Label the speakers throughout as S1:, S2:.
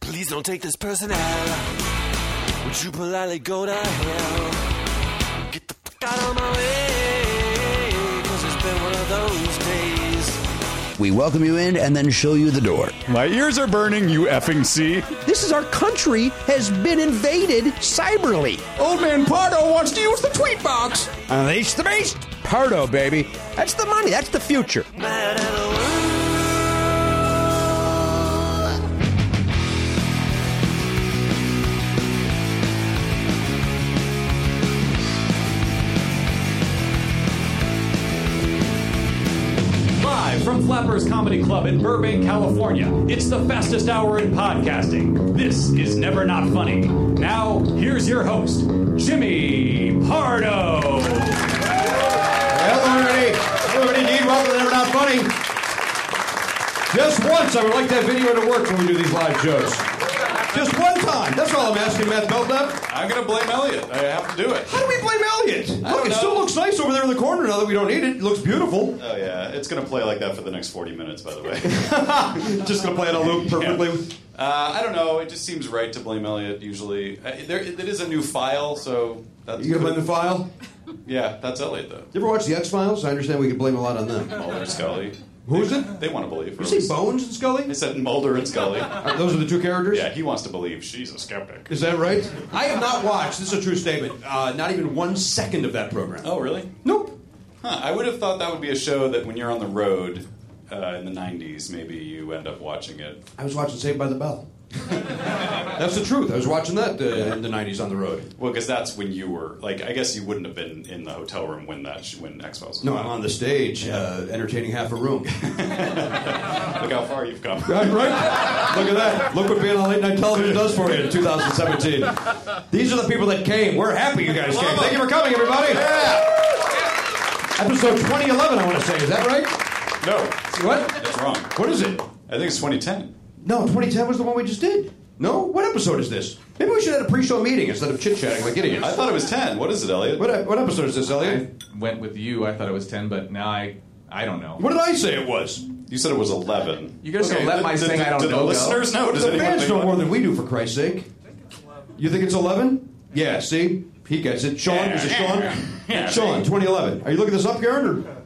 S1: Please don't take this person out. Would you politely go to hell? Get the fuck out of my way. Cause it's been one of those days.
S2: We welcome you in and then show you the door.
S3: My ears are burning, you effing see.
S4: This is our country has been invaded cyberly.
S5: Old man Pardo wants to use the tweet box.
S4: Unleash the beast! Pardo, baby. That's the money. That's the future.
S1: Mad at the world.
S6: Live from Flappers Comedy Club in Burbank, California, it's the fastest hour in podcasting. This is Never Not Funny. Now, here's your host, Jimmy Pardo.
S5: Hello, everybody. Hello, everybody. Indeed, welcome to Never Not Funny. Just once, I would like that video to work when we do these live shows. Just one time. That's all I'm asking, Matt Belknap.
S7: I'm gonna blame Elliot. I have to do it.
S5: How do we blame Elliot?
S7: I
S5: Look,
S7: don't
S5: it still
S7: know.
S5: looks nice over there in the corner now that we don't need it. It looks beautiful.
S7: Oh yeah, it's gonna play like that for the next 40 minutes. By the way,
S5: Just gonna play it on loop perfectly.
S7: uh, I don't know. It just seems right to blame Elliot. Usually, uh, there it is a new file, so that's
S5: You gonna blame the file?
S7: yeah, that's Elliot though.
S5: You ever watch the X Files? I understand we could blame a lot on them.
S7: Mulder and Scully.
S5: Who's
S7: They-
S5: it?
S7: They want to believe.
S5: You see Bones and Scully?
S7: They said Mulder and Scully.
S5: Are those are the two characters.
S7: yeah, he wants to believe. She's a skeptic.
S5: Is that right? I have not watched. This is a true statement. Uh, not even one second of that program.
S7: Oh really?
S5: Nope.
S7: Huh, I would have thought that would be a show that when you're on the road uh, in the 90s, maybe you end up watching it.
S5: I was watching Saved by the Bell. That's the truth. I was watching that uh, in the '90s on the road.
S7: Well, because that's when you were like, I guess you wouldn't have been in the hotel room when that sh- when X Files.
S5: No, I'm on the stage, uh, entertaining half a room.
S7: Look how far you've come.
S5: Right? Look at that. Look what being on late night television does for you in 2017. These are the people that came. We're happy you guys came. Thank you for coming, everybody. Episode 2011, I want to say. Is that right?
S7: No,
S5: What?
S7: that's wrong.
S5: What is it?
S7: I think it's 2010.
S5: No, 2010 was the one we just did. No? What episode is this? Maybe we should have had a pre show meeting instead of chit chatting like idiots.
S7: I thought it was 10. What is it, Elliot?
S5: What, what episode is this, Elliot?
S8: went with you. I thought it was ten, but now I I don't know.
S5: What did I say it was?
S7: You said it was 11.
S8: You guys
S5: Okay,
S8: gonna let
S5: the-
S8: my
S7: Did-
S8: thing
S7: did-
S8: I don't
S7: did
S8: know
S7: the
S8: go?
S7: listeners know? Does
S5: The
S7: anyone
S5: fans
S7: think
S5: know more than we do, for Christ's sake. You think it's 11? Yeah, see? He gets it. Sean, is it Sean? Sean, 2011. Are you looking this up, Garen? Or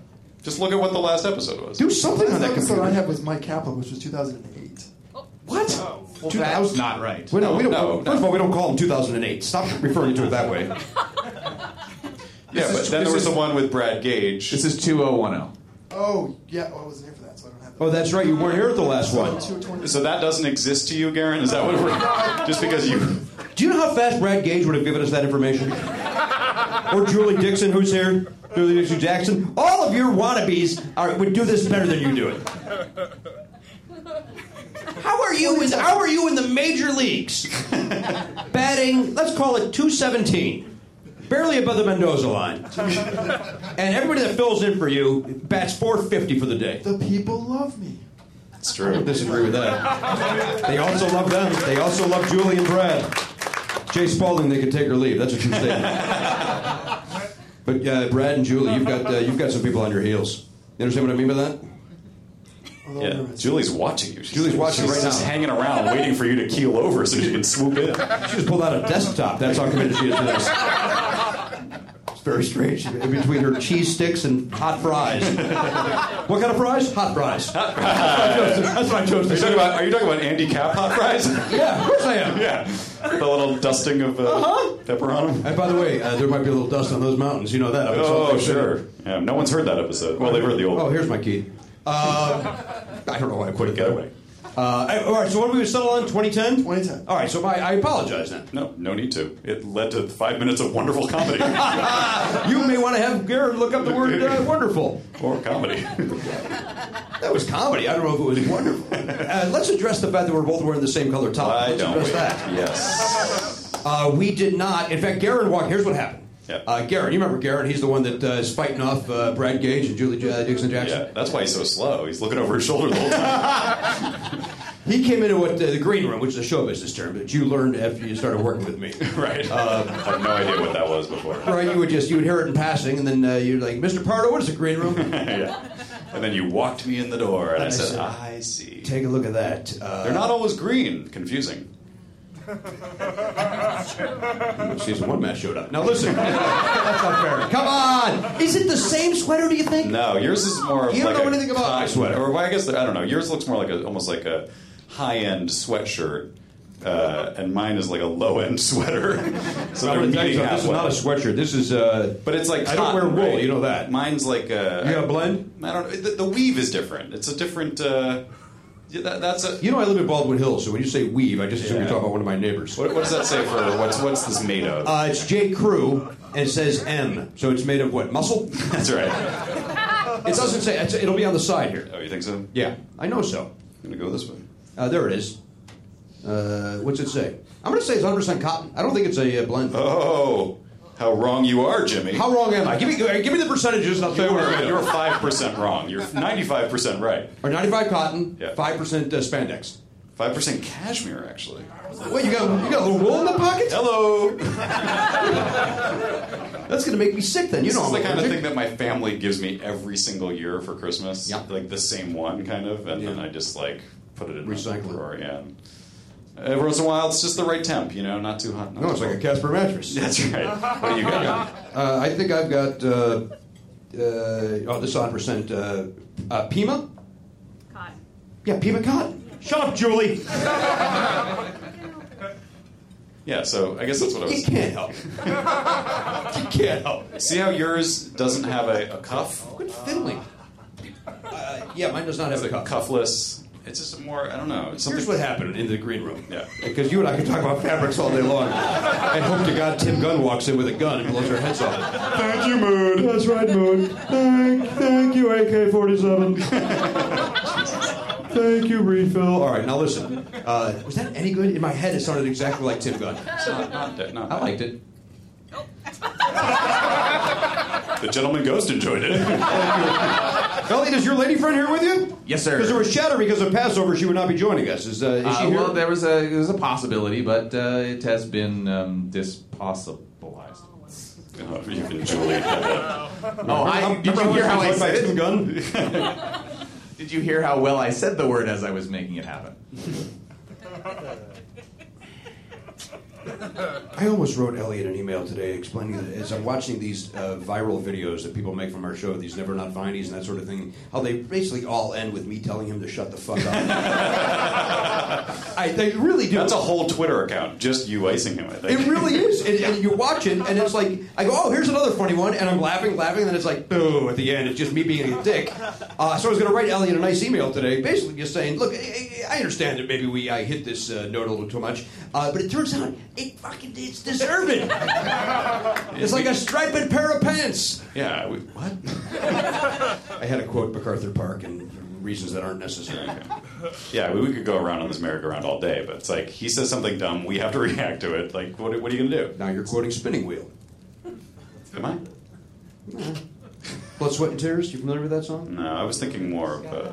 S7: Just look at what the last episode was.
S5: do something on
S9: The
S5: that
S9: episode I
S5: computer.
S9: had was Mike Kaplan, which was 2008.
S5: What?
S8: Well,
S5: 2000
S8: that's not right.
S5: Wait, no, we don't,
S7: No,
S5: First of all, we don't call him 2008. Stop referring to it that way.
S7: yeah,
S5: this
S7: but then
S5: is- this
S7: there was
S5: is-
S7: the one with Brad Gage.
S8: This is two oh one oh.
S9: Oh, yeah, well, I wasn't here for that, so I don't have that.
S5: Oh, that's right. You weren't here at the last one.
S9: Two twenty-
S7: so that doesn't exist to you, Garen? Is that what we're. Just because you.
S5: Do you know how fast Brad Gage would have given us that information? or Julie Dixon, who's here? Julie Dixon Jackson. All of your wannabes are, would do this better than you do it. How are you in How are you in the major leagues? Batting, let's call it 217, barely above the Mendoza line. and everybody that fills in for you bats 450 for the day.
S9: The people love me.
S7: It's true.
S5: Disagree with that. They also love them. They also love Julie and Brad. Jay Spalding, they can take or leave. That's a true statement. But uh, Brad and Julie, you've got uh, you've got some people on your heels. You understand what I mean by that?
S9: Although I'm
S7: Yeah,
S9: nervous.
S7: Julie's watching you. She's,
S5: Julie's watching
S7: she's
S5: right
S7: just
S5: now.
S7: hanging around, waiting for you to keel over so she can swoop in.
S5: She just pulled out a desktop. That's how committed she is to this. It's very strange. In between her cheese sticks and hot fries. What kind of fries? Hot fries. Hot fries. That's what I chose.
S7: Are
S5: To
S7: you talking about, are you talking about Andy Cap hot fries?
S5: Yeah, of course I am.
S7: yeah. The little dusting of uh, pepper on them?
S5: And by the way, uh, there might be a little dust on those mountains. You know that. I'm
S7: Oh,
S5: exalted.
S7: sure. Yeah, no one's heard that episode. Well, they've heard the old
S5: Oh, here's my key. Um, I don't know why I put it that way.
S7: getaway.
S5: Uh, I- all right, so what did we settle on? 2010?
S9: 2010.
S5: All right, so my, I apologize then.
S7: No, no need to. It led to five minutes of wonderful comedy
S5: You may want to have Garrett look up the word uh, wonderful.
S7: or comedy.
S5: That was comedy. I don't know if it was wonderful. Uh, let's address the fact that we're both wearing the same color top.
S7: I
S5: let's
S7: don't.
S5: address
S7: wait.
S5: that.
S7: Yes.
S5: Uh, we did not. In fact, Garrett walked. Here's what happened.
S7: Yeah.
S5: Uh, Garrett, you remember Garrett? He's the one that uh, is fighting off uh, Brad Gage and Julie uh, Dixon Jackson.
S7: Yeah, that's why he's so slow. He's looking over his shoulder the whole time.
S5: He came into what, uh, the green room, which is a show business term that you learned after you started working with me.
S7: right. I have no idea what that was before.
S5: Right, you would just you would hear it in passing, and then uh, you're like, "Mr. Pardo, what is a green room?
S7: yeah. And then you walked me in the door, and I
S5: I
S7: said,
S5: said,
S7: "I see."
S5: Take a look at that." Uh,
S7: They're not always green. Confusing.
S5: Season one Matt showed up. Now listen, that's not fair. Come on, is it the same sweater? Do you think?
S7: No, yours is more. of
S5: You don't
S7: like
S5: know
S7: a
S5: anything about
S7: cotton
S5: my sweater.
S7: Or well, I guess I don't know. Yours looks more like a almost like a high end sweatshirt, uh, and mine is like a low end sweater. so they're
S5: Robert, thanks,
S7: meeting
S5: though. this is not a
S7: halfway.
S5: sweatshirt. This is. Uh,
S7: But it's like
S5: I don't
S7: cotton,
S5: wear wool,
S7: right?
S5: you know that.
S7: Mine's like a.
S5: You got a blend?
S7: I don't know. The, the weave is different. It's a different. Uh, yeah, that, that's a.
S5: you know, I live in Baldwin Hills, so when you say weave, I just assume
S7: Yeah.
S5: you're talking about one of my neighbors.
S7: What, what does that say for what's what's this made of?
S5: Uh, it's J. Crew, and it says M, so it's made of what? Muscle?
S7: that's right.
S5: It doesn't say. It's, it'll be on the side here.
S7: Oh, you think so?
S5: Yeah, I know so.
S7: I'm gonna go this way.
S5: Uh, there it is. Uh, what's it say? I'm going to say it's 100% cotton. I don't think it's a uh, blend.
S7: Oh, how wrong you are, Jimmy.
S5: How wrong am I? Give me, give me the percentages. And I'll tell
S7: You
S5: you what.
S7: are
S5: I
S7: you're
S5: know.
S7: five percent wrong. You're ninety five percent right.
S5: Or 95 cotton,
S7: Yeah.
S5: 5% uh, spandex.
S7: Five percent cashmere, actually.
S5: What you got? You got a little wool in the pocket?
S7: Hello.
S5: That's going to make me sick. Then you
S7: This is
S5: know I'm
S7: the kind of thing
S5: allergic.
S7: that my family gives me every single year for Christmas.
S5: Yeah.
S7: Like the same one, kind of, and then
S5: Yeah.
S7: I just like put it in
S5: Recycle
S7: my
S5: it.
S7: drawer. Yeah. And every once in a while, it's just the right temp, you know, not too hot. Not
S5: No,
S7: too
S5: it's like a
S7: cold.
S5: Casper mattress.
S7: That's right. What do you got?
S5: Uh, I think I've got uh, uh, oh this odd percent uh, uh, Pima.
S10: Cotton.
S5: Yeah, Pima cotton. Shut up, Julie.
S7: Yeah. So I guess that's what I
S5: You
S7: was.
S5: can't help. it. you can't help. it.
S7: See how yours doesn't have a, a cuff?
S5: Quit fiddling. Uh, yeah, mine does not have
S7: It's
S5: a
S7: like
S5: cuff.
S7: cuffless. It's just more. I don't know. It's something.
S5: Here's what happened in the green room.
S7: Yeah.
S5: Because you and I can talk about fabrics all day long. I hope to God Tim Gunn walks in with a gun and blows our heads off. Thank you, Mood. That's right, Mood. Thank, thank you, AK 47. thank you, Refill. All right, now listen. Uh, was that any good? In my head, it sounded exactly like Tim Gunn.
S7: Not, not, that- not
S5: I liked it.
S7: that. The gentleman ghost enjoyed it.
S5: Elliot, is your lady friend here with you?
S8: Yes, sir.
S5: Because there was chatter because of Passover, she would not be joining us. Is, uh, is she
S8: Uh,
S5: here?
S8: well, there was a there was a possibility, but uh, it has been um, dispossibilized.
S7: oh, you've enjoyed that.
S8: Oh, I, did you
S5: Remember
S8: hear
S5: was
S8: how I
S5: joined by
S8: said
S5: Tim
S8: it?
S5: Gunn?
S8: Did you hear how well I said the word as I was making it happen?
S5: I almost wrote Elliot an email today explaining that as I'm watching these uh, viral videos that people make from our show, these never not findies and that sort of thing, how they basically all end with me telling him to shut the fuck up. I, they really do.
S7: That's a whole Twitter account, just you icing him. I think.
S5: It really is. And, and you watch it, and it's like, I go, oh, here's another funny one, and I'm laughing, laughing, and then it's like, boo, at the end. It's just me being a dick. Uh, so I was going to write Elliot a nice email today, basically just saying, look, I, I I understand that maybe we I hit this uh, note a little too much, uh, but it turns out it fucking it's deserved. it's like a striped pair of pants.
S7: Yeah. We, what?
S5: I had to quote MacArthur Park and reasons that aren't necessary.
S7: Yeah, we, we could go around on this merry-go-round all day, but it's like he says something dumb, we have to react to it. Like, what, what are you gonna do?
S5: Now you're quoting Spinning Wheel.
S7: Am I?
S5: Blood, Sweat, and Tears. You familiar with that song?
S7: No, I was thinking more of. Uh,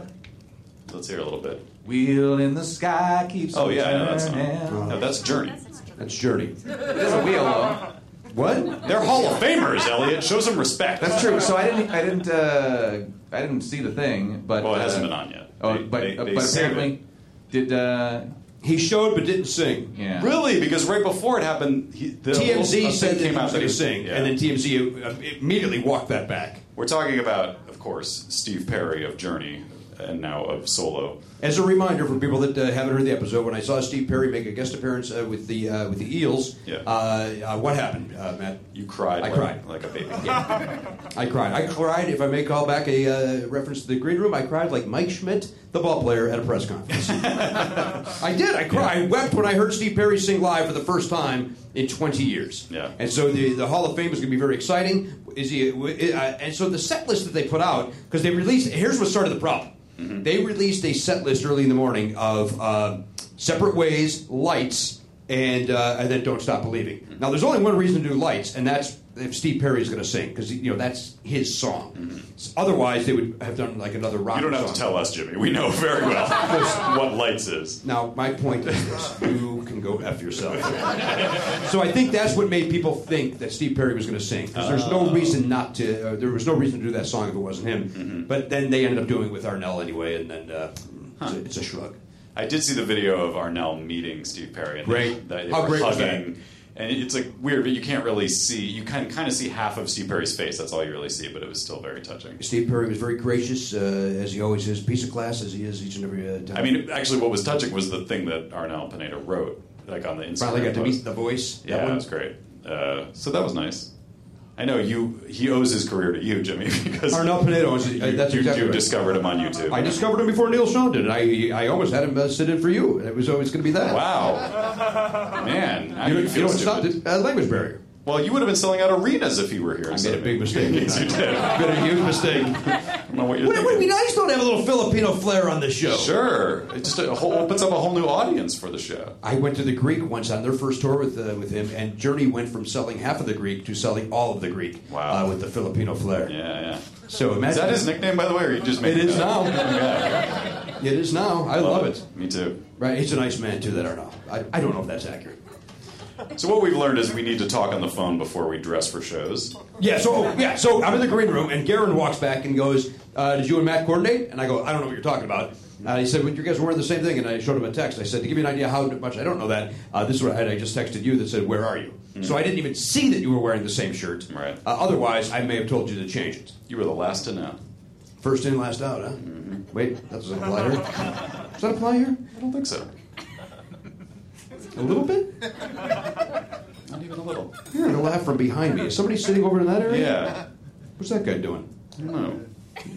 S7: let's hear a little bit.
S8: Wheel in the sky keeps.
S7: Oh yeah, I know that
S8: turning.
S7: song. No, that's Journey.
S5: That's Journey.
S8: It's a wheel though.
S5: What?
S7: They're Hall of Famers, Elliot. Show some respect.
S8: That's true. So I didn't I didn't uh, I didn't see the thing, but
S7: Well, it
S8: uh,
S7: hasn't been on yet.
S8: Oh,
S7: They-
S8: but
S7: they-
S8: uh,
S7: they
S8: but
S7: save it.
S8: apparently did. Uh,
S5: He showed but didn't sing.
S8: yeah.
S7: Really? Because right before it happened, he, the whole- a
S5: TMZ
S7: thing
S5: said that
S7: came
S5: he
S7: out
S5: was
S7: that
S5: going
S7: he-
S5: to sing,
S7: yeah.
S5: and then TMZ uh, immediately walked that back.
S7: We're talking about, of course, Steve Perry of Journey, and now of Solo.
S5: As a reminder for people that uh, haven't heard the episode, when I saw Steve Perry make a guest appearance uh, with the uh, with the Eels,
S7: Yeah.
S5: uh, uh, what happened, uh, Matt?
S7: You cried.
S5: I
S7: like,
S5: cried.
S7: like a baby.
S5: I cried. I cried. If I may call back a uh, reference to the green room, I cried like Mike Schmidt, the ball player, at a press conference. I did. I cried. I wept when I heard Steve Perry sing live for the first time in 20 years.
S7: Yeah.
S5: And so the, the Hall of Fame is going to be very exciting. Is he? w- Uh, and so the set list that they put out because they released. Here's what started the problem.
S7: Mm-hmm.
S5: They released a set list early in the morning of uh, separate ways, lights, and uh, and then don't stop believing.
S7: Mm-hmm.
S5: Now there's only one reason to do lights, and that's if Steve Perry is going to sing because you know that's his song. S- Otherwise, they would have done like another rock.
S7: Mm-hmm. You don't have to
S5: song.
S7: tell us, Jimmy. We know very well what lights is.
S5: Now, my point is this you can go F yourself. so I think that's what made people think that Steve Perry was going to sing. Because there's
S7: Oh.
S5: no reason not to, uh, there was no reason to do that
S7: Mm-hmm.
S5: song if it wasn't him. But then they ended up doing it with Arnell anyway, and then uh, it's, a, it's a shrug.
S7: I I did see the video of Arnell meeting Steve Perry. And
S4: Great.
S7: They, they
S4: How
S7: were
S4: great was
S7: hugging. And it's like weird, but you can't really see. You can kind of see half of Steve Perry's face. That's all you really see, but it was still very touching.
S5: Steve Perry was very gracious, uh, as he always is, piece of class as he is each and every uh, time.
S7: I mean, actually, what was touching was the thing that Arnell Pineda wrote, like on the Instagram.
S5: finally got to
S7: post.
S5: meet the voice.
S7: uh, Yeah,
S5: that
S7: that
S5: one.
S7: was great. Uh, so that was nice. I know you. He owes his career to you, Jimmy, because
S5: Arnell Pinedo is-
S7: You,
S5: uh, that's
S7: you,
S5: exactly
S7: you
S5: right.
S7: discovered him on YouTube.
S5: I discovered him before Neil Sean did, and I I almost had him uh, sit in for you, and it was always going to be that.
S7: wow, man, now
S5: You,
S7: you,
S5: know- you
S7: feel
S5: know, it's not
S7: stupid.
S5: a uh, language barrier.
S7: Well, you would have been selling out arenas if you were here.
S5: I
S7: instead
S5: made a
S7: of
S5: big
S7: me.
S5: mistake.
S7: yes, you did. I
S5: Been a huge mistake.
S7: don't know what you're
S5: Would it, would it be
S7: thinking.
S5: nice though to have a little Filipino flair on the show?
S7: Sure, it just a whole, opens up a whole new audience for the show.
S5: I went to the Greek once on their first tour with uh, with him, and Journey went from selling half of the Greek to selling all of the Greek
S7: Wow.
S5: uh, with the Filipino flair.
S7: Yeah, yeah.
S5: So imagine
S7: Is that his nickname, by the way, or you just made
S5: It is now.
S7: Yeah,
S5: It is now. I love it.
S7: Me too.
S5: Right, he's a nice man too. That Arnaud. I, I don't know if that's accurate.
S7: So what we've learned is we need to talk on the phone before we dress for shows.
S5: Yeah. So yeah. So I'm in the green room, and Garen walks back and goes, uh, "Did you and Matt coordinate?" And I go, "I don't know what you're talking about." Uh, he said, well, "You guys were wearing the same thing." And I showed him a text. I said, "To give you an idea how much I don't know that, uh, this is what I, had. I just texted you that said, where are you?' So I didn't even see that you were wearing the same shirt.
S7: Hmm. Right.
S5: Uh, otherwise, I may have told you to change it.
S7: You were the last to know.
S5: First in, last out, huh?
S7: Mm-hmm.
S5: Wait, that doesn't apply here. Does that apply here?
S7: I don't think so.
S5: A little bit.
S7: Not even a little.
S5: You're gonna laugh from behind me. Is somebody sitting over in that area?
S7: Yeah.
S5: What's that guy doing?
S7: I don't know.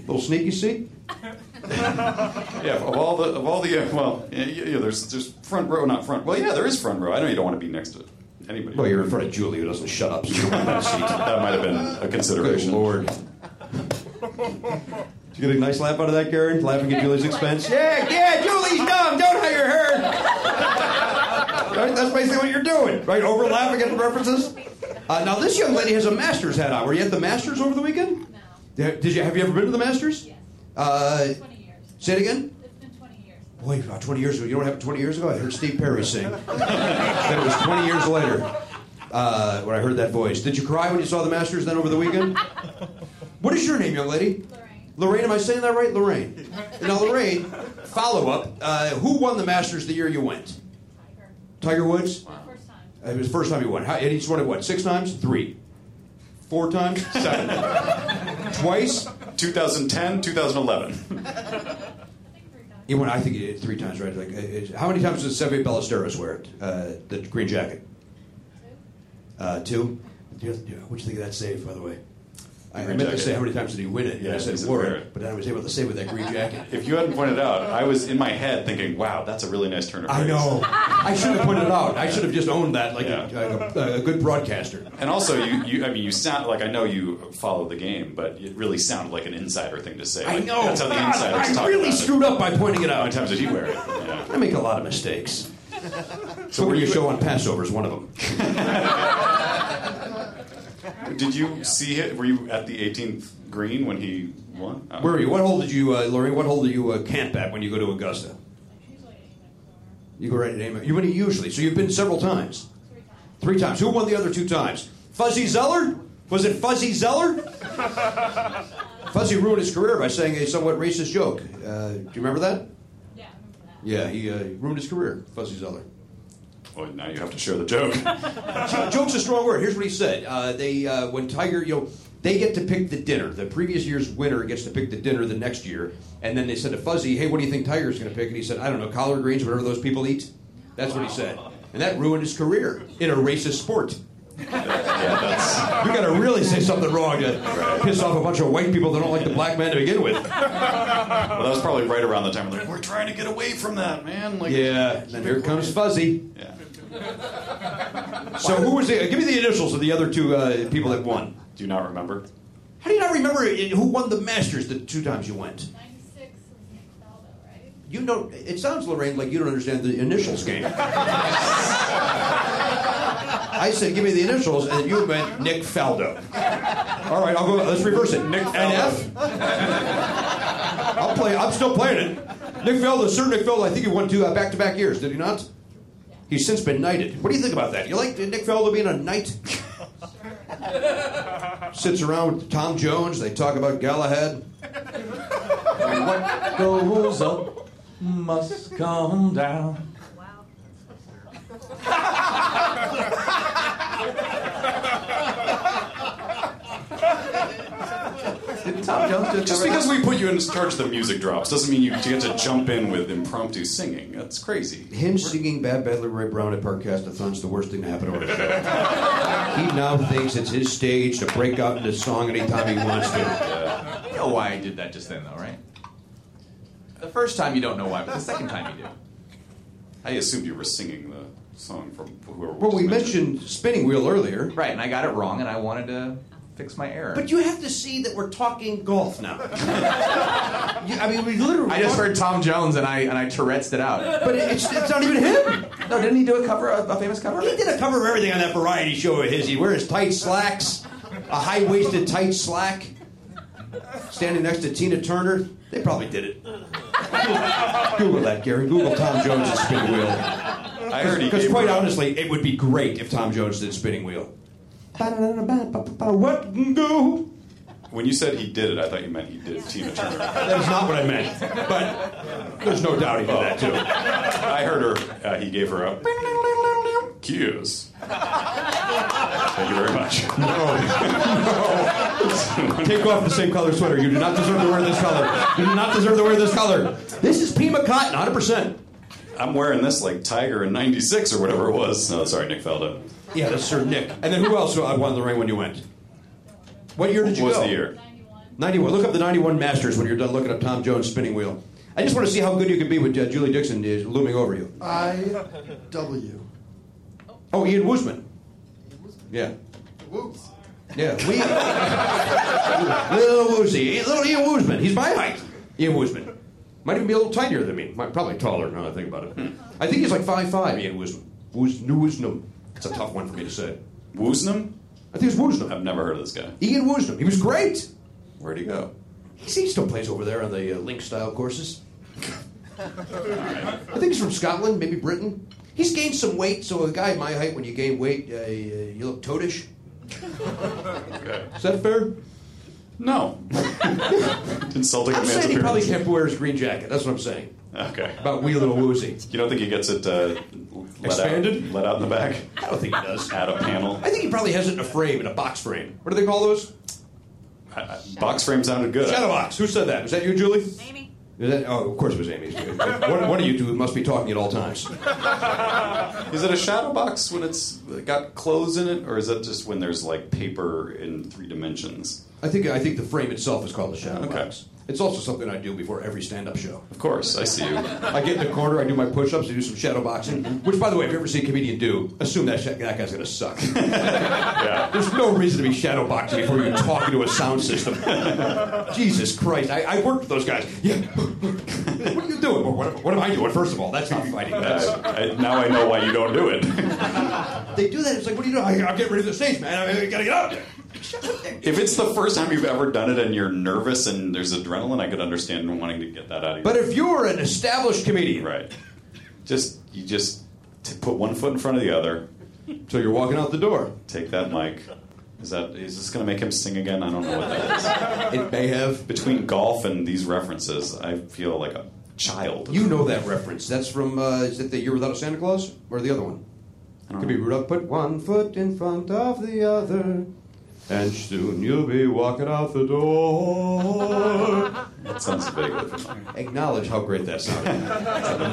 S5: Little sneaky seat.
S7: Yeah, of all the of all the uh, well, yeah, yeah, yeah, there's there's front row, not front. Well, yeah, there is front row. I know you don't want to be next to anybody.
S5: Well, you're in front of Julie, who doesn't shut up. So you don't want that seat.
S7: that might have been a
S5: Good
S7: consideration.
S5: lord. Did you get a nice laugh out of that, Karen? Laughing at Julie's expense? Yeah, yeah, Julie's dumb. Don't hire her. right? That's basically what you're doing, right? Over laughing at the references. Uh, now, this young lady has a Masters hat on. Were you at the Masters over the weekend?
S10: No.
S5: Yeah, Did you have you ever been to the Masters?
S10: Yes.
S5: Uh,
S10: It's 20 years.
S5: say it again.
S10: It's been 20 years.
S5: Boy, about 20 years ago. You know what happened 20 years ago? I heard Steve Perry sing. that it was 20 years later uh, when I heard that voice. Did you cry when you saw the Masters then over the weekend? What is your name, young lady?
S10: Lorraine.
S5: Lorraine, am I saying that right? Lorraine. Now, Lorraine, follow up. Uh, who won the Masters the year you went?
S10: Tiger.
S5: Tiger Woods?
S10: The first time.
S5: Uh, It was the first time he won. How, and he's won it what? Six times? Three. Four times? Seven. Twice?
S7: 2010,
S10: I
S7: 2011.
S10: think three times.
S5: He won, I think he did three times, right? Like, uh, uh, How many times did Seve Ballesteros wear it? Uh, the green jacket? Uh, two? Do you- do you- What'd you think of that save, by the way? I, I
S7: green
S5: meant to
S7: jacket.
S5: say how many times did he win it? and
S7: Yeah,
S5: I
S7: he
S5: said
S7: said
S5: wore
S7: wear
S5: it,
S7: it.
S5: but then I was able to say with that green jacket.
S7: If you hadn't pointed out, I was in my head thinking, "Wow, that's a really nice turn of
S5: I
S7: phrase."
S5: know. I should have pointed it out. I should have just owned that like,
S7: Yeah.
S5: a, like a, a good broadcaster.
S7: And also, you, you, I mean, you sound like I know you follow the game, but it really sounded like an insider thing to say.
S5: I
S7: Like,
S5: know.
S7: That's how the
S5: God,
S7: insiders
S5: I
S7: talk
S5: really
S7: about it.
S5: screwed up by pointing it
S7: How many
S5: out.
S7: times did he wear it? Yeah.
S5: I make a lot of mistakes. So what do you show on Passover is one of them.
S7: Did you see it? Were you at the 18th green when he won? Oh.
S5: Where were you? What hole did you, uh, Lori? What hole do you uh, camp at when you go to Augusta?
S10: Usually eight in a corner.
S5: You go right to name it. You win it usually. So you've been several times.
S10: Three times.
S5: Three times. Who won the other two times? Fuzzy Zeller? Was it Fuzzy Zeller? Fuzzy ruined his career by saying a somewhat racist joke. Uh, do you remember that?
S10: Yeah, I remember that.
S5: Yeah, he uh, ruined his career, Fuzzy Zeller.
S7: Well, now you have to share the joke.
S5: Jo- Joke's a strong word. Here's what he said. Uh, they uh, when Tiger, you know, they get to pick the dinner. The previous year's winner gets to pick the dinner the next year, and then they said to Fuzzy, "Hey, what do you think Tiger's going to pick?" And he said, "I don't know, collard greens, whatever those people eat." That's what he said, and that ruined his career in a racist sport.
S7: yeah, that's.
S5: You got to really say something wrong to piss off a bunch of white people that don't like the black man to begin with.
S7: Well, that was probably right around the time where like, we're trying to get away from that, man. Like,
S5: Yeah, and then here comes Fuzzy.
S7: Yeah.
S5: So who was the? Give me the initials of the other two uh, people that won.
S7: Do you not remember?
S5: How do you not remember it- who won the Masters the two times you went?
S10: 96 was Nick Faldo, right?
S5: You know, it sounds, Lorraine, like you don't understand the initials game. I said, give me the initials, and you meant Nick Faldo. All right, I'll go. Let's reverse it. Nick NF. I'll play. I'm still playing it. Nick Faldo, Sir Nick Faldo. I think he won two uh, back-to-back years. Did he not? He's since been knighted. What do you think about that? You like Nick Faldo being a knight? Sits around with Tom Jones. They talk about Galahad.
S8: What goes up must come down.
S10: Wow.
S8: Did Tom Jones just,
S7: Just
S8: cover
S7: because
S8: that?
S7: we put you in charge of the music drops doesn't mean you get to jump in with impromptu singing. That's crazy.
S5: Him singing Bad Bad Leroy Brown at Parcastathon's the worst thing to happen to our show. he now thinks it's his stage to break out into song anytime he wants to.
S8: Uh, You know why I did that just then, though, right? The first time you don't know why, but the second time you do.
S7: I assumed you were singing the song from whoever.
S5: Well, we
S7: just
S5: mentioned spinning wheel earlier.
S8: Right, and I got it wrong, and I wanted to fix my error.
S5: But you have to see that we're talking golf now. You- I mean, we literally.
S8: I just heard Tom Jones, and I and I Tourette's it out.
S5: But it's, it's not even him.
S8: No, didn't he do a cover, a, a famous cover? of
S5: He
S8: it?
S5: did a cover of everything on that variety show of his. He wears tight slacks, a high waisted tight slack, standing next to Tina Turner. They probably did it. Google that, Gary. Google Tom Jones and Spinning Wheel.
S7: I heard he
S5: Because
S7: gave
S5: quite
S7: her-
S5: honestly, it would be great if Tom Jones did Spinning Wheel. What can go?
S7: When you said he did it, I thought you meant he did Tina Turner.
S5: That is not what I meant. But there's no doubt he did that too.
S7: I heard her. Uh, he gave her a cues. Thank you very much.
S5: Take off the same color sweater. You do not deserve to wear this color. You do not deserve to wear this color. This is Pima cotton, 100%.
S7: I'm wearing this like Tiger in '96 or whatever it was. No, sorry, Nick Felda.
S5: Yeah, that's Sir Nick. And then who else won the ring when you went? What year did
S7: What
S5: you
S7: was
S5: go?
S7: the year?
S10: 91.
S5: 91. Look up the 91 Masters when you're done looking up Tom Jones' spinning wheel. I just want to see how good you can be with uh, Julie Dixon uh, looming over you.
S9: I W.
S5: Oh, Ian Woosman. Yeah.
S9: Whoops.
S5: Yeah. We, little Woozy. Little Ian Woosman. He's my height. Ian Woosman. Might even be a little tinier than me. Might, probably taller now that I think about it. I think he's like 5'5, Ian Woosman. Woos, Woosnam. It's a tough one for me to say.
S7: Woosnam?
S5: I think it's Woosnam.
S7: I've never heard of this guy.
S5: Ian Woosnam. He was great.
S7: Where'd he go?
S5: He he still plays over there on the uh, link style courses. I think he's from Scotland, maybe Britain. He's gained some weight, so a guy my height, when you gain weight, uh, you you look toadish. Is that fair?
S7: No. Insulting
S5: I'm
S7: a man's
S5: saying he probably
S7: appearance.
S5: kept wear his green jacket. That's what I'm saying
S7: Okay.
S5: about wee little woozy.
S7: You don't think he gets it uh, let
S5: Expanded?
S7: Out, let out in the back?
S5: I don't think he does.
S7: Add a panel.
S5: I think he probably has it in a frame, in a box frame. What do they call those?
S7: Box frame sounded good.
S5: Shadow box. Who said that? Was that you, Julie? Is
S10: Amy.
S5: that? Oh, of course it was Amy. one, one of you two must be talking at all times.
S7: Is it a shadow box when it's got clothes in it, or is that just when there's like paper in three dimensions?
S5: I think I think the frame itself is called a shadow
S7: Okay.
S5: box. It's also something I do before every stand-up show.
S7: Of course, I see you.
S5: I get in the corner, I do my push-ups, I do some shadow boxing.
S7: Mm-hmm.
S5: Which, by the way, if you ever see a comedian do, assume that sh- that guy's gonna suck. There's no reason to be shadow boxing before you're talking to a sound system. Jesus Christ, I, I worked with those guys. Yeah. what are you doing? Well, What, what am I doing? First of all, that's not fighting. That's
S7: Uh, I, now I know why you don't do it.
S5: they do that. It's like, what are you doing? I, I'm getting rid of the stage, man. I, I gotta get out of there.
S7: if it's the first time you've ever done it and you're nervous and there's adrenaline, I could understand wanting to get that out of you.
S5: But if you're an established comedian,
S7: right, just you just t- put one foot in front of the other.
S5: so you're walking out the door.
S7: Take that mic. Is that is this going to make him sing again? I don't know what that is.
S5: It may have.
S7: Between golf and these references, I feel like a child.
S5: You know that reference. That's from uh, is it the Year Without a Santa Claus or the other one?
S7: don't
S5: Could be Rudolph. Put one foot in front of the other, and soon you'll be walking out the door.
S7: That sounds vaguely familiar.
S5: Acknowledge how great that sounded.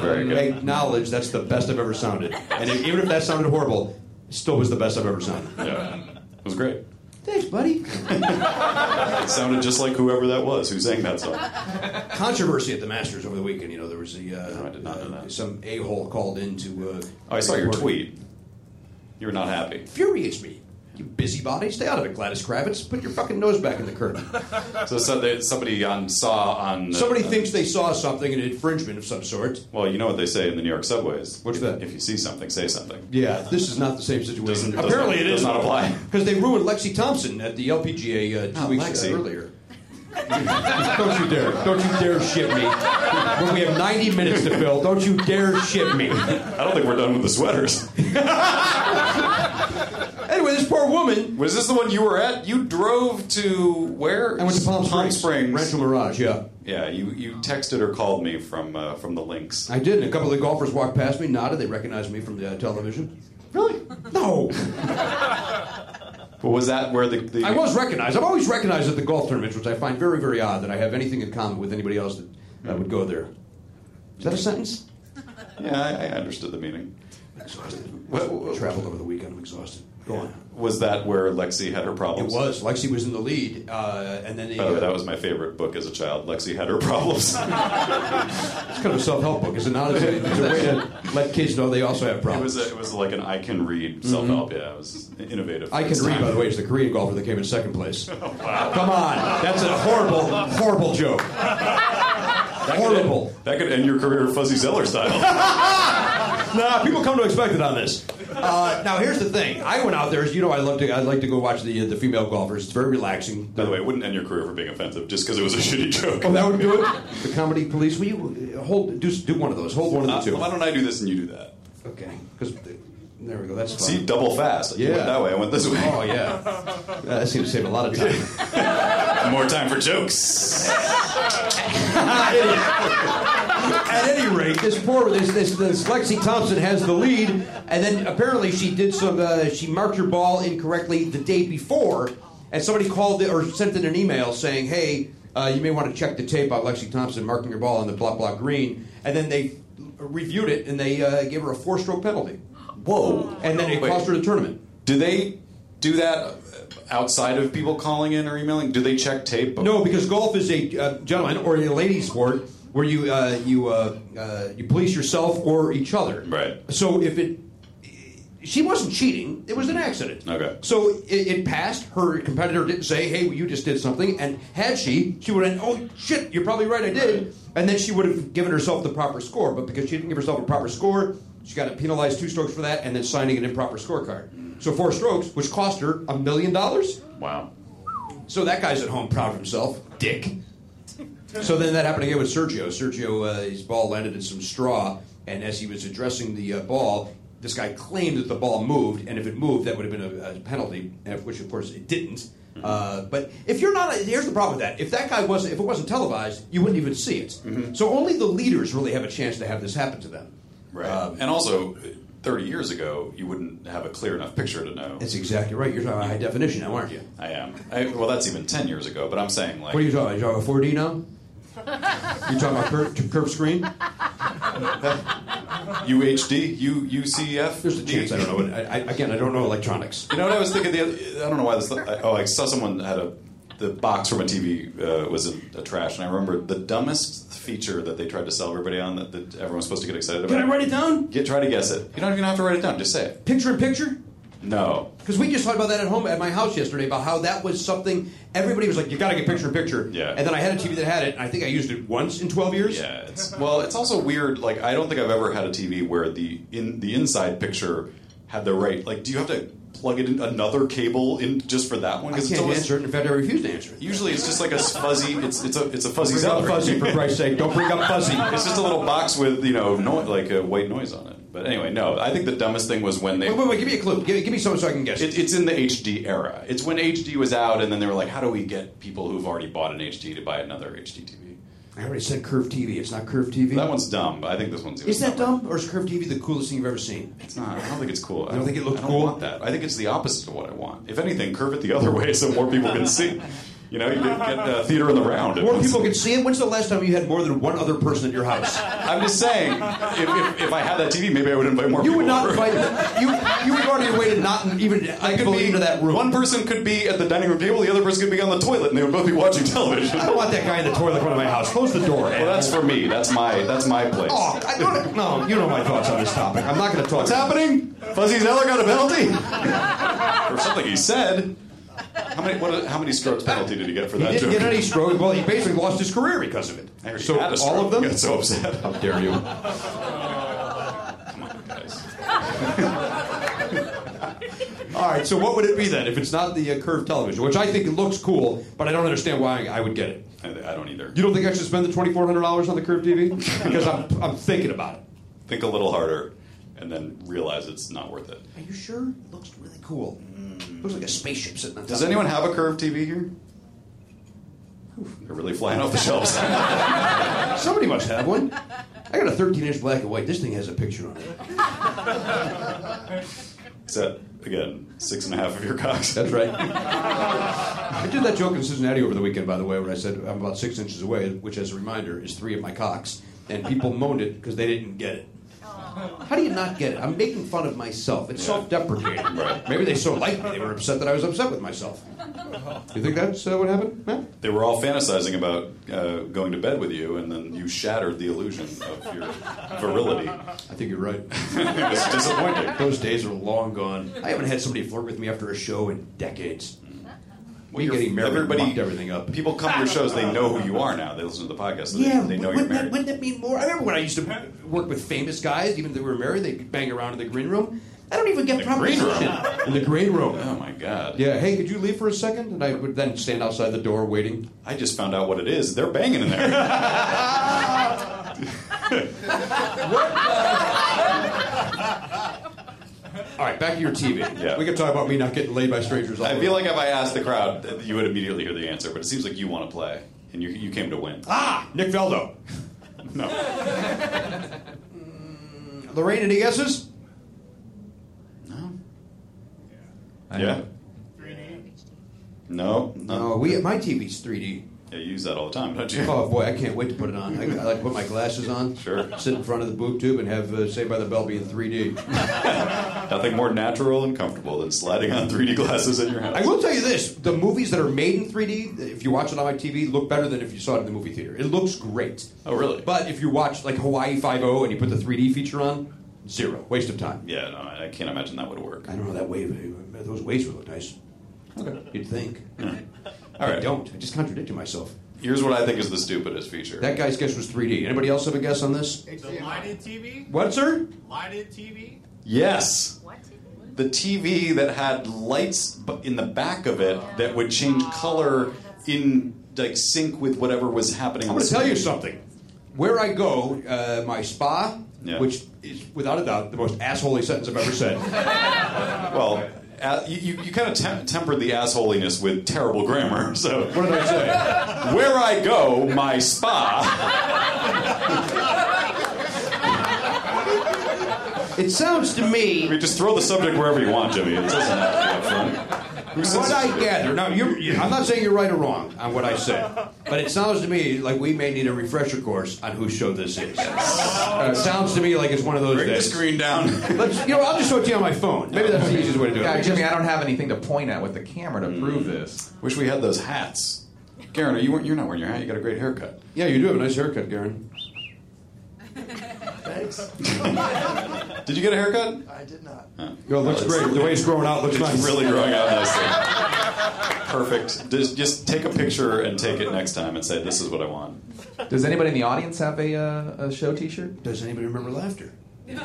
S7: Very good.
S5: Acknowledge that's the best I've ever sounded. And if, even if that sounded horrible, it still was the best I've ever sounded.
S7: Yeah. It was great.
S5: Thanks, buddy.
S7: It sounded just like whoever that was who sang that song. Oh,
S5: Controversy at the Masters over the weekend. You know there was the uh,
S7: No, I did not know that.
S5: some a hole called in to. Uh,
S7: Oh, I saw your
S5: report-
S7: tweet. You were not happy.
S5: Infuriates me. You busybody, stay out of it, Gladys Kravitz. Put your fucking nose back in the curtain.
S7: So, so there, somebody on saw on
S5: Somebody thinks they saw something, an infringement of some sort.
S7: Well, you know what they say in the New York subways.
S5: What's
S7: If-
S5: that?
S7: If you see something, say something.
S5: Yeah, this is not the same situation.
S7: Doesn't- does
S5: Apparently,
S7: not-
S5: it is
S7: does not apply.
S5: because they ruined Lexi Thompson at the LPGA uh, two
S7: Oh,
S5: weeks
S7: Lexi.
S5: earlier. Don't you dare! Don't you dare ship me. When we have 90 minutes to fill, don't you dare ship me.
S7: I don't think we're done with the sweaters.
S5: Anyway, this poor woman.
S7: Was this the one you were at? You drove to where?
S5: I went to Palm Springs.
S7: Springs.
S5: Rancho Mirage, yeah.
S7: Yeah, you, you texted or called me from uh, from the links.
S5: I did, and a couple of the golfers walked past me, nodded. They recognized me from the uh, television.
S7: Really?
S5: No,
S7: But was that where the, the
S5: I was recognized. I'm always recognized at the golf tournaments, which I find very, very odd that I have anything in common with anybody else that uh, would
S7: Mm-hmm.
S5: go there. Is that a sentence?
S7: Yeah, I, I understood the meaning.
S5: I'm exhausted.
S7: What- what-
S5: I traveled over the weekend. I'm exhausted. Go on.
S7: Was that where Lexi had her
S5: It
S7: problems?
S5: was. Lexi was in the lead, uh, and then the,
S7: By the way,
S5: uh,
S7: Oh, that was my favorite book as a child. Lexi had her problems.
S5: it's kind of a self-help book. Is it not? It's a, it's a way to let kids know they also have
S7: it
S5: problems.
S7: was a, it was like an I can read self help. Yeah, it was innovative. for
S5: I can
S7: its
S5: read,
S7: time.
S5: by the way, is the Korean golfer that came in second place.
S7: Oh,
S5: Come on, that's a horrible, horrible joke. horrible.
S7: That could end your career Fuzzy Zeller style.
S5: Nah, people come to expect it on this. Uh, now, here's the thing. I went out there, as you know, I love to. I like to go watch the uh, the female golfers. It's very relaxing.
S7: by the way, it wouldn't end your career for being offensive just because it was a shitty joke.
S5: Oh, that would do it. The comedy police. Will you uh, hold? Do do one of those. Hold one
S7: Uh,
S5: of the
S7: why
S5: two.
S7: don't I do this and you do that?
S5: Okay. Because there we go. That's fine.
S7: See, double fast. You
S5: Yeah.
S7: went that way. I went this way.
S5: Oh yeah. Uh, that seems to save a lot of time.
S7: More time for jokes.
S5: At any rate, this poor this, this this Lexi Thompson has the lead, and then apparently she did some uh, she marked her ball incorrectly the day before, and somebody called it or sent in an email saying, "Hey, uh, you may want to check the tape out Lexi Thompson marking your ball on the blah blah green," and then they reviewed it and they uh, gave her a four stroke penalty,
S7: Whoa.
S5: and then it
S7: Wait.
S5: cost her the tournament.
S7: Do they do that outside of people calling in or emailing? Do they check tape?
S5: No, because golf is a uh, gentleman or a lady sport where you uh, you uh, uh, you police yourself or each other.
S7: Right.
S5: So if it, she wasn't cheating. It was an accident.
S7: Okay.
S5: So it, it passed. Her competitor didn't say, "Hey, you just did something." And had she, she would have. Oh shit! You're probably right. I did. And then she would have given herself the proper score. But because she didn't give herself a proper score, she got penalized two strokes for that, and then signing an improper scorecard. So four strokes, which cost her a million dollars.
S7: Wow.
S5: So that guy's at home proud of himself, dick. So then that happened again with Sergio. Sergio, uh, his ball landed in some straw, and as he was addressing the uh, ball, this guy claimed that the ball moved, and if it moved, that would have been a, a penalty, and- which of course it didn't.
S7: Mm-hmm.
S5: Uh, but if you're not, here's the problem with that. If that guy wasn't, if it wasn't televised, you wouldn't even see it.
S7: Mm-hmm.
S5: So only the leaders really have a chance to have this happen to them.
S7: Right.
S5: Um,
S7: and also, 30 years ago, you wouldn't have a clear enough picture to know.
S5: that's exactly right. You're talking about high definition now, aren't you?
S7: I am. I, well, that's even 10 years ago, but I'm saying like.
S5: What are you talking about? You talking about 4D now? you talking about curve, curve screen?
S7: UHD, U, UCF.
S5: There's a chance. I don't know. What, I, I, again, I don't know electronics.
S7: You know what I was thinking? The other, I don't know why this. I, oh, I saw someone had a the box from a TV uh, was in a trash, and I remember the dumbest feature that they tried to sell everybody on that, that everyone was supposed to get excited about.
S5: Can I write it down?
S7: Get, try to guess it. You don't even have to write it down. Just say it.
S5: Picture in picture?
S7: No.
S5: Because we just talked about that at home at my house yesterday about how that was something everybody was like, you got to get picture in picture.
S7: Yeah.
S5: And then I had a TV that had it. And I think I used it once in 12 years.
S7: Yeah. It's, well, it's also weird. Like I don't think I've ever had a TV where the in the inside picture had the right. Like, do you have to plug it in another cable in just for that one?
S5: I can't answer it. In fact, I refuse to answer it.
S7: Usually, it's just like a fuzzy. It's it's a it's a fuzzy.
S5: Bring up
S7: Zeller.
S5: fuzzy for Christ's sake! Don't bring up fuzzy.
S7: It's just a little box with you know no, like a white noise on it. But anyway, no. I think the dumbest thing was when they.
S5: Wait, wait, wait! Give me a clue. Give, give me something so I can guess.
S7: It, it's in the HD era. It's when HD was out, and then they were like, "How do we get people who've already bought an HD to buy another HD TV?"
S5: I already said curved TV. It's not curved TV.
S7: That one's dumb. But I think this one's. even
S5: Is that
S7: dumber.
S5: dumb, or is curved TV the coolest thing you've ever seen?
S7: It's not. I don't think it's cool. I
S5: think it looks
S7: I don't
S5: cool?
S7: want that. I think it's the opposite of what I want. If anything, curve it the other way so more people can see. You know, you get, get uh, theater in the round.
S5: More people can see it. When's the last time you had more than one other person at your house?
S7: I'm just saying, if, if, if I had that TV, maybe I would invite more.
S5: You
S7: people
S5: would not
S7: over.
S5: invite them. You you would already waited not even I could into that room.
S7: One person could be at the dining room table, the other person could be on the toilet, and they would both be watching television.
S5: I don't want that guy in the toilet in front of my house. Close the door.
S7: Well, that's for me. That's my that's my place.
S5: Oh, I don't, no, you know my thoughts on this topic. I'm not going to talk.
S7: What's happening? Fuzzy Zeller got a penalty or something he said. How many what, how many strokes penalty did he get for
S5: He
S7: that
S5: didn't
S7: joke?
S5: get any stroke. Well, he basically lost his career because of
S7: I
S5: it.
S7: already
S5: So
S7: had a
S5: all
S7: stroke.
S5: of them.
S7: I got so upset. How dare you?
S5: All right. So what would it be then if it's not the uh, curved television, which I think it looks cool, but I don't understand why I would get it.
S7: I, I don't either.
S5: You don't think I should spend the twenty four hundred dollars on the curved TV? Because I'm I'm thinking about it.
S7: Think a little harder. and then realize it's not worth it.
S5: Are you sure? It looks really cool. Looks like a spaceship sitting on top.
S7: Does anyone have a curved TV here? Whew, They're really flying off the shelves.
S5: Somebody must have one. I got a 13-inch black and white. This thing has a picture on it.
S7: Except again, six and a half of your cocks.
S5: That's right. I did that joke in Cincinnati over the weekend, by the way, where I said I'm about six inches away, which, as a reminder, is three of my cocks, and people moaned it because they didn't get it. How do you not get it? I'm making fun of myself. It's self-deprecating.
S7: Right.
S5: Maybe they so liked me they were upset that I was upset with myself. You think that's uh, what happened, Matt?
S7: They were all fantasizing about uh, going to bed with you, and then you shattered the illusion of your virility.
S5: I think you're right.
S7: It was disappointing.
S5: Those days are long gone. I haven't had somebody flirt with me after a show in decades.
S7: Mm-hmm. Well,
S5: Me
S7: you're-
S5: getting married fucked everything up.
S7: People come to your shows. They know who you are now. They listen to the podcast. So
S5: yeah,
S7: they, they know
S5: wouldn't,
S7: you're married.
S5: That, wouldn't that mean more? I remember when I used to work with famous guys, even if they were married, they'd bang around in the green room. I don't even get
S7: The green
S5: proposition
S7: room?
S5: in the green room.
S7: oh my god!
S5: Yeah, hey, could you leave for a second? And I would then stand outside the door waiting.
S7: I just found out what it is. They're banging in there.
S5: All right, back to your TV.
S7: Yeah.
S5: We can talk about me not getting laid by strangers. All
S7: I
S5: over.
S7: feel like if I asked the crowd, you would immediately hear the answer. But it seems like you want to play, and you you came to win.
S5: ah, Nick Veldo,
S7: No,
S5: Lorraine, any guesses?
S7: no,
S8: I
S7: yeah,
S8: know.
S7: no, no.
S5: No, Uh, we my TV's 3D.
S7: Yeah, you use that all the time, don't you?
S5: Oh boy, I can't wait to put it on. I, I like to put my glasses on.
S7: Sure.
S5: Sit in front of the boob tube and have uh, Saved by the Bell be in 3D.
S7: Nothing more natural and comfortable than sliding on 3D glasses in your house.
S5: I will tell you this: the movies that are made in 3D, if you watch it on my TV, look better than if you saw it in the movie theater. It looks great.
S7: Oh, really?
S5: But if you watch like Hawaii Five O and you put the 3D feature on, zero waste of time.
S7: Yeah, no, I I can't imagine that would work.
S5: I don't know that wave. uh, Those waves would look nice. You'd think.
S7: All
S5: I
S7: right,
S5: don't. I just contradicted myself.
S7: Here's what I think is the stupidest feature.
S5: That guy's guess was 3D. Anybody else have a guess on this?
S9: The lighted TV?
S5: What, sir?
S9: Lighted TV?
S7: yes,
S10: What TV?
S7: the TV that had lights bu- in the back of it that would change color in like sync with whatever was happening.
S5: I'm
S7: on
S5: going
S7: the
S5: to tell you
S7: screen.
S5: something. Where I go, uh, my spa,
S7: Yeah.
S5: which is without a doubt the most assholey sentence I've ever said.
S7: Well, a- you, you, you kind of tem- tempered the assholiness with terrible grammar. So
S5: what did I say?
S7: where I go, my spa.
S5: It sounds to me
S7: I mean, just throw the subject wherever you want, Jimmy. It doesn't have to be up front. Who
S5: From
S7: says-
S5: what I gather, now you're, you- I'm not saying you're right or wrong on what I said, but it sounds to me like we may need a refresher course on whose show this is. Uh, it sounds to me like it's one of those
S7: Bring the
S5: days.
S7: screen down.
S5: Let's, you know, I'll just show it to you on my phone. Maybe that's the easiest way to do it.
S8: Yeah, Jimmy, I don't have anything to point at with the camera to prove
S7: Mm.
S8: this.
S7: Wish we had those hats. Garen, are you weren't, you're not wearing your hat. You got a great haircut.
S5: yeah, you do have a nice haircut, Garen.
S7: Did you get a haircut?
S9: I did not.
S5: Yo, it looks great. The way it's growing out looks
S7: It's
S5: nice.
S7: really growing out nicely. Perfect. Just, just take a picture and take it next time and say, this is what I want.
S8: Does anybody in the audience have a, uh, a show T-shirt?
S5: Does anybody remember laughter?
S8: Does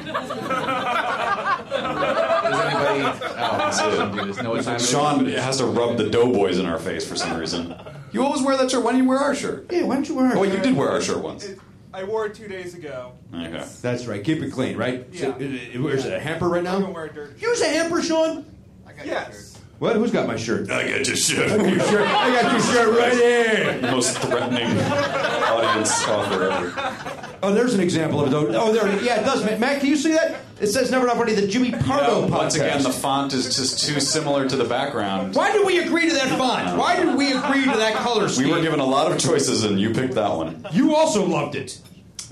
S8: anybody? Oh, there's no time. it is.
S7: Sean has to rub the doughboys in our face for some reason. You always wear that shirt. Why do not you wear our shirt?
S5: Yeah, why don't you wear it?
S7: Oh, wait, you did wear our shirt once.
S11: I wore it two days ago.
S7: Okay.
S5: That's right. Keep it clean, right?
S11: Yeah.
S5: So, it- it- where's it, a hamper right
S11: I don't
S5: now?
S11: wear a dirt.
S5: Use a hamper, Sean.
S9: I got
S11: Yes.
S5: What? Who's got my shirt?
S7: I got your shirt.
S5: Your shirt. I got your shirt right here.
S7: Most threatening audience offer ever.
S5: Oh, there's an example of it. Though. Oh, there. Yeah, it does. Matt, Matt, can you see that? It says "Never Not Funny." The Jimmy Pardo podcast.
S7: Once again, the font is just too similar to the background.
S5: Why did we agree to that font? Why did we agree to that color scheme?
S7: We were given a lot of choices, and you picked that one.
S5: You also loved it.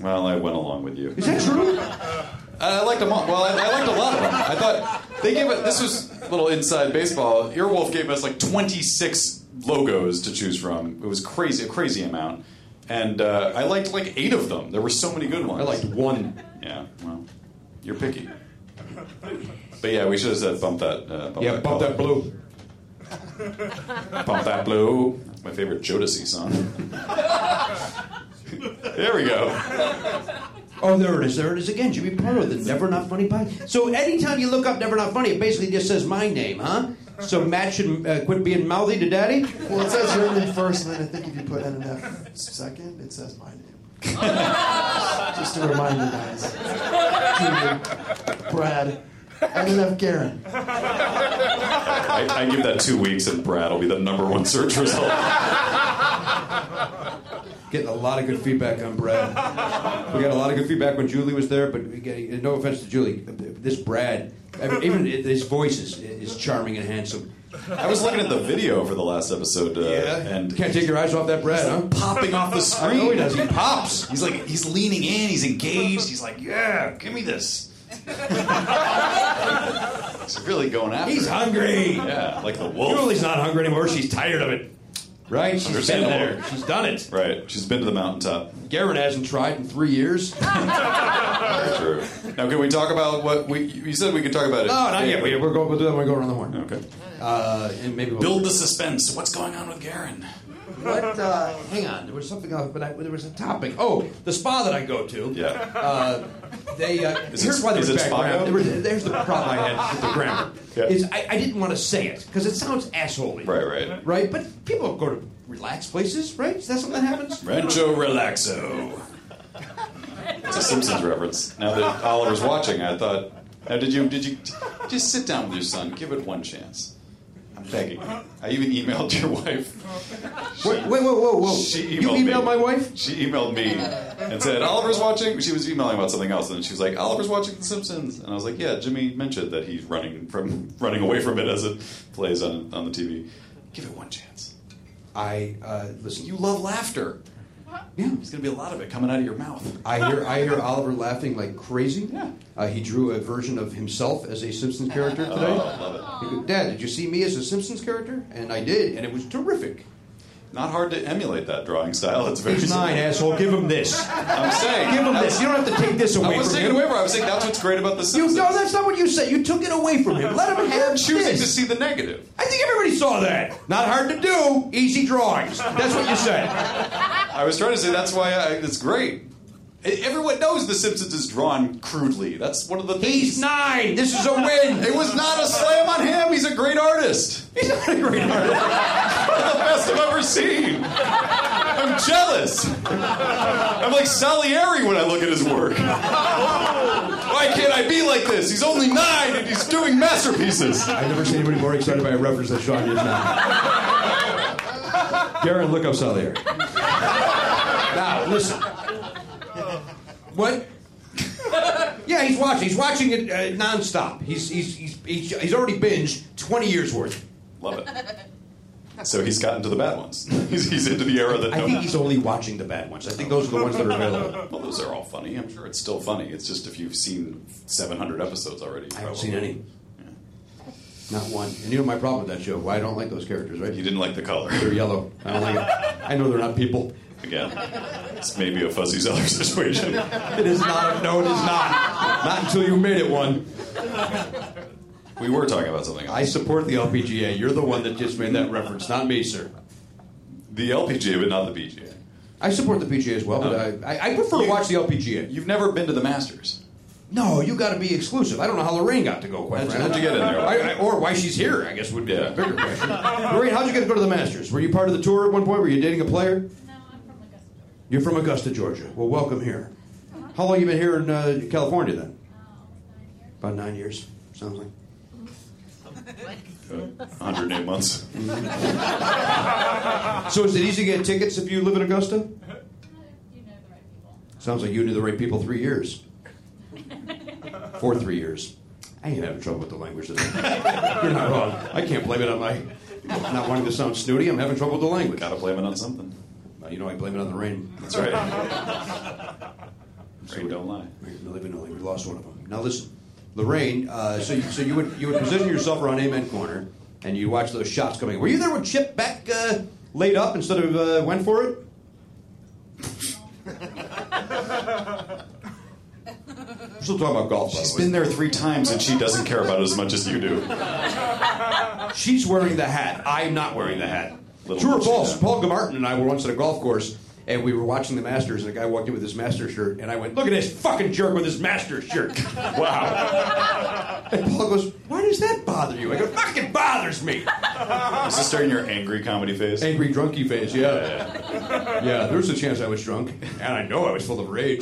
S7: Well, I went along with you.
S5: Is that true?
S7: I liked them all. Well, I, I liked a lot of them. I thought they gave it. This was a little inside baseball. Earwolf gave us like 26 logos to choose from. It was crazy, a crazy amount. And uh, I liked like eight of them. There were so many good ones.
S5: I liked one.
S7: Yeah. Well, you're picky. But yeah, we should have said bump that. Uh, bump
S5: Yeah,
S7: that
S5: bump
S7: color.
S5: that blue.
S7: Bump that blue. That's my favorite Jodeci song. there we go.
S5: Oh, there it is. There it is again. Jimmy Pardo, the Never Not Funny podcast. So anytime you look up Never Not Funny, it basically just says my name, huh? So Matt should uh, quit being mouthy to Daddy.
S9: Well, it says your name first, and then I think if you put N and F second, it says my name. Just to remind you guys. Junior Brad, and enough Garen.
S7: I, I give that two weeks, and Brad will be the number one search result.
S5: Getting a lot of good feedback on Brad. We got a lot of good feedback when Julie was there, but we get, no offense to Julie, uh, this Brad, I mean, even his voice is, is charming and handsome.
S7: I was looking at the video for the last episode, uh, and
S5: Can't take your eyes off that Brad, huh?
S7: popping off the
S5: I know he
S7: screen.
S5: does. He
S7: pops. He's like he's leaning in. He's engaged. He's like, yeah, give me this. he's really going after.
S5: He's
S7: it.
S5: hungry.
S7: Yeah, like the wolf.
S5: Julie's not hungry anymore. She's tired of it. Right? She's been
S7: Understandable.
S5: there. She's done it.
S7: Right. She's been to the mountaintop.
S5: Garen hasn't tried in three years.
S7: Very true. Now, can we talk about what we? You said we could talk about it.
S5: No, not yet. We, we're going, we'll do that when we go around the horn.
S7: Okay.
S5: Uh, and maybe we'll
S7: Build the suspense. What's going on with Garen?
S5: What? Uh, hang on. There was something else, but I, there was a topic. Oh, the spa that I go to.
S7: Yeah.
S5: Uh, they uh,
S7: Is
S5: here's
S7: it-
S5: why there's
S7: is it
S5: bad
S7: Spago?
S5: grammar. There was- there's the problem I had with the grammar.
S7: Yeah.
S5: Is I, I didn't want to say it because it sounds assholey.
S7: Right, right.
S5: Right, but people go to relaxed places, right? Is that something that happens?
S7: Rancho Relaxo. It's a Simpsons reference. Now that Oliver's watching, I thought, now did you did you just sit down with your son? Give it one chance. I'm begging. you. I even emailed your wife.
S5: Wait, wait, whoa, whoa, whoa!
S7: She
S5: you
S7: emailed
S5: emailed
S7: me.
S5: my wife?
S7: She emailed me and said Oliver's watching. She was emailing about something else, and she was like, "Oliver's watching The Simpsons," and I was like, "Yeah, Jimmy mentioned that he's running from running away from it as it plays on on the TV. Give it one chance.
S5: I uh, listen.
S7: You love laughter.
S5: yeah.
S7: There's gonna be a lot of it coming out of your mouth."
S5: I hear I hear Oliver laughing like crazy.
S7: Yeah.
S5: Uh, he drew a version of himself as a Simpsons character today.
S7: love
S5: He goes, Dad, did you see me as a Simpsons character? And I did, and it was terrific.
S7: Not hard to emulate that drawing style. It's very
S5: He's nine, asshole. Give him this.
S7: I'm saying.
S5: Give him this. You don't have to take this
S7: I
S5: away
S7: was
S5: from
S7: taking
S5: him.
S7: away from. I was saying that's what's great about the
S5: you,
S7: Simpsons.
S5: no, that's not what you said. You took it away from him. Let him have
S7: choosing
S5: this.
S7: to see the negative.
S5: I think everybody saw that. Not hard to do. Easy drawings. That's what you said.
S7: I was trying to say that's why I, it's great. E- Everyone knows the Simpsons is drawn crudely. That's one of the things.
S5: He's nine. This is a win.
S7: It was not a slam on him. He's a great artist.
S5: He's not a great artist.
S7: One of the best I've ever seen. I'm jealous. I'm like Salieri when I look at his work. Why can't I be like this? He's only nine and he's doing masterpieces.
S5: I've never seen anybody more excited by a reference than Sean is now. Garen, look up Salieri. Now, listen. What? Yeah, he's watching. He's watching it uh, nonstop. He's, he's, he's, he's, he's already binged 20 years worth.
S7: Love it. So he's gotten to the bad ones. He's, he's into the era that
S5: I
S7: no,
S5: think he's only watching the bad ones. I think those are the ones that are available.
S7: well, those are all funny. I'm sure it's still funny. It's just if you've seen 700 episodes already.
S5: I haven't seen any. Not one. And you know my problem with that show? Why I don't like those characters, right?
S7: You didn't like the color
S5: They're yellow. I don't like it. I know they're not people.
S7: again. It's maybe a fuzzy seller situation.
S5: It is not. No, it is not. Not until you made it one.
S7: We were talking about something.
S5: I support the LPGA. You're the one that just made that reference, not me, sir.
S7: the LPGA, but not the BGA.
S5: I support the PGA as well, but I, I, I prefer to watch the LPGA.
S7: You've never been to the Masters.
S5: No, you got to be exclusive. I don't know how Lorraine got to go. Quite
S7: How'd you-
S5: frankly.
S7: how'd you get in there?
S5: I, I, or why she's here? I guess would be
S7: Yeah.
S5: a bigger question. Lorraine, how'd you get to go to the Masters? Were you part of the tour at one point? Were you dating a player?
S10: No, I'm from Augusta, Georgia.
S5: You're from Augusta, Georgia. Well, welcome here. How long you been here in uh, California then?
S10: Uh, almost nine years.
S5: About nine years, sounds like.
S7: 108 months.
S5: So is it easy to get tickets if you live in Augusta?
S10: Uh, you know the right people.
S5: Sounds like you knew the right people three years. For three years. I ain't having trouble with the language today. You're not wrong. I can't blame it on my not wanting to sound snooty. I'm having trouble with the language.
S7: Gotta blame it on something.
S5: Uh, You know, I blame it on the rain.
S7: That's right. Rain don't lie.
S5: We we live in Illinois. We lost one of them. Now listen, Lorraine. Uh, so, you, so you would you would position yourself around Amen Corner, and you watch those shots coming. Were you there when Chip Beck uh, laid up instead of uh, went for it? We're still talking about golf. by the
S7: She's
S5: way.
S7: been there three times and she doesn't care about it as much as you do.
S5: She's wearing the hat. I'm not wearing the hat.
S7: Little
S5: True or
S7: bit
S5: false?
S7: she down.
S5: Paul Gamartin and I were once at a golf course, and we were watching the Masters, and a guy walked in with his Master shirt, and I went, "Look at this fucking jerk with his Master shirt!" wow. And Paul goes, "Why does that bother you?" I go, "Fucking bothers me."
S7: Is this during your angry comedy phase?
S5: Angry drunky phase, yeah. yeah. there was a chance I was drunk, and I know I was full of rage.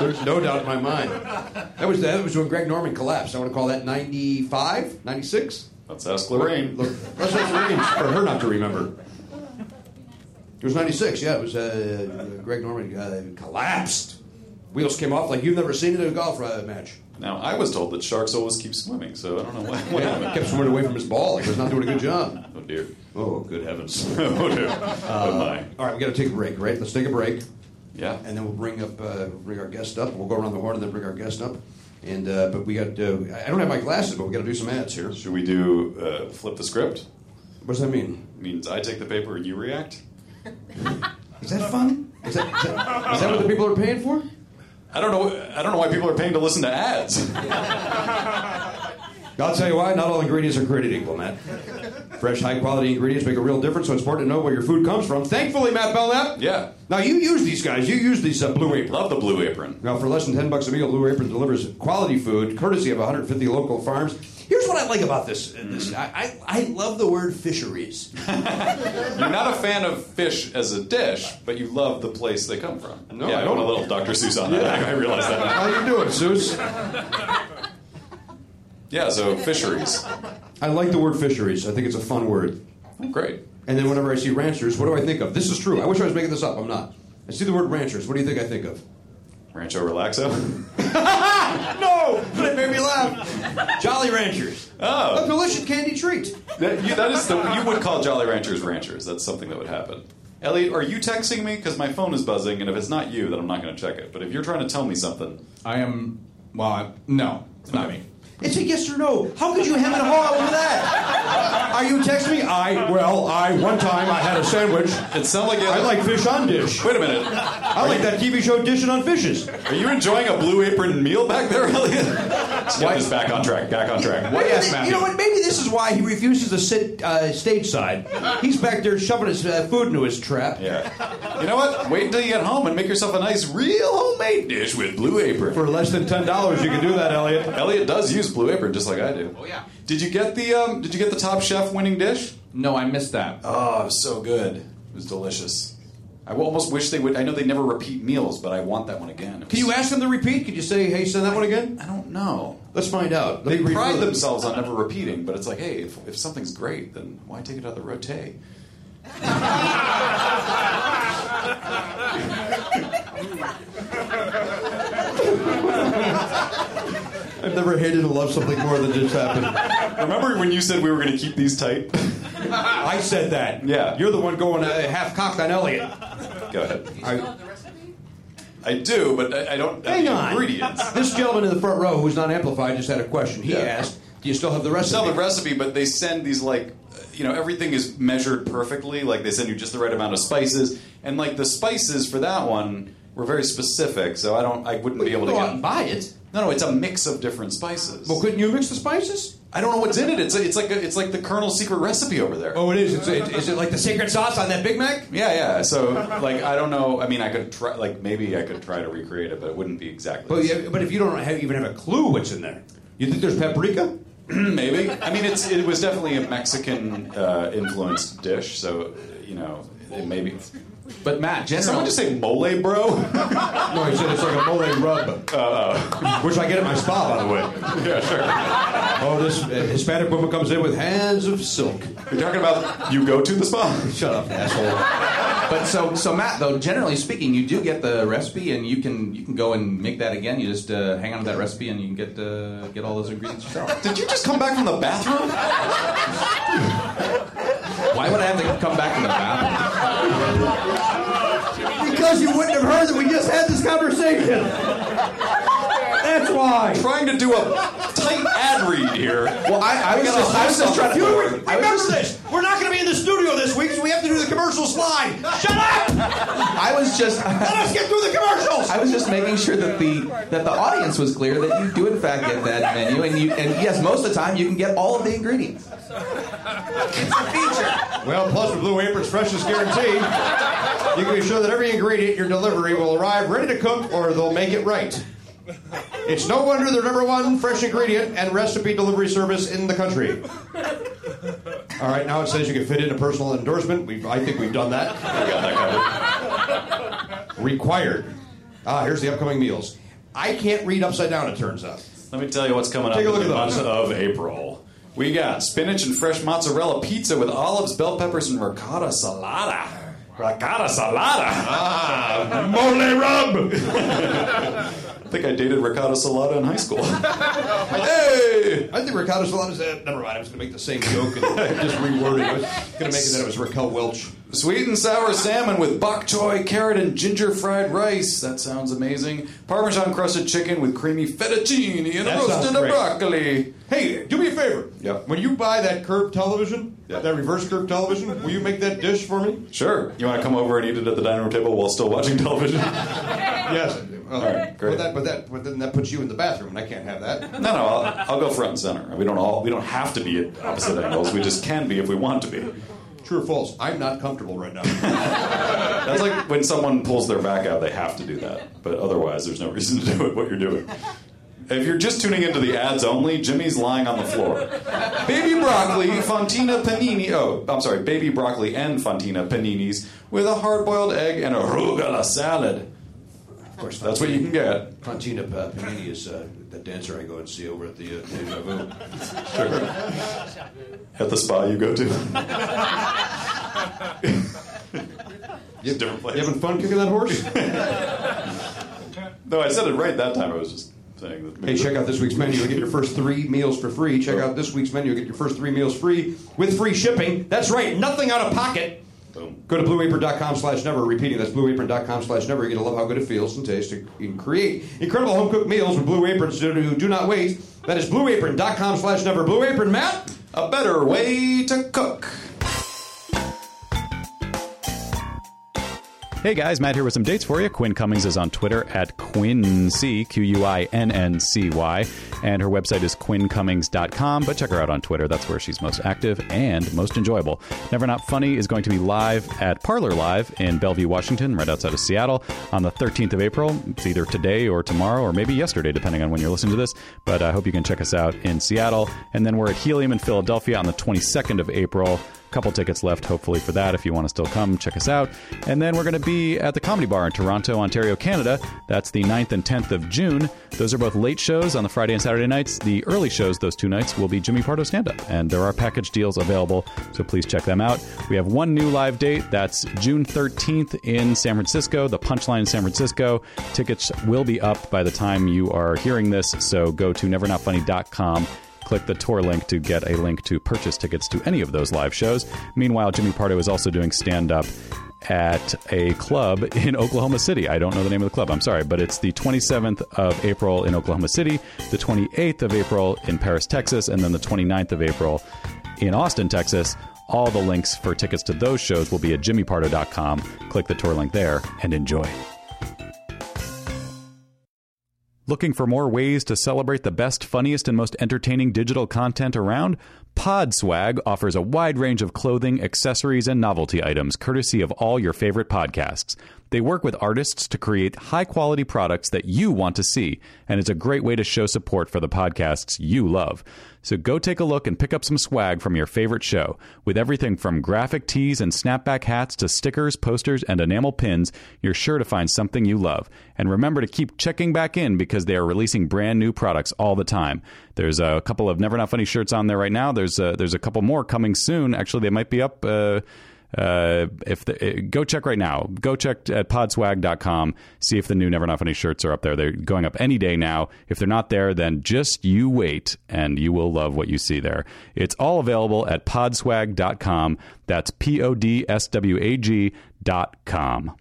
S5: There's no doubt in my mind. That was that was when Greg Norman collapsed. I want to call that 95, 96?
S7: Let's ask Lorraine.
S5: Look, let's ask Lorraine for her not to remember. It was 96, yeah. It was uh, Greg Norman uh, collapsed. Wheels came off like you've never seen it in a golf uh, match.
S7: Now, I was told that sharks always keep swimming, so I don't know why. What
S5: Yeah,
S7: happened.
S5: kept swimming away from his ball. Like he was not doing a good job.
S7: Oh dear.
S5: Oh, good heavens.
S7: Oh dear.
S5: Uh,
S7: oh my.
S5: All right, we got to take a break, right? Let's take a break,
S7: Yeah.
S5: and then we'll bring up uh, bring our guest up. We'll go around the horn and then bring our guest up. And uh, but we got uh, I I don't have my glasses, but we got to do some ads here.
S7: Should we do uh, flip the script?
S5: What does that mean?
S7: means I take the paper and you react.
S5: Is that fun? Is that, is that, is that what the people are paying for?
S7: I don't know. I don't know why people are paying to listen to ads.
S5: I'll tell you why. Not all ingredients are created equal, Matt. Fresh, high quality ingredients make a real difference, so it's important to know where your food comes from. Thankfully, Matt Belknap.
S7: Yeah.
S5: Now you use these guys. You use these uh, Blue Apron.
S7: Love the Blue Apron.
S5: Now, for less than 10 bucks a meal, Blue Apron delivers quality food courtesy of 150 local farms. Here's what I like about this. uh, this I, I, I love the word fisheries.
S7: You're not a fan of fish as a dish, but you love the place they come from.
S5: No,
S7: yeah,
S5: I
S7: I
S5: don't.
S7: want a little Dr. Seuss on that. I, I realize that.
S5: How you doing, Seuss?
S7: Yeah, so fisheries.
S5: I like the word fisheries. I think it's a fun word.
S7: Great.
S5: And then whenever I see ranchers, what do I think of? This is true. I wish I was making this up. I'm not. I see the word ranchers. What do you think I think of?
S7: Rancho Relaxo.
S5: No! But it made me laugh. Jolly Ranchers. Oh. A delicious candy treat.
S7: That, you, that is the, you would call Jolly Ranchers ranchers. That's something that would happen. Elliot, are you texting me? Because my phone is buzzing, and if it's not you, then I'm not going to check it. But if you're trying to tell me something,
S8: I am. Well, I, no, it's not me.
S5: It's a yes or no. How could you hem and haw over that? Are you texting me? I well, I one time I had a sandwich.
S7: it sounds like
S5: I like fish on dish.
S7: Wait a minute.
S5: I like that TV show dishing on fishes.
S7: Are you enjoying a blue apron meal back there, Elliot? Let's get this back on track. Back on track.
S5: Maybe thi- you know what? Maybe this is why he refuses to sit uh, stateside. He's back there shoving his uh, food into his trap.
S7: Yeah. You know what? Wait until you get home and make yourself a nice, real homemade dish with Blue Apron.
S5: For less than ten dollars, you can do that, Elliot.
S7: Elliot does use Blue Apron just like I do.
S8: Oh, yeah.
S7: Did you get the um, Did you get the Top Chef winning dish?
S8: No, I missed that.
S7: Oh, it was so good. It was delicious. I almost wish they would. I know they never repeat meals, but I want that one again.
S5: Can you ask him to repeat? Could you say, "Hey, send that one again"?
S7: I don't know.
S5: Let's find out. Let
S7: They
S5: me
S7: pride
S5: reroute.
S7: themselves on never repeating, but it's like, hey, if, if something's great, then why take it out of the rote?
S5: I've never hated and loved something more than just happened.
S7: Remember when you said we were going to keep these tight?
S5: I said that.
S7: Yeah.
S5: You're the one going uh, half cocked on Elliot.
S7: Go ahead.
S5: I-
S7: I do, but I, I don't have
S5: Hang
S7: the
S5: on.
S7: ingredients.
S5: This gentleman in the front row who's not amplified just had a question. He
S7: Yeah.
S5: asked, Do you still have the rest
S7: Sell
S5: of
S7: the
S5: it?
S7: recipe, but they send these like, uh, you know, everything is measured perfectly. Like they send you just the right amount of spices, and like the spices for that one were very specific. So I don't, I wouldn't be able to
S5: go
S7: get.
S5: out and Oh, buy it.
S7: No, no, it's a mix of different spices.
S5: Well, couldn't you mix the spices?
S7: I don't know what's in it. It's it's like a, it's like the Colonel's secret recipe over there.
S5: Oh, it is. It's, it, is it like the secret sauce on that Big Mac?
S7: Yeah, yeah. So like, I don't know. I mean, I could try. Like maybe I could try to recreate it, but it wouldn't be exactly.
S5: But,
S7: the
S5: yeah, but if you don't have, even have a clue what's in there, you think there's paprika?
S7: Maybe. I mean, it's it was definitely a Mexican uh, influenced dish, so you know, it maybe.
S8: But Matt,
S7: Did
S8: general,
S7: someone just say mole, bro?
S5: No, he said it's like a mole rub, which I get at my spa, by the way.
S7: yeah, sure.
S5: Oh, this uh, Hispanic woman comes in with hands of silk.
S7: You're talking about you go to the spa.
S5: Shut up, asshole.
S8: but so so Matt though. Generally speaking, you do get the recipe, and you can you can go and make that again. You just uh, hang on to that recipe, and you can get uh, get all those ingredients yourself.
S7: Did you just come back from the bathroom?
S8: Why would I have to come back to the bathroom?
S5: Because you wouldn't have heard that we just had this conversation. That's why.
S7: Trying to do a tight ad read here.
S8: Well, I, I was just I was just trying to.
S5: Remember this. We're not going to be in the studio this week, so we have to do the commercial slide. Shut up! I was just. Let
S12: us get through the commercials.
S5: I was just making sure that the that the audience was clear that you do in fact get that menu, and you and yes, most of the time you can get all of the ingredients.
S12: Well, plus with Blue Apron's freshness guarantee, you can be sure that every ingredient in your delivery will arrive ready to cook or they'll make it right. It's no wonder they're number one fresh ingredient and recipe delivery service in the country. All right, now it says you can fit in a personal endorsement. We've, I think we've done that. We got that covered. Required. Ah, here's the upcoming meals. I can't read upside down, it turns out.
S7: Let me tell you what's coming
S12: Take a
S7: up
S12: look
S7: in the
S12: at
S7: month
S12: those.
S7: of April. We got spinach and fresh mozzarella pizza with olives, bell peppers, and ricotta salata. Ricotta salata. Ah, mole rub. I think I dated ricotta salata in high school. hey,
S12: I think ricotta salata is that. Never mind. I was going to make the same joke and just reword it. I was going to make it that it was Raquel Welch.
S7: Sweet and sour salmon with bok choy, carrot, and ginger fried rice. That sounds amazing. Parmesan crusted chicken with creamy fettuccine and
S12: That
S7: roasted
S12: sounds great.
S7: broccoli.
S12: Hey, do me a favor.
S7: Yeah.
S12: When you buy that curved television,
S7: Yeah.
S12: that reverse curved television, will you make that dish for me?
S7: Sure. You want to come over and eat it at the dining room table while still watching television?
S12: Yes. I do. Well,
S7: All right, great.
S12: But that, but that, but then that puts you in the bathroom, and I can't have that.
S7: No, no, I'll, I'll go front and center. We don't all we don't have to be at opposite angles. We just can be if we want to be.
S12: True or false? I'm not comfortable right now.
S7: That's like when someone pulls their back out, they have to do that. But otherwise, there's no reason to do it, what you're doing. If you're just tuning into the ads only, Jimmy's lying on the floor. Baby broccoli, fontina panini. Oh, I'm sorry, baby broccoli and fontina paninis with a hard-boiled egg and a arugula salad.
S12: of course,
S7: That's what you can get.
S12: Fontina uh, Panini is uh, the dancer I go and see over at the uh, Deja Vu.
S7: At the spa you go to. Just different place.
S12: You having fun kicking that horse?
S7: No, I said it right that time. I was just saying that.
S12: Hey, check out this week's menu. You'll get your first three meals for free. Check out this week's menu. You'll get your first three meals free with free shipping. That's right, nothing out of pocket.
S7: Boom.
S12: Go to blueapron.com slash never. Repeating, that's blueapron.com slash never. You're going to love how good it feels and tastes to and create incredible home cooked meals with Blue Aprons who do, do not wait. That is blueapron.com slash never. Blue Apron, Matt.
S7: A better way to cook. Hey guys, Matt here with some dates for you. Quinn Cummings is on Twitter at Quincy, Q U I N N C Y, and her website is quinncummings.com. But check her out on Twitter, that's where she's most active and most enjoyable. Never Not Funny is going to be live at Parlor Live in Bellevue, Washington, right outside of Seattle, on the 13th of April. It's either today or tomorrow, or maybe yesterday, depending on when you're listening to this. But I hope you can check us out in Seattle. And then we're at Helium in Philadelphia on the 22nd of April couple tickets left hopefully for that if you want to still come check us out and then we're going to be at the comedy bar in toronto ontario canada that's the 9th and 10th of june those are both late shows on the friday and saturday nights the early shows those two nights will be jimmy pardo stand up and there are package deals available so please check them out we have one new live date that's june 13th in san francisco the punchline in san francisco tickets will be up by the time you are hearing this so go to nevernotfunny.com Click the tour link to get a link to purchase tickets to any of those live shows. Meanwhile, Jimmy Pardo is also doing stand up at a club in Oklahoma City. I don't know the name of the club, I'm sorry, but it's the 27th of April in Oklahoma City, the 28th of April in Paris, Texas, and then the 29th of April in Austin, Texas. All the links for tickets to those shows will be at jimmypardo.com. Click the tour link there and enjoy. Looking for more ways to celebrate the best, funniest, and most entertaining digital content around? Podswag offers a wide range of clothing, accessories, and novelty items courtesy of all your favorite podcasts. They work with artists to create high quality products that you want to see, and it's a great way to show support for the podcasts you love. So go take a look and pick up some swag from your favorite show. With everything from graphic tees and snapback hats to stickers, posters, and enamel pins, you're sure to find something you love. And remember to keep checking back in because they are releasing brand new products all the time. There's a couple of Never Not Funny shirts on there right now. There's a, there's a couple more coming soon. Actually, they might be up. Uh, uh, if the, uh, go check right now, go check at podswag.com. See if the new Never Not Funny shirts are up there. They're going up any day now. If they're not there, then just you wait and you will love what you see there. It's all available at podswag.com. That's P O D S W A G dot com.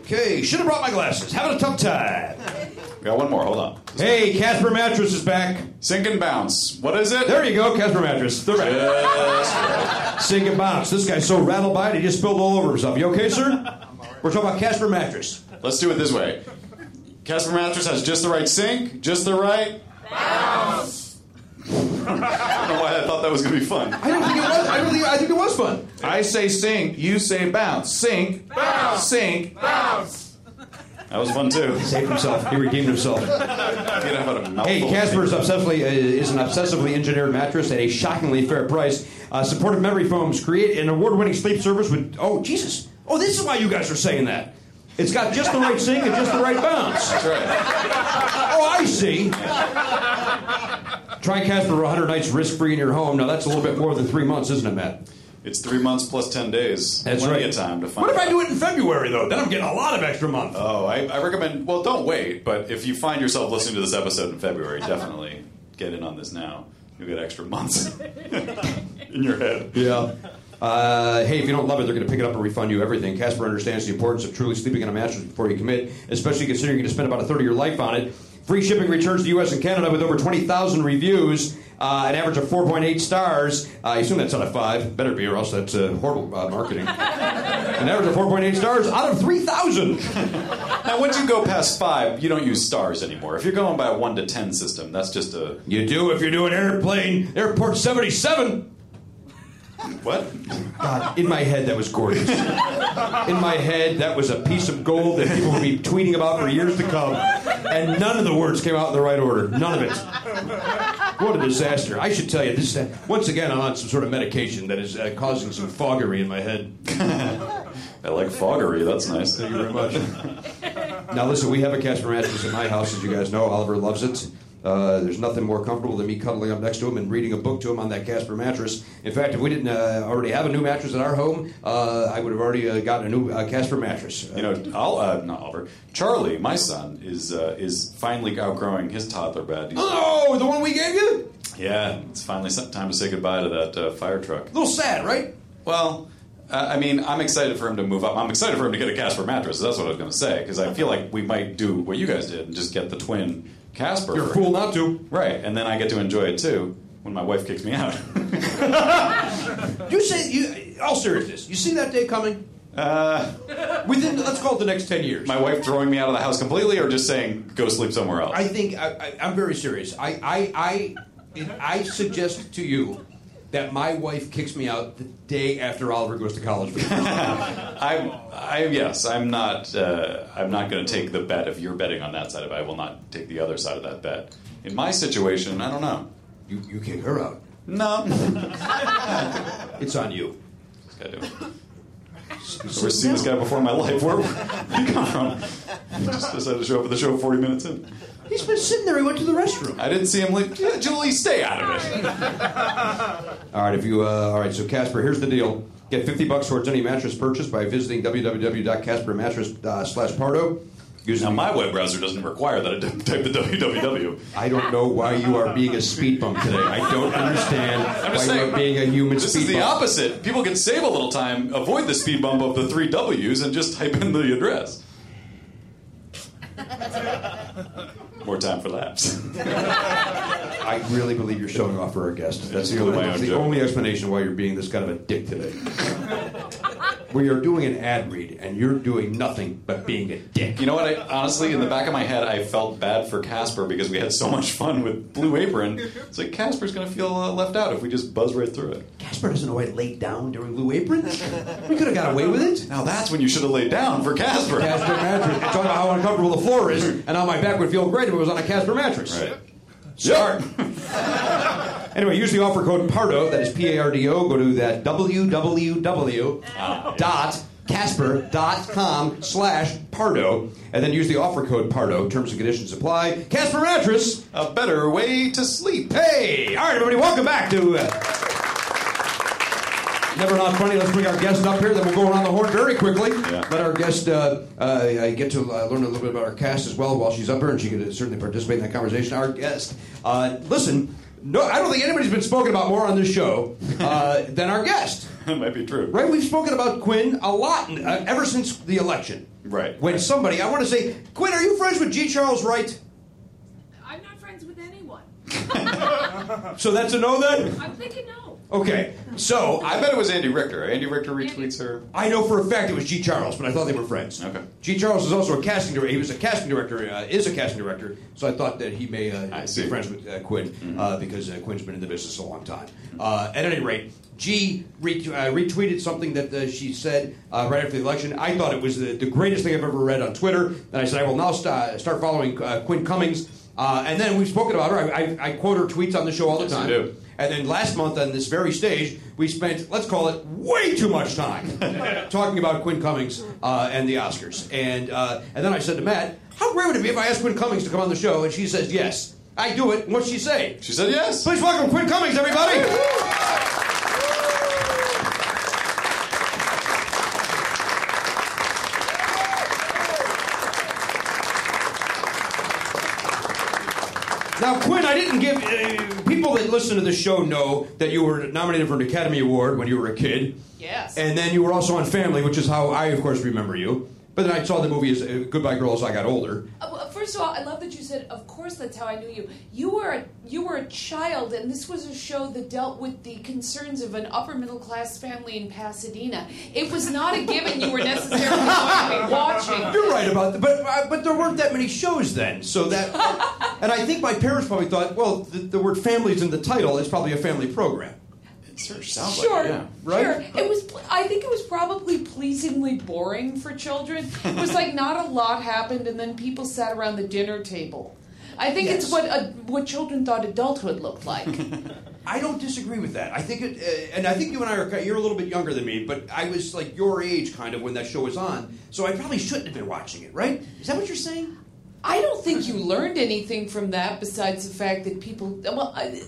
S12: Okay, should have brought my glasses. Having a tough time.
S7: We got one more. Hold on.
S12: Hey, Casper Mattress is back.
S7: Sink and bounce. What is it?
S12: There you go, Casper Mattress. They're back.
S7: Yes.
S12: Sing and bounce. This guy's so rattled by it, he just spilled all over himself. You okay, sir? We're talking about Casper mattress.
S7: Let's do it this way. Casper mattress has just the right sink, just the right. I don't know why I thought that was going to be fun.
S13: I don't think it was. I don't think. I think it was fun. I say sink. You say bounce. Sink. Bounce. Sink.
S14: Bounce.
S7: That was fun too. He
S12: saved himself. He redeemed himself. Hey, Casper's obsessively uh, is an obsessively engineered mattress at a shockingly fair price. Uh, supportive memory foams create an award-winning sleep service with. Oh Jesus! Oh, this is why you guys are saying that. It's got just the right sink and just the right bounce. That's right. Oh, I see. Try Casper for 100 nights risk-free in your home. Now that's a little bit more than three months, isn't it, Matt?
S7: It's three months plus ten days.
S12: That's
S7: Plenty
S12: right.
S7: of time to find.
S12: What if I
S7: out.
S12: do it in February though? Then I'm getting a lot of extra month.
S7: Oh, I, I recommend. Well, don't wait. But if you find yourself listening to this episode in February, definitely get in on this now. You'll get extra months in your head.
S12: Yeah. Uh, hey, if you don't love it, they're going to pick it up and refund you everything. Casper understands the importance of truly sleeping on a mattress before you commit, especially considering you're going to spend about a third of your life on it. Free shipping returns to the U.S. and Canada with over 20,000 reviews, uh, an average of 4.8 stars. Uh, I assume that's out of five. Better be, or else that's uh, horrible uh, marketing. an average of 4.8 stars out of 3,000.
S7: Now, once you go past five, you don't use stars anymore. If you're going by a one to ten system, that's just a
S12: You do if you're doing airplane, airport 77.
S7: what?
S12: God, in my head, that was gorgeous. In my head, that was a piece of gold that people would be tweeting about for years to come. And none of the words came out in the right order. None of it. What a disaster. I should tell you, this uh, once again, I'm on some sort of medication that is uh, causing some foggery in my head.
S7: I like foggery. That's nice.
S12: Thank you very much. now, listen, we have a Casper mattress at my house, as you guys know. Oliver loves it. Uh, there's nothing more comfortable than me cuddling up next to him and reading a book to him on that Casper mattress. In fact, if we didn't uh, already have a new mattress at our home, uh, I would have already uh, gotten a new uh, Casper mattress.
S7: You know, I'll, uh, not Oliver. Charlie, my son, is uh, is finally outgrowing his toddler bed. He's-
S12: oh, the one we gave you?
S7: yeah, it's finally some- time to say goodbye to that uh, fire truck.
S12: A little sad, right?
S7: Well, uh, I mean, I'm excited for him to move up. I'm excited for him to get a Casper mattress. That's what I was going to say because I feel like we might do what you guys did and just get the twin Casper.
S12: You're a
S7: for-
S12: fool not to.
S7: right? And then I get to enjoy it too when my wife kicks me out.
S12: You say, you, all seriousness, you see that day coming? Uh, Within, let's call it the next 10 years.
S7: my wife throwing me out of the house completely, or just saying go sleep somewhere else.
S12: I think I, I, I'm very serious. I I, I I suggest to you that my wife kicks me out the day after Oliver goes to college. for the first time.
S7: I'm, I'm yes, I'm not. Uh, I'm not going to take the bet if you're betting on that side of it. I will not take the other side of that bet. In my situation, I don't know.
S12: you you kick her out.
S7: No,
S12: It's on you.
S7: This guy doing- I've never seen this guy before in my life. Where where did he come from? He just decided to show up at the show 40 minutes in.
S12: He's been sitting there. He went to the restroom.
S7: I didn't see him leave. Yeah, Julie, stay out of it.
S12: All right, if you uh, all right, so Casper, here's the deal. Get 50 bucks towards any mattress purchase by visiting www.caspermattress uh, slash Pardo. Using
S7: Now my web browser doesn't require that I d- type the www.
S12: I don't know why you are being a speed bump today. I don't understand why
S7: just
S12: you
S7: saying,
S12: are being a human
S7: This
S12: speed
S7: is the
S12: bump.
S7: opposite. People can save a little time, avoid the speed bump of the three W's, and just type in the address. More time for laps.
S12: I really believe you're showing off for our guest. That's the,
S7: Blew
S12: only,
S7: my own
S12: that's the
S7: joke.
S12: only explanation why you're being this kind of a dick today. we are doing an ad read, and you're doing nothing but being a dick.
S7: You know what? I, honestly, in the back of my head, I felt bad for Casper because we had so much fun with Blue Apron. It's like Casper's going to feel uh, left out if we just buzz right through it.
S12: Casper doesn't know I laid down during Blue Apron. We could have got away with it.
S7: Now that's when you should have laid down for Casper.
S12: Casper mattress. Talking about how uncomfortable the floor is, and how my back would feel great if it was on a Casper mattress.
S7: Right.
S12: Sure. anyway, use the offer code PARDO, that is P A R D O. Go to that www dot casper.com slash pardo and then use the offer code pardo terms and conditions apply casper mattress
S7: A better way to sleep.
S12: hey all right everybody welcome back to uh, never not funny let's bring our guest up here then we'll go around the horn very quickly
S7: Yeah.
S12: let our guest uh, uh, get to uh, learn a little bit about our cast as well while she's up here, and she could uh, certainly participate in that conversation. Our guest, uh, listen, no, I don't think anybody's been spoken about more on this show uh, than our guest.
S7: That might be true.
S12: Right? We've spoken about Quinn a lot uh, ever since the election.
S7: Right.
S12: When somebody, I want to say, Quinn, are you friends with G. Charles Wright?
S15: I'm not friends with anyone.
S12: So that's a no then?
S15: I'm thinking no.
S12: Oh.
S9: Okay, so
S7: I bet it was Andy Richter. Andy Richter retweets her.
S9: I know for a fact it was G. Charles, but I thought they were friends.
S7: Okay.
S9: G. Charles is also a casting director. He was a casting director, uh, is a casting director. So I thought that he may uh, be
S7: see.
S9: friends with uh, Quinn
S7: Mm-hmm.
S9: uh, because uh, Quinn's been in the business a long time. Uh, at any rate, G. Re- uh, retweeted something that uh, she said uh, right after the election. I thought it was the, the greatest thing I've ever read on Twitter, and I said I will now st- start following uh, Quinn Cummings. Uh, and then we've spoken about her. I, I, I quote her tweets on the show all the
S7: Yes, you
S9: time.
S7: do.
S9: And then last month on this very stage, we spent, let's call it, way too much time talking about Quinn Cummings uh, and the Oscars. And, uh, and then I said to Matt, how great would it be if I asked Quinn Cummings to come on the show? And she says, yes. I do it. What'd she say?
S7: She said yes.
S9: Please welcome Quinn Cummings, everybody. Now, Quinn, I didn't give. Uh, people that listen to this show know that you were nominated for an Academy Award when you were a kid.
S15: Yes.
S9: And then you were also on Family, which is how I, of course, remember you. But then I saw the movie as uh, Goodbye Girl as I got older.
S15: Uh, well, First of all, I love that you said, "Of course, that's how I knew you." You were a, you were a child, and this was a show that dealt with the concerns of an upper middle class family in Pasadena. It was not a given you were necessarily going to be watching.
S9: You're right about that, but uh, but there weren't that many shows then, so that. and I think my parents probably thought, well, the, the word "family's" in the title. It's probably a family program.
S7: It sure sounds
S15: Sure,
S7: like it, yeah.
S9: Right?
S15: sure. It was. I think it was probably pleasingly boring for children. It was like not a lot happened, and then people sat around the dinner table. I think it's
S9: Yes.
S15: what uh, what children thought adulthood looked like.
S9: I don't disagree with that. I think it, uh, and I think you and I are you're a little bit younger than me, but I was like your age kind of when that show was on, so I probably shouldn't have been watching it. Right? Is that what you're saying?
S15: I don't think you learned anything from that besides the fact that people. Well, I,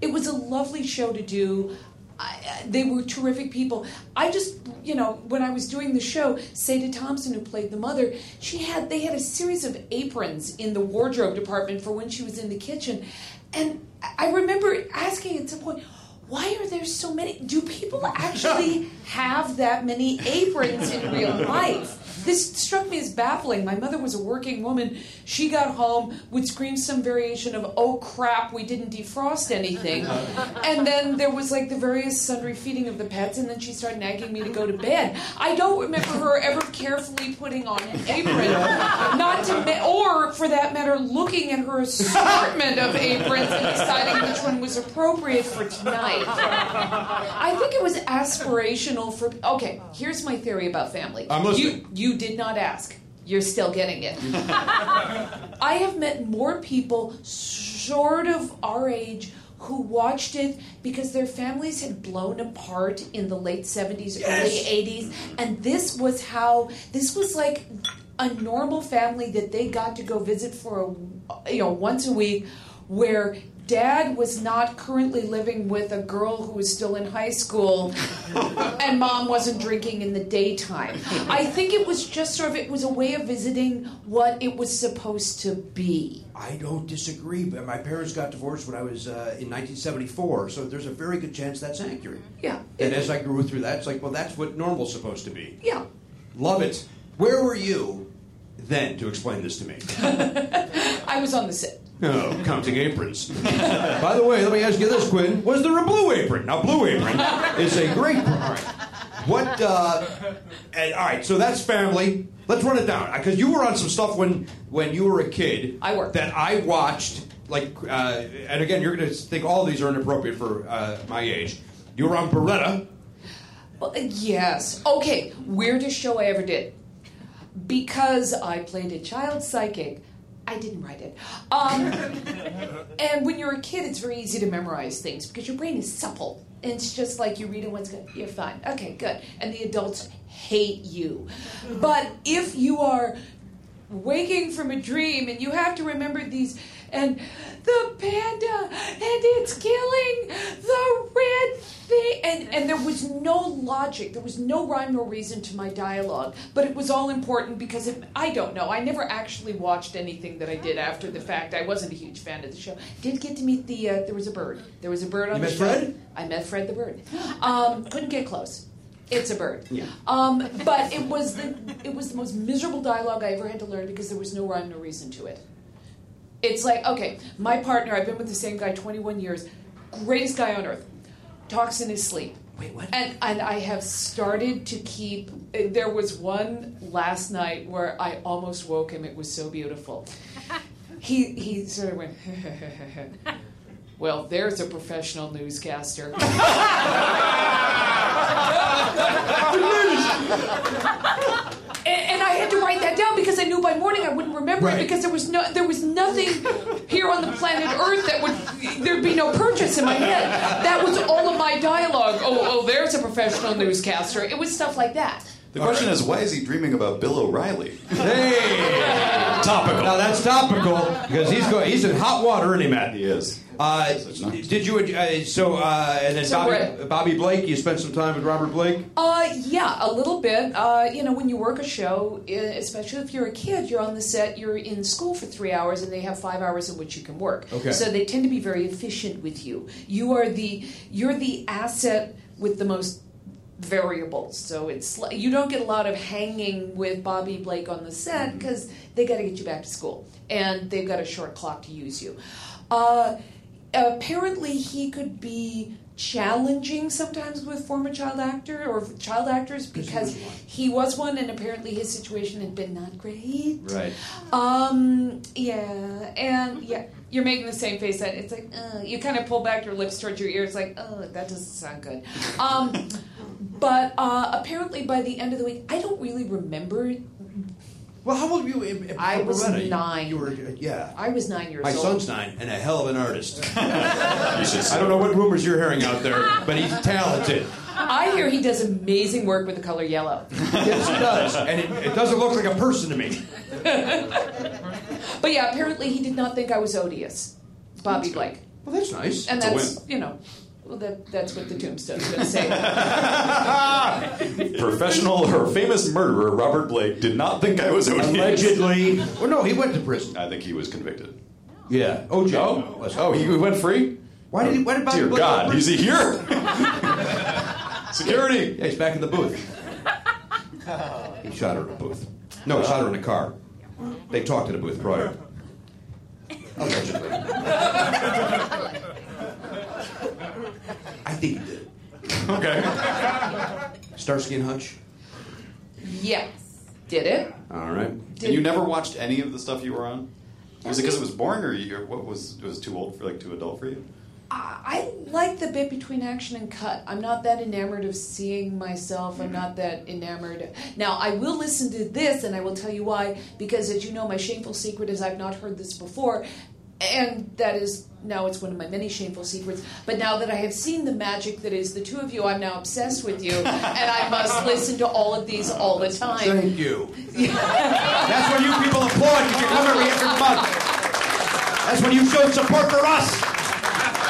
S15: it was a lovely show to do. I, they were terrific people. I just, you know, when I was doing the show, Seda Thompson, who played the mother, she had they had a series of aprons in the wardrobe department for when she was in the kitchen, and I- I remember asking at some point. Why are there so many? Do people actually have that many aprons in real life? This struck me as baffling. My mother was a working woman. She got home, would scream some variation of, oh crap, we didn't defrost anything. and then there was like the various sundry feeding of the pets, and then she started nagging me to go to bed. I don't remember her ever carefully putting on an apron, not to, ma- or for that matter, looking at her assortment of aprons and deciding which one was appropriate for tonight. I think it was aspirational for. Okay, here's my theory about family.
S9: I'm listening.
S15: You, you did not ask. You're still getting it. I have met more people, sort of our age, who watched it because their families had blown apart in the late 70s, early 80s, and this was how. This was like a normal family that they got to go visit for a, you know once a week where dad was not currently living with a girl who was still in high school and mom wasn't drinking in the daytime i think it was just sort of it was a way of visiting what it was supposed to be
S9: I don't disagree, but my parents got divorced when I was uh, in 1974, so there's a very good chance that's accurate.
S15: yeah
S9: And as I grew through that, it's like, well, that's what normal's supposed to be.
S15: yeah
S9: Love it. Where were you then to explain this to me?
S15: i was on the set
S9: No, counting aprons. By the way, let me ask you this, Quinn. Was there a blue apron? Now, blue apron is a great. All right. What? Uh, and, all right. So that's family. Let's run it down because you were on some stuff when when you were a kid.
S15: I worked.
S9: that I watched. Like, uh, and again, you're going to think all these are inappropriate for uh, my age. You were on Beretta.
S15: Well, uh, yes. Okay, weirdest show I ever did. Because I played a child psychic. I didn't write it. Um, and when you're a kid, it's very easy to memorize things because your brain is supple. And it's just like you read it once, go, you're fine. Okay, good. And the adults hate you. But if you are waking from a dream and you have to remember these and the panda and it's killing the red thing and, and there was no logic there was no rhyme or reason to my dialogue but it was all important because it, i don't know i never actually watched anything that i did after the fact i wasn't a huge fan of the show did get to meet the uh, there was a bird there was a bird on
S9: You
S15: the
S9: met
S15: show
S9: Fred?
S15: i met fred the bird um, couldn't get close it's a bird
S9: Yeah.
S15: um, but it was the it was the most miserable dialogue I ever had to learn because there was no rhyme or reason to it. It's like okay, my partner. I've been with the same guy 21 years, greatest guy on earth. talks in his sleep. Wait, what? And and I have started to keep. eh, There was one last night where I almost woke him. It was so beautiful. He he sort of went. Well, there's a professional newscaster. and, and I had to write that down because I knew by morning I wouldn't remember
S5: Right.
S15: it because there was no there was nothing here on the planet Earth that would there'd be no purchase in my head. That was all of my dialogue. Oh, oh, there's a professional newscaster. It was stuff like that.
S7: The question is, why is he dreaming about Bill O'Reilly? Hey, topical.
S12: Now that's topical because he's going. He's in hot water, isn't he, Matt?
S7: He is.
S12: Uh, did you uh, so? Uh, and then
S15: So
S12: Bobby,
S15: we're-
S12: Bobby Blake. You spent some time with Robert Blake.
S15: Uh, yeah, a little bit. Uh, you know, when you work a show, eh, especially if you're a kid, you're on the set, you're in school for three hours, and they have five hours in which you can work.
S5: Okay.
S15: So they tend to be very efficient with you. You are the you're the asset with the most variables. So it's li- you don't get a lot of hanging with Bobby Blake on the set because they got to get you back to school, and they've got a short clock to use you. Uh, apparently he could be challenging sometimes with former child actor or child actors because he was one and apparently his situation had been not great
S12: Right.
S15: um yeah and yeah you're making the same face that it's like uh, you kind of pull back your lips towards your ears like oh that doesn't sound good um but uh apparently by the end of the week i don't really remember
S12: well how old were you in,
S15: i was
S12: Loretta, you-
S15: nine
S12: You were, uh, yeah.
S15: i was nine years
S12: My
S15: old
S12: son's nine and a hell of an artist. I don't know what rumors you're hearing out there, but he's talented.
S15: i hear he does amazing work with the color yellow
S12: Yes, he does, and it, it doesn't look like a person to me.
S15: But yeah, apparently he did not think I was odious, Bobby Blake.
S12: Well, that's nice.
S15: And
S12: It's a
S15: that's you know, well, that that's what the tombstone's going to say.
S7: Professional or famous murderer Robert Blake did not think I was odious.
S12: Allegedly. Well, no, he went to prison.
S7: I think he was convicted.
S12: Yeah. Oh,
S7: Joe. Oh, he went free.
S12: Why did he? What about?
S7: Dear
S12: Blake
S7: God,
S12: Lively?
S7: is he here? Security.
S12: Yeah, he's back in the booth. He shot her in a booth. No, he shot her in a car. They talked in a booth prior. Allegedly. I think he did.
S7: Okay.
S12: Starsky and Hutch.
S15: yes, did it?
S12: All right.
S7: and you never watched any of the stuff you were on? Was it because it was boring, or you, or what was it was too old for like too adult for you?
S15: I like the bit between action and cut. I'm not that enamored of seeing myself. I'm not that enamored. Now, I will listen to this and I will tell you why, because as you know, my shameful secret is I've not heard this before. And that is now it's one of my many shameful secrets. But now that I have seen the magic that is the two of you, I'm now obsessed with you, and I must listen to all of these all the time.
S12: Thank you. That's when you people applaud because you come every other month. That's when you show support for us.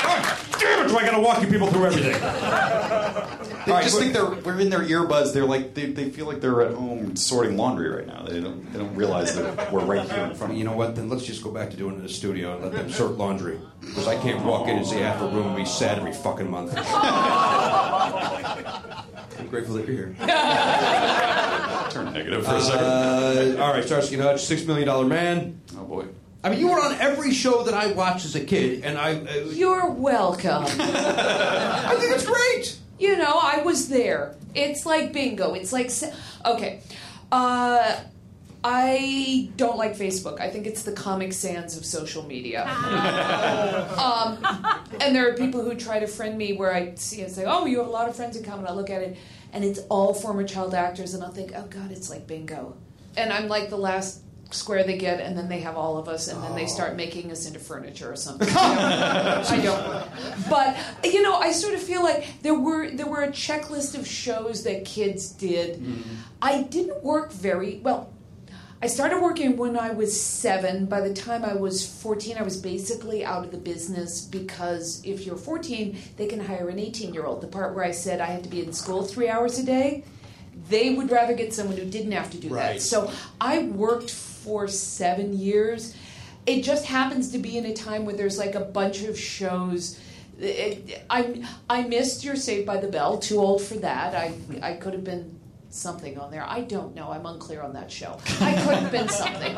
S12: God damn it, do I got to walk you people through everything?
S7: They just think they're we're in their earbuds. They're like they, they feel like they're at home sorting laundry right now. They don't they don't realize that we're right here in front of
S12: You know what? Then let's just go back to doing it in the studio and let them sort laundry. Because I can't walk in and say half a room we sad every fucking month. I'm grateful that you're here.
S7: Turn negative for a second.
S12: Uh, all right, Starsky and Hutch, Six Million Dollar Man.
S7: Oh boy.
S12: I mean, you were on every show that I watched as a kid, and I. Uh,
S15: You're welcome.
S12: I think it's great.
S15: You know, I was there. It's like bingo. It's like se- okay. Uh, I don't like Facebook. I think it's the Comic Sans of social media. um, and there are people who try to friend me where I see and say, "Oh, you have a lot of friends in common." I look at it, and it's all former child actors, and I'll think, "Oh God, it's like bingo." And I'm like the last square they get, and then they have all of us, and then they start making us into furniture or something. I don't. But you know, I sort of feel like there were there were a checklist of shows that kids did. I didn't work very well. I started working when I was seven. By the time I was 14, I was basically out of the business because if you're 14, they can hire an 18 year old. The part where I said I had to be in school three hours a day, they would rather get someone who didn't have to do
S5: Right.
S15: that. So I worked for seven years. It just happens to be in a time where there's like a bunch of shows. It- I I missed your Saved by the Bell. Too old for that. I I could have been
S5: something on there. I don't know. I'm unclear on that show. I could have been something.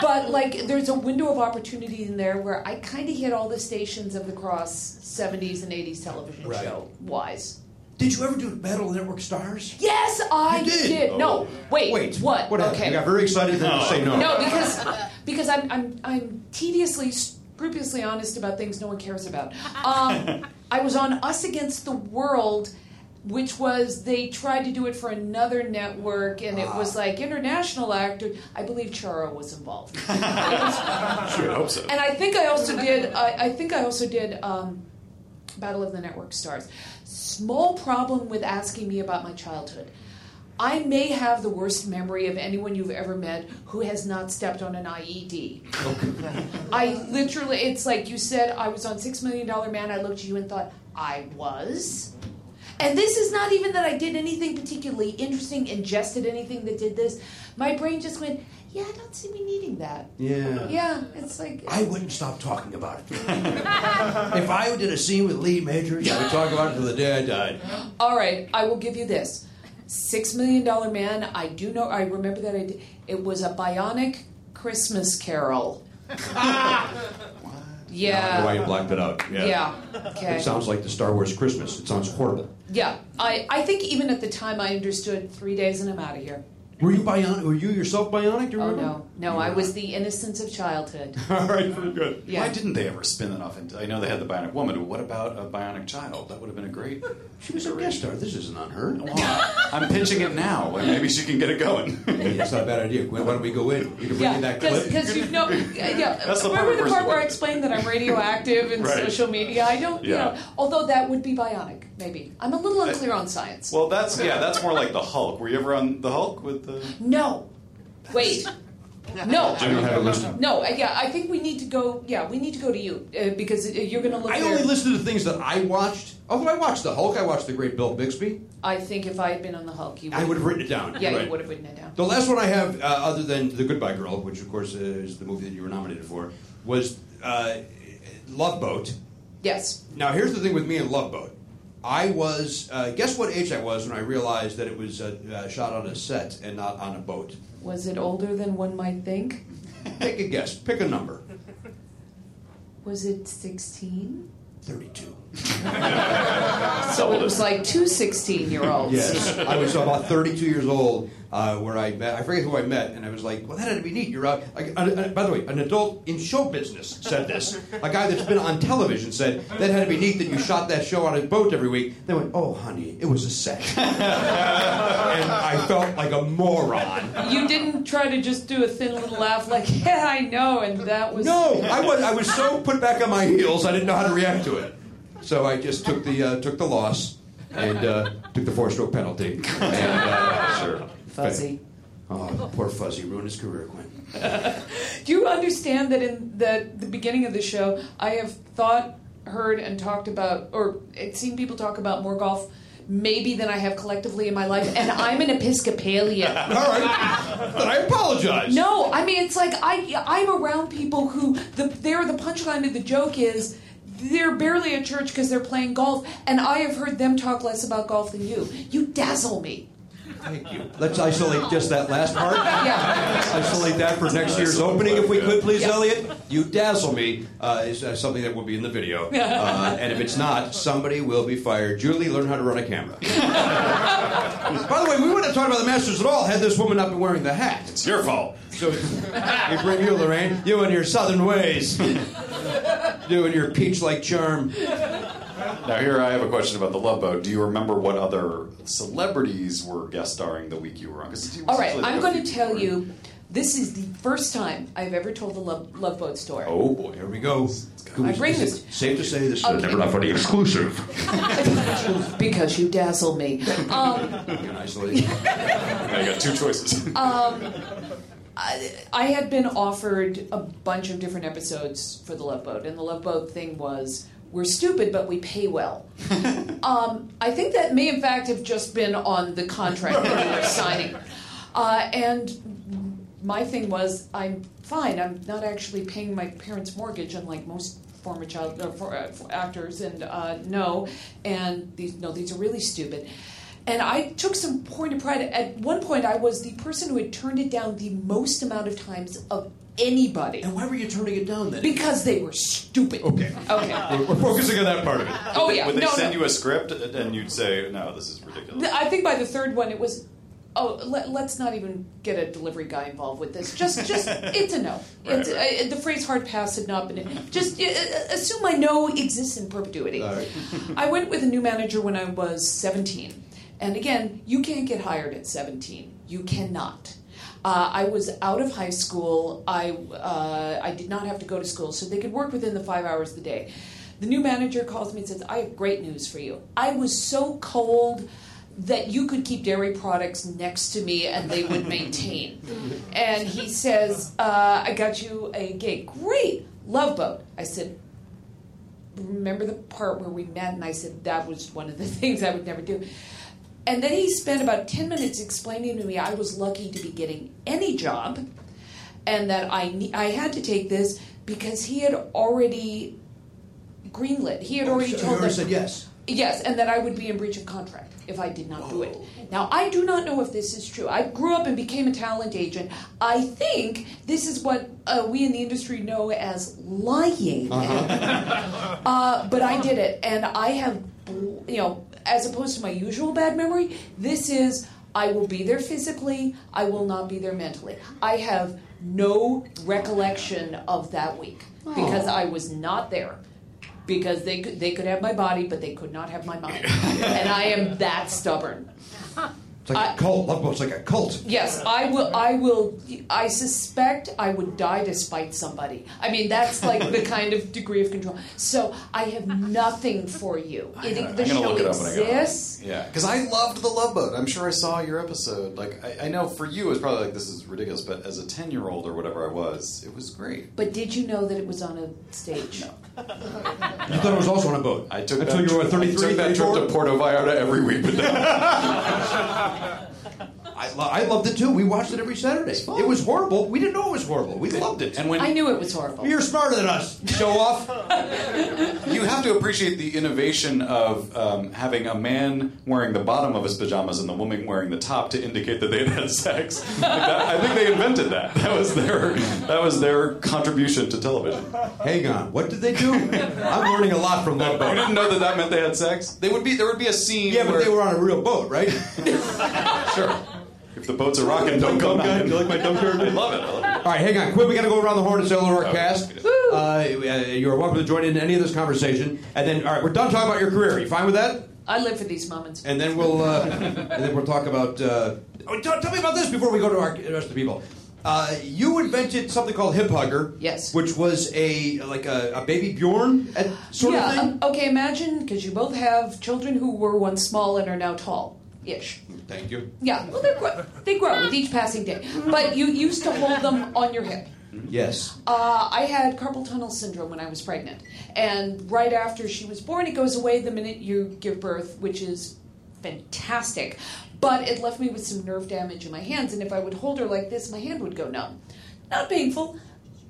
S5: But like there's a window of opportunity in there where I kind of hit all the stations of the cross 70s and 80s television
S9: Right.
S5: show wise.
S9: Did you ever do Battle Network Stars?
S5: Yes, I
S9: You did.
S5: No, wait.
S9: Wait,
S5: What?
S9: what happened?
S5: okay.
S9: You got very excited,
S12: then you say no.
S5: No, because because I'm I'm I'm tediously scrupulously honest about things no one cares about. Um, I was on Us Against the World. Which was they tried to do it for another network, and it was like international actor. I believe Charo was involved,
S7: Sure, I hope so.
S5: and I think I also did. I, I think I also did um, Battle of the Network Stars. Small problem with asking me about my childhood. I may have the worst memory of anyone you've ever met who has not stepped on an IED. I literally, it's like you said, I was on Six Million Dollar Man. I looked at you and thought, I was. And this is not even that I did anything particularly interesting, ingested anything that did this. My brain just went, yeah, I don't see me needing that.
S9: Yeah.
S5: Yeah, it's like.
S9: I wouldn't stop talking about it. if I did a scene with Lee Majors, I would talk about it until the day I died.
S5: All right, I will give you this. Six Million Dollar Man, I do know, I remember that I did. It was a bionic Christmas carol.
S12: I don't know why you
S5: Yeah.
S12: blacked it out.
S5: Yeah. Okay.
S12: It sounds like the Star Wars Christmas. It sounds horrible.
S5: Yeah. I, I think even at the time I understood three days and I'm out of here.
S12: Were you bionic? Were you yourself bionic? Do you remember?
S5: No, no, I was the innocence of childhood.
S7: All right, very good.
S5: Yeah.
S7: Why didn't they ever spin that off? Into, I know they had the Bionic Woman, but what about a Bionic Child? That would have been a great. She was a guest star. This isn't on her. I'm pitching it now, and maybe she can get it going. it's not a bad idea. Why don't we go in? You can
S5: Yeah, because you know, yeah.
S7: That's the part
S5: remember
S7: where-
S5: the part where I explained that I'm radioactive and
S7: Right.
S5: social media? I don't,
S7: Yeah.
S5: you know. Although that would be bionic, maybe. I'm a little unclear on science.
S7: Well, that's yeah. That's more like the Hulk. Were you ever on the Hulk with the?
S5: No. Wait. No.
S7: Jimmy, have a listen.
S5: No. I- Yeah, I think we need to go. Yeah, we need to go to you uh, because uh, you're going to look.
S12: I
S5: there.
S12: only listened to the things that I watched. Although I watched the Hulk, I watched the Great Bill Bixby.
S5: I think if I had been on the Hulk, you.
S12: I would have written it down.
S5: Yeah,
S12: Right.
S5: you would have written it down.
S12: The last one I have, uh, other than The Goodbye Girl, which of course is the movie that you were nominated for, was uh, Love Boat.
S5: Yes.
S12: Now, here's the thing with me and Love Boat. I was, uh, guess what age I was when I realized that it was uh, uh, shot on a set and not on a boat?
S5: Was it older than one might think?
S12: Take a guess. Pick a number.
S5: Was it 16?
S12: 32.
S5: so it was like two 16 year olds.
S12: Yes, I was about 32 years old uh, where I met. I forget who I met, and I was like, "Well, that had to be neat. You're out." Like, uh, uh, by the way, an adult in show business said this. A guy that's been on television said that had to be neat that you shot that show on a boat every week. They went, "Oh, honey, it was a set," and I felt like a moron.
S5: You didn't try to just do a thin little laugh like, yeah, I know, and that was.
S12: No, I was I was so put back on my heels, I didn't know how to react to it. So I just took the uh, took the loss and uh, took the four stroke penalty. And, uh, sure.
S5: Fuzzy.
S12: Oh, poor Fuzzy ruined his career, Quinn.
S5: Do you understand that in the, the beginning of the show, I have thought, heard, and talked about, or it seen people talk about more golf maybe than I have collectively in my life, and I'm an Episcopalian. All
S12: right, then I apologize.
S5: No, I mean it's like I I'm around people who the they're the punchline of the joke is. They're barely at church because they're playing golf, and I have heard them talk less about golf than you. You dazzle me.
S12: Let's isolate just that last part.
S5: Yeah.
S12: Isolate that for next year's opening, if we could, please,
S5: Yeah.
S12: Elliot. You dazzle me uh, is uh, something that will be in the video, uh, and if it's not, somebody will be fired. Julie, learn how to run a camera. By the way, we wouldn't have talked about the Masters at all had this woman not been wearing the hat. It's
S7: your fault.
S12: So you bring you, Lorraine. You and your southern ways. you and your peach-like charm.
S7: Now here I have a question about the Love Boat. Do you remember what other celebrities were guest starring the week you were on? 'Cause it was
S5: All right,
S7: usually like
S5: I'm
S7: a
S5: going to
S7: few-
S5: tell you. This is the first time I've ever told the love, love boat story.
S7: Oh boy, here
S12: we go.
S5: I bring this.
S12: Safe to say, this is
S5: Okay.
S12: never enough for the exclusive.
S5: because you dazzle me. Um,
S12: You can isolate.
S7: I got two choices.
S5: um, I, I had been offered a bunch of different episodes for the Love Boat, and the Love Boat thing was we're stupid, but we pay well. um, I think that may, in fact, have just been on the contract that we were signing. Uh, and my thing was, I'm fine. I'm not actually paying my parents' mortgage, unlike most former child uh, for, uh, for actors. And uh, no, and these no, these are really stupid.
S15: And I took some point of pride. At one point, I was the person who had turned it down the most amount of times of anybody. And
S16: why were you turning it down then?
S15: Because they were stupid. Okay. Okay.
S7: We're, we're focusing on that part of it.
S15: Oh,
S7: Would they-
S15: yeah.
S7: Would they
S15: No,
S7: send
S15: no.
S7: you a script and and you'd say, "No, this is ridiculous."
S15: I think by the third one, it was. Oh, let, let's not even get a delivery guy involved with this. Just, just, it's a no.
S7: Right,
S15: it's,
S7: right.
S15: Uh, the phrase "hard pass" had not been. Just uh, uh, assume I know exists in perpetuity. I went with a new manager when I was 17. And again, you can't get hired at 17. You cannot. Uh, I was out of high school. I, uh, I did not have to go to school, so they could work within the five hours of the day. The new manager calls me and says, I have great news for you. I was so cold that you could keep dairy products next to me and they would maintain and he says, uh, "I got you a gig. Great, love boat." I said, "Remember the part where we met?" And I said that was one of the things I would never do. And then he spent about ten minutes explaining to me I was lucky to be getting any job, and that I ne- I had to take this because he had already greenlit. He had already
S16: Oh, so he
S15: told
S16: already
S15: them-
S16: said yes.
S15: Yes, and that I would be in breach of contract if I did not do it. Now, I do not know if this is true. I grew up and became a talent agent. I think this is what uh, we in the industry know as lying. Uh, but I did it, and I have, bl- you know, as opposed to my usual bad memory, this is I will be there physically, I will not be there mentally. I have no recollection of that week because I was not there. Because they could, they could have my body, but they could not have my mind, and I am that stubborn.
S12: It's like a cult. Love boat's like a cult.
S15: Yes, I will. I will. I suspect I would die to spite somebody. I mean, that's like the kind of degree of control. So I have nothing for you. It,
S7: I'm
S15: the
S7: gonna
S15: show
S7: look it up when I get home.
S15: exists.
S7: Yeah, because I loved the Love Boat. I'm sure I saw your episode. Like, I, I know for you, it was probably like this is ridiculous, but as a ten year old or whatever I was, it was great.
S15: But did you know that it was on a stage?
S7: You thought it was also on a boat. I took
S12: Until
S7: that
S12: you were
S7: trip- I
S12: 33,
S7: took that trip
S12: 34?
S7: to Puerto Vallarta every week with them.
S12: I, lo- I loved it too. We watched it every Saturday. It was horrible. We didn't know it was horrible. We loved it.
S7: And when
S15: I knew it was horrible.
S12: you're smarter than us, show off.
S7: you have to appreciate the innovation of um, having a man wearing the bottom of his pajamas and the woman wearing the top to indicate that they had had sex. Like that- I think they invented that. That was their that was their contribution to television.
S12: Hang on, what did they do? I'm learning a lot from Love
S7: You
S12: Boat.
S7: didn't know that that meant they had sex. They would be there would be a scene.
S12: Yeah, but
S7: where-
S12: they were on a real boat, right?
S7: sure. If the boats are rocking, don't come back. You like my dumb I love it. I love it.
S12: All right, hang on. Quick, we got to go around the horn and say hello to our cast. Uh, you're welcome to join in any of this conversation. And then, all right, we're done talking about your career. You fine with that?
S15: I live for these moments.
S12: And then we'll uh, and then we'll talk about. Uh, oh, tell, tell me about this before we go to our the rest of the people. Uh, you invented something called Hip Hugger.
S15: Yes.
S12: Which was a like a, a baby Bjorn uh, sort
S15: yeah.
S12: of thing.
S15: um, okay. Imagine because you both have children who were once small and are now tall, ish.
S12: Thank you.
S15: Yeah. Well, they grow. They grow with each passing day. But you used to hold them on your hip.
S12: Yes.
S15: Uh, I had carpal tunnel syndrome when I was pregnant, and right after she was born, it goes away the minute you give birth, which is fantastic. But it left me with some nerve damage in my hands, and if I would hold her like this, my hand would go numb. Not painful,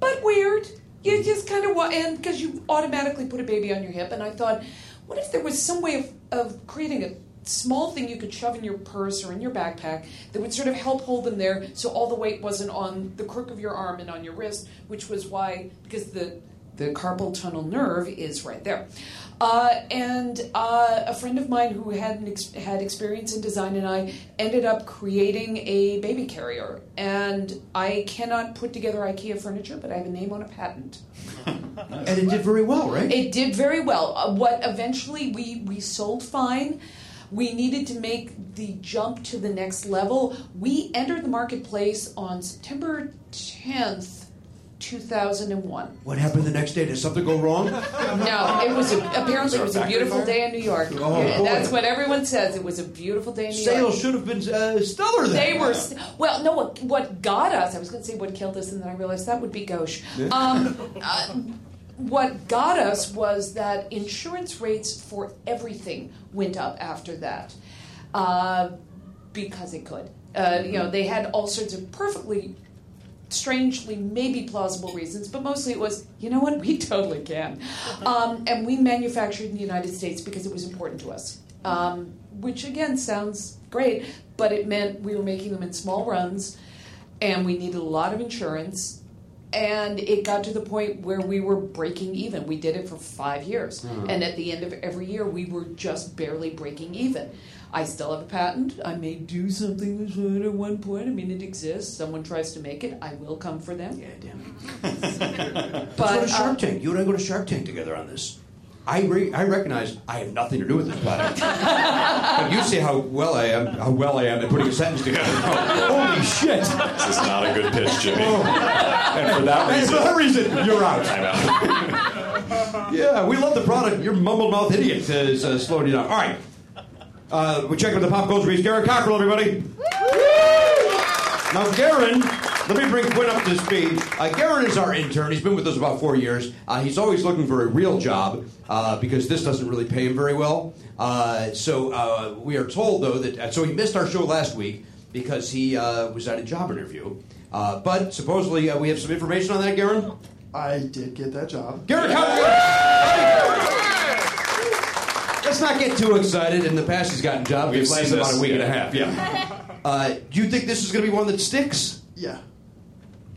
S15: but weird. You just kind of want, and because you automatically put a baby on your hip, and I thought, what if there was some way of, of creating a small thing you could shove in your purse or in your backpack that would sort of help hold them there so all the weight wasn't on the crook of your arm and on your wrist, which was why, because the the carpal tunnel nerve is right there. Uh, and uh, a friend of mine who had an ex- had experience in design and I ended up creating a baby carrier. And I cannot put together IKEA furniture, but I have a name on a patent.
S12: And it did very well, right?
S15: It did very well. Uh, what eventually we we sold fine. We needed to make the jump to the next level. We entered the marketplace on September 10th, 2001.
S12: what happened the next day? Did something go wrong?
S15: No, it was a, apparently it was a beautiful day in New York.
S12: Oh,
S15: Yeah,
S12: boy.
S15: That's what everyone says. It was a beautiful day in New York.
S12: Sales should have been uh, stellar. Then.
S15: They were s- well. No, what, what got us? I was going to say what killed us, and then I realized that would be gauche. Um, uh, what got us was that insurance rates for everything went up after that, uh, because it could. Uh, you know, they had all sorts of perfectly strangely maybe plausible reasons, but mostly it was, you know what, we totally can. Um, and we manufactured in the United States because it was important to us. um, which again sounds great, but it meant we were making them in small runs, and we needed a lot of insurance. And it got to the point where we were breaking even. We did it for five years,
S17: Mhm.
S15: and at the end of every year, we were just barely breaking even. I still have a patent. I may do something with it at one point. I mean, it exists. Someone tries to make it, I will come for them. Yeah, damn.
S5: Let's go to Shark Tank. You and I go to Shark Tank together on this.
S12: I, re- I recognize I have nothing to do with this product. but you see how well I am, how well I am at putting a sentence together. Holy shit! This
S7: is not a good pitch, Jimmy.
S12: Oh. and
S7: for that
S12: and
S7: reason-
S12: for that reason, you're out.
S7: I'm
S12: out. yeah, we love the product. Your mumble mouth idiot is uh, slowing you down. All right, uh, we check with the pop culture beast, Garen Cockrell, everybody. Now, Garen, let me bring Quinn up to speed. Uh, Garen is our intern. He's been with us about four years. Uh, he's always looking for a real job uh, because this doesn't really pay him very well. Uh, so uh, we are told, though, that uh, so he missed our show last week because he uh, was at a job interview. Uh, but supposedly uh, we have some information on that, Garen.
S9: I did get that job.
S12: Garen, Cockrell! Let's not get too excited. In the past, he's gotten jobs.
S7: We've
S12: They've lasted
S7: seen
S12: about a
S7: this,
S12: week and a
S7: yeah.
S12: half. Yeah. Uh, do you think this is going to be one that sticks?
S9: Yeah.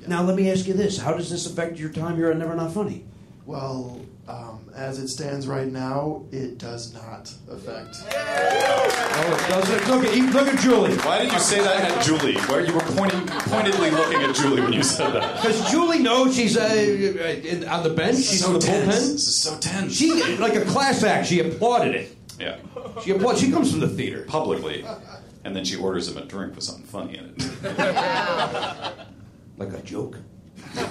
S5: Now let me ask you this: How does this affect your time here at Never Not Funny?
S9: Well, um, as it stands right now, it does not affect.
S12: Oh, it doesn't. Look at, look at Julie.
S7: Why did you say that at Julie? Where you were pointing, pointedly looking at Julie when you said that.
S12: Because Julie knows she's uh, uh, in- on the bench. She's
S7: So
S12: on the
S7: tense.
S12: bullpen.
S7: This is so tense.
S12: She like a class act. She applauded it.
S7: Yeah.
S12: She applauded. She comes from the theater.
S7: Publicly. And then she orders him a drink with something funny in it.
S12: Like a joke. You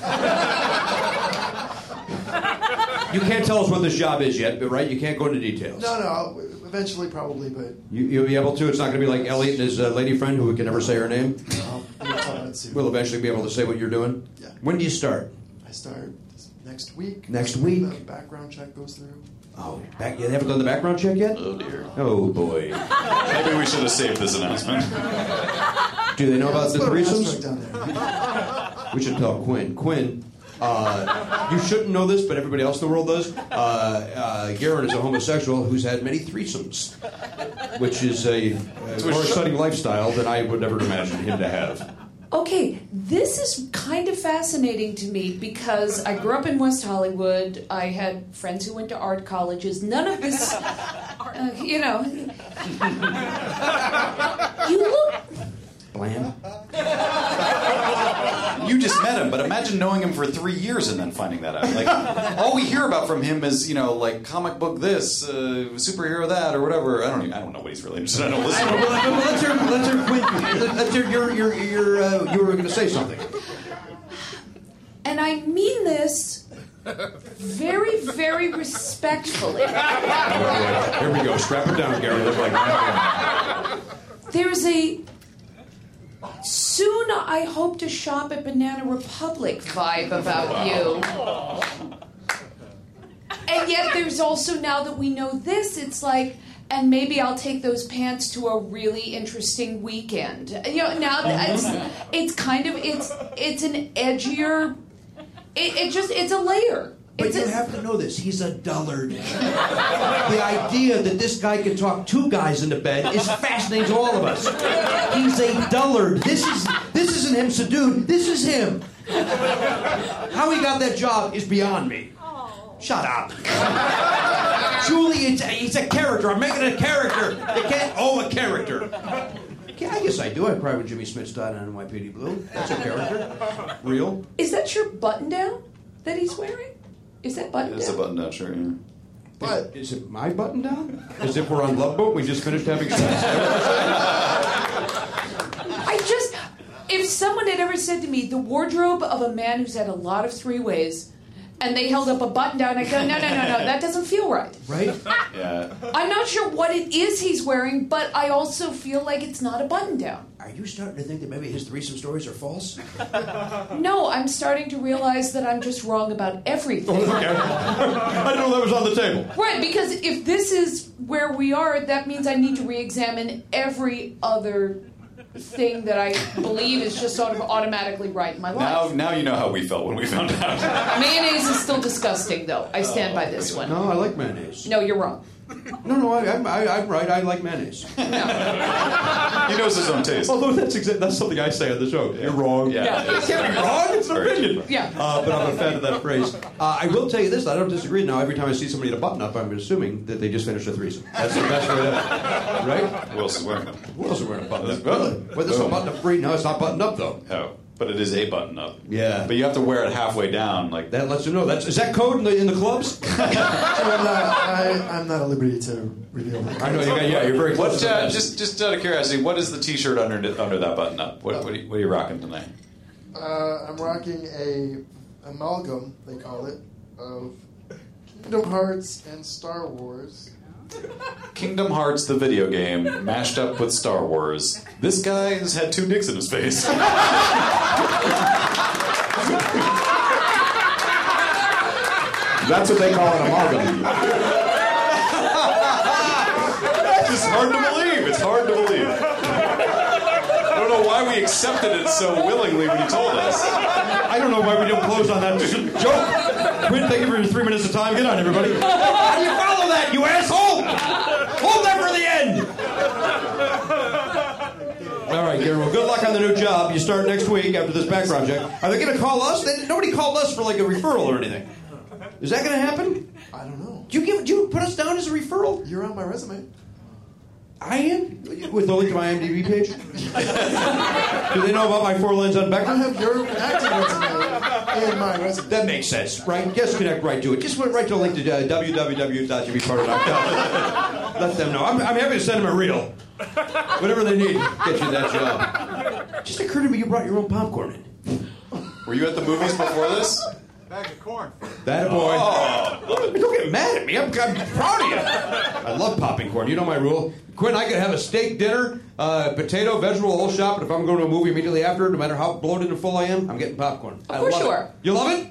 S12: can't tell us what this job is yet, but right? You can't go into details.
S9: No, no. I'll- Eventually, probably, but
S12: You, you'll be able to. It's not going to be like Elliot and his uh, lady friend, who we can never say her name. We'll eventually be able to say what you're doing.
S9: Yeah.
S12: When do you start?
S9: I start this next week.
S12: Next week.
S9: The background check goes through.
S12: Oh, back, you haven't done the background check yet?
S7: Oh dear.
S12: Oh boy.
S7: Maybe we should have saved this announcement.
S12: Do they know
S5: Uh,
S12: about
S9: Let's
S12: the
S9: put a
S12: threesomes?
S9: asterisk down there.
S12: We should tell Quinn. Quinn, uh, you shouldn't know this, but everybody else in the world does. Uh, uh, Garen is a homosexual who's had many threesomes, which is a, a
S7: It's a
S12: more
S7: sh-
S12: exciting lifestyle than I would ever imagine him to have.
S15: Okay, this is kind of fascinating to me because I grew up in West Hollywood. I had friends who went to art colleges. None of this, uh, you know. you look.
S7: Bland. You just met him, but imagine knowing him for three years and then finding that out. Like, all we hear about from him is, you know, like comic book this, uh, superhero that, or whatever. I don't, even, I don't know what he's really interested. in. I don't listen. to
S12: Well,
S7: him.
S12: let- well, let's hear, let's hear Quinn. Let's hear your, your, your, uh, you were going to say something.
S15: And I mean this very, very respectfully.
S12: Here we go. Strap it down, Garen. Look like
S15: There's a soon I hope to shop at Banana Republic vibe about you. And yet there's also now that we know this, it's like and maybe I'll take those pants to a really interesting weekend. You know, now that it's, it's kind of it's it's an edgier it, it just it's a layer.
S5: But you have to know this. He's a dullard. the idea that this guy can talk two guys into bed is fascinating to all of us. He's a dullard. This is this isn't him subdued. This is him. How he got that job is beyond me. Shut up.
S12: Julie, it's a, it's a character. I'm making a character. You can't owe a character.
S5: Yeah, I guess I do. I private Jimmy Smith's dot on NYPD Blue. That's a character.
S12: Real.
S15: Is that your button down that he's wearing? Is that button
S7: It's a
S15: down?
S7: button down shirt. Yeah.
S12: But is it my button down? As if we're on Love Boat. We just finished having sex.
S15: I just, if someone had ever said to me, the wardrobe of a man who's had a lot of three ways, and they held up a button down, I go, no, no, no, no, that doesn't feel right.
S5: Right?
S7: Yeah.
S15: I'm not sure what it is he's wearing, but I also feel like it's not a button down.
S5: Are you starting to think that maybe his threesome stories are false?
S15: No, I'm starting to realize that I'm just wrong about everything.
S12: I didn't know that was on the table.
S15: Right, because if this is where we are, that means I need to re examine every other thing that I believe is just sort of automatically right in my life.
S7: Now, now you know how we felt when we found out.
S15: Mayonnaise is still disgusting, though. I stand by this one.
S12: No, I like mayonnaise.
S15: No, you're wrong.
S12: No, no, I, I'm, I, I'm right. I like mayonnaise.
S7: He knows his own taste.
S12: Although that's exa- that's something I say on the show. You're wrong.
S7: Yeah.
S12: You can't be wrong. It's an opinion.
S15: Yeah.
S12: Uh, but I'm a fan of that phrase. Uh, I will tell you this. I don't disagree. Now, every time I see somebody in a button up, I'm assuming that they just finished a threesome. That's the best way to, right?
S7: Who else is wearing them?
S12: Who else is wearing a button up? Well, well, this is a button up free. No, it's not buttoned up though.
S7: Oh, but it is a button up.
S12: Yeah.
S7: But you have to wear it halfway down. Like
S12: that lets you know. That's is that code in the in the clubs?
S9: I'm not, I, am not at liberty to reveal that.
S12: I know you got. Yeah, you're very close.
S7: What,
S12: to the
S7: uh,
S12: best.
S7: just just out of curiosity, what is the T-shirt under under that button up? What what are you, what are you rocking tonight?
S9: Uh, I'm rocking a amalgam, they call it, of Kingdom Hearts and Star Wars.
S7: Kingdom Hearts, the video game, mashed up with Star Wars. This guy has had two dicks in his face.
S12: That's what they call an amalgam.
S7: It's just hard to believe. It's hard to believe. I don't know why we accepted it so willingly when you told us.
S12: I don't know why we didn't close on that joke. Quinn, thank you for your three minutes of time. Good night, everybody. How do you follow that, you asshole? Hold that for the end. All right, Gary. Well, good luck on the new job. You start next week after this background check. Are they going to call us? They, nobody called us for like a referral or anything. Is that going to happen?
S9: I don't know.
S12: Do you give? Do you put us down as a referral?
S9: You're on my resume.
S12: I am with the link to my IMDb page. do they know about my four lens on Becker?
S9: I have your acting resume in my resume.
S12: That makes sense, right? Yes, connect right to it. Just went right to the link to uh, www.gbpartner.com. Let them know. I'm, I'm happy to send them a reel. Whatever they need, get you that job. Just occurred to me you brought your own popcorn in.
S7: Were you at the movies before this?
S18: Bag of corn.
S12: That boy.
S7: Oh.
S12: Don't get mad at me. I'm, I'm proud of you. I love popping corn. You know my rule. Quinn, I could have a steak dinner, uh, potato, vegetable, whole shop, and if I'm going to a movie immediately after, no matter how bloated and full I am, I'm getting popcorn. Of
S15: course
S12: I love
S15: you
S12: it.
S15: are.
S12: You love it?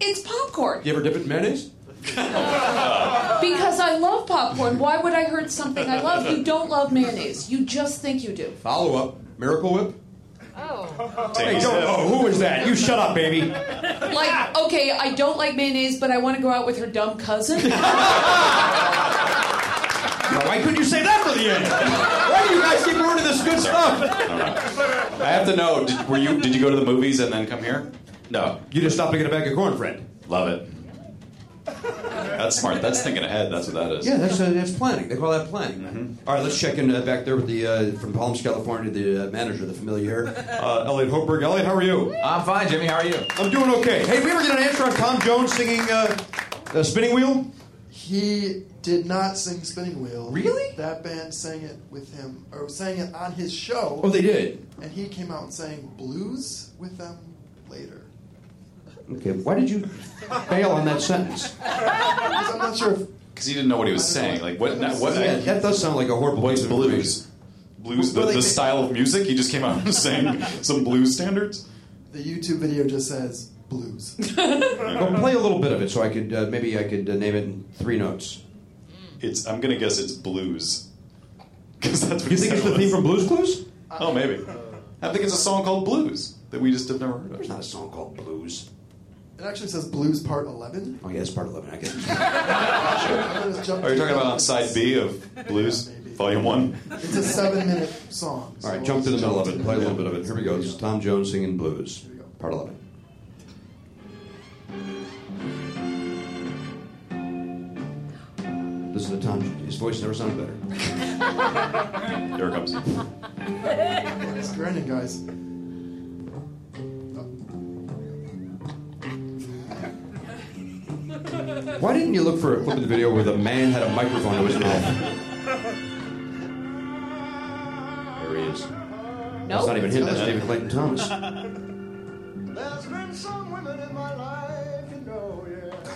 S15: It's popcorn.
S12: You ever dip it in mayonnaise?
S15: Because I love popcorn. Why would I hurt something I love? You don't love mayonnaise. You just think you do.
S12: Follow up, Miracle Whip.
S7: Take
S12: Hey,
S7: his
S12: don't,
S7: head.
S12: oh, who is that? You shut up, baby.
S15: Like, okay, I don't like mayonnaise, but I want to go out with her dumb cousin.
S12: Now, why couldn't you say that for the end? Why do you guys keep ruining this good stuff?
S7: I have to know. Did, were you? Did you go to the movies and then come here? No.
S12: You just stopped to get a bag of corn, friend.
S7: Love it. That's smart. That's thinking ahead. That's what that is.
S12: Yeah, that's, uh, that's planning. They call that planning. All right, let's check in uh, back there with the uh, from Palms, California, the uh, manager, the familiar, uh, Elliot Hopeberg. Elliot, how are you?
S19: I'm fine, Jimmy. How are you?
S12: I'm doing okay. Hey, we ever get an answer on Tom Jones singing uh, uh, "Spinning Wheel"?
S9: He did not sing Spinning Wheel.
S12: Really?
S9: That band sang it with him, or sang it on his show.
S12: Oh, they did.
S9: And he came out and sang blues with them later.
S12: Okay, why did you fail on that sentence?
S9: 'Cause I'm not sure if
S7: Because he didn't know what he was saying. Like what? What?
S12: Yeah, that does sound like a horrible
S7: What's
S12: piece of information.
S7: blues? Blues, the,
S9: Well, they-
S7: the style of music. He just came out and sang some blues standards.
S9: the YouTube video just says blues.
S12: Well, play a little bit of it so I could uh, maybe I could uh, name it in three notes.
S7: It's. I'm gonna guess it's blues. Because that's what
S12: You
S7: he
S12: think
S7: said
S12: it's the
S7: it
S12: theme
S7: was.
S12: from Blues Clues?
S7: Oh, maybe. I think it's a song called Blues that we just have never heard
S12: There's
S7: of.
S12: not a song called Blues.
S9: It actually says blues part 11.
S12: Oh yeah, it's part eleven. I guess.
S9: I'm gonna just jump
S7: Are you
S9: to
S7: talking
S9: the-
S7: about on side B of Blues, Volume One?
S9: It's a seven minute song.
S12: All right,
S9: so
S12: jump to the middle of it. Play a little
S9: Yeah.
S12: bit of it. Here we go. This is Tom Jones singing Blues,
S9: we go.
S12: part eleven. Listen to Tom. His voice never sounded better.
S7: Here it comes.
S9: It's grinning, guys.
S12: Why didn't you look for a clip of the video where the man had a microphone to his mouth? There he is. That's not
S15: Nope.
S12: even him. That's David Clayton Thomas.
S6: There's been some women in my life, you know,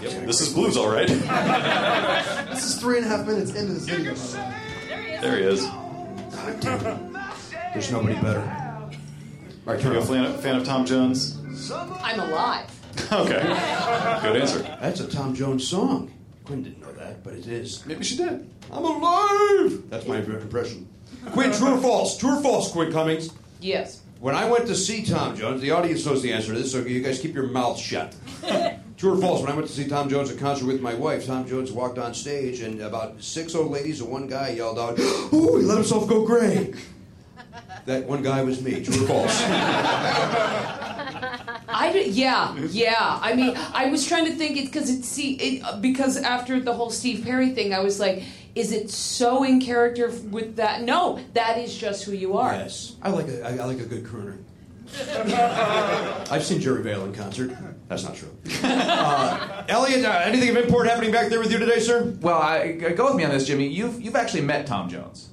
S6: yeah.
S7: Yep, this is blues, all right.
S9: This is three and a half minutes into this video. by the way.
S7: There he is.
S12: There's nobody better. All right, turn
S7: You
S12: it
S7: a
S12: off.
S7: fan, fan of Tom Jones?
S15: I'm alive.
S7: Okay. Good answer.
S12: That's a Tom Jones song. Quinn didn't know that, but it is.
S7: Maybe she did.
S12: I'm alive! That's my impression. Quinn, true or false? True or false, Quinn Cummings?
S15: Yes.
S12: When I went to see Tom Jones, the audience knows the answer to this, so you guys keep your mouths shut. True or false? When I went to see Tom Jones at concert with my wife, Tom Jones walked on stage, and about six old ladies and one guy yelled out, "Ooh, he let himself go gray." That one guy was me. True or false?
S15: I did, yeah, yeah. I mean, I was trying to think it because it's see it because after the whole Steve Perry thing, I was like, is it so in character with that? No, that is just who you are.
S12: yes, I like a, I, I like a good crooner. I've seen Jerry Vale in concert. That's not true. Uh, Elliot, uh, anything of import happening back there with you today, sir?
S5: Well, I, uh, go with me on this, Jimmy. You've you've actually met Tom Jones.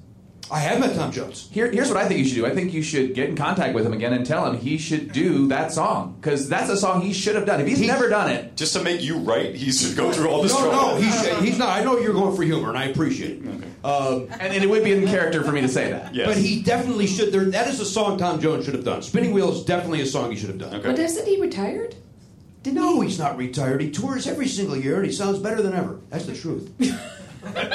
S12: I have met Tom Jones.
S5: Here, here's what I think you should do. I think you should get in contact with him again and tell him he should do that song because that's a song he should have done. If he's never done it,
S7: just to make you right, he should go through all this
S12: no,
S7: trouble.
S12: No, he's, he's not. I know you're going for humor, and I appreciate it. Um,
S5: and, and it would be in character for me to say that.
S12: But he definitely should. There, that is a song Tom Jones should have done. Spinning Wheel is definitely a song he should have done.
S15: But isn't he retired?
S12: no, he's not retired. He tours every single year, and he sounds better than ever. That's the truth.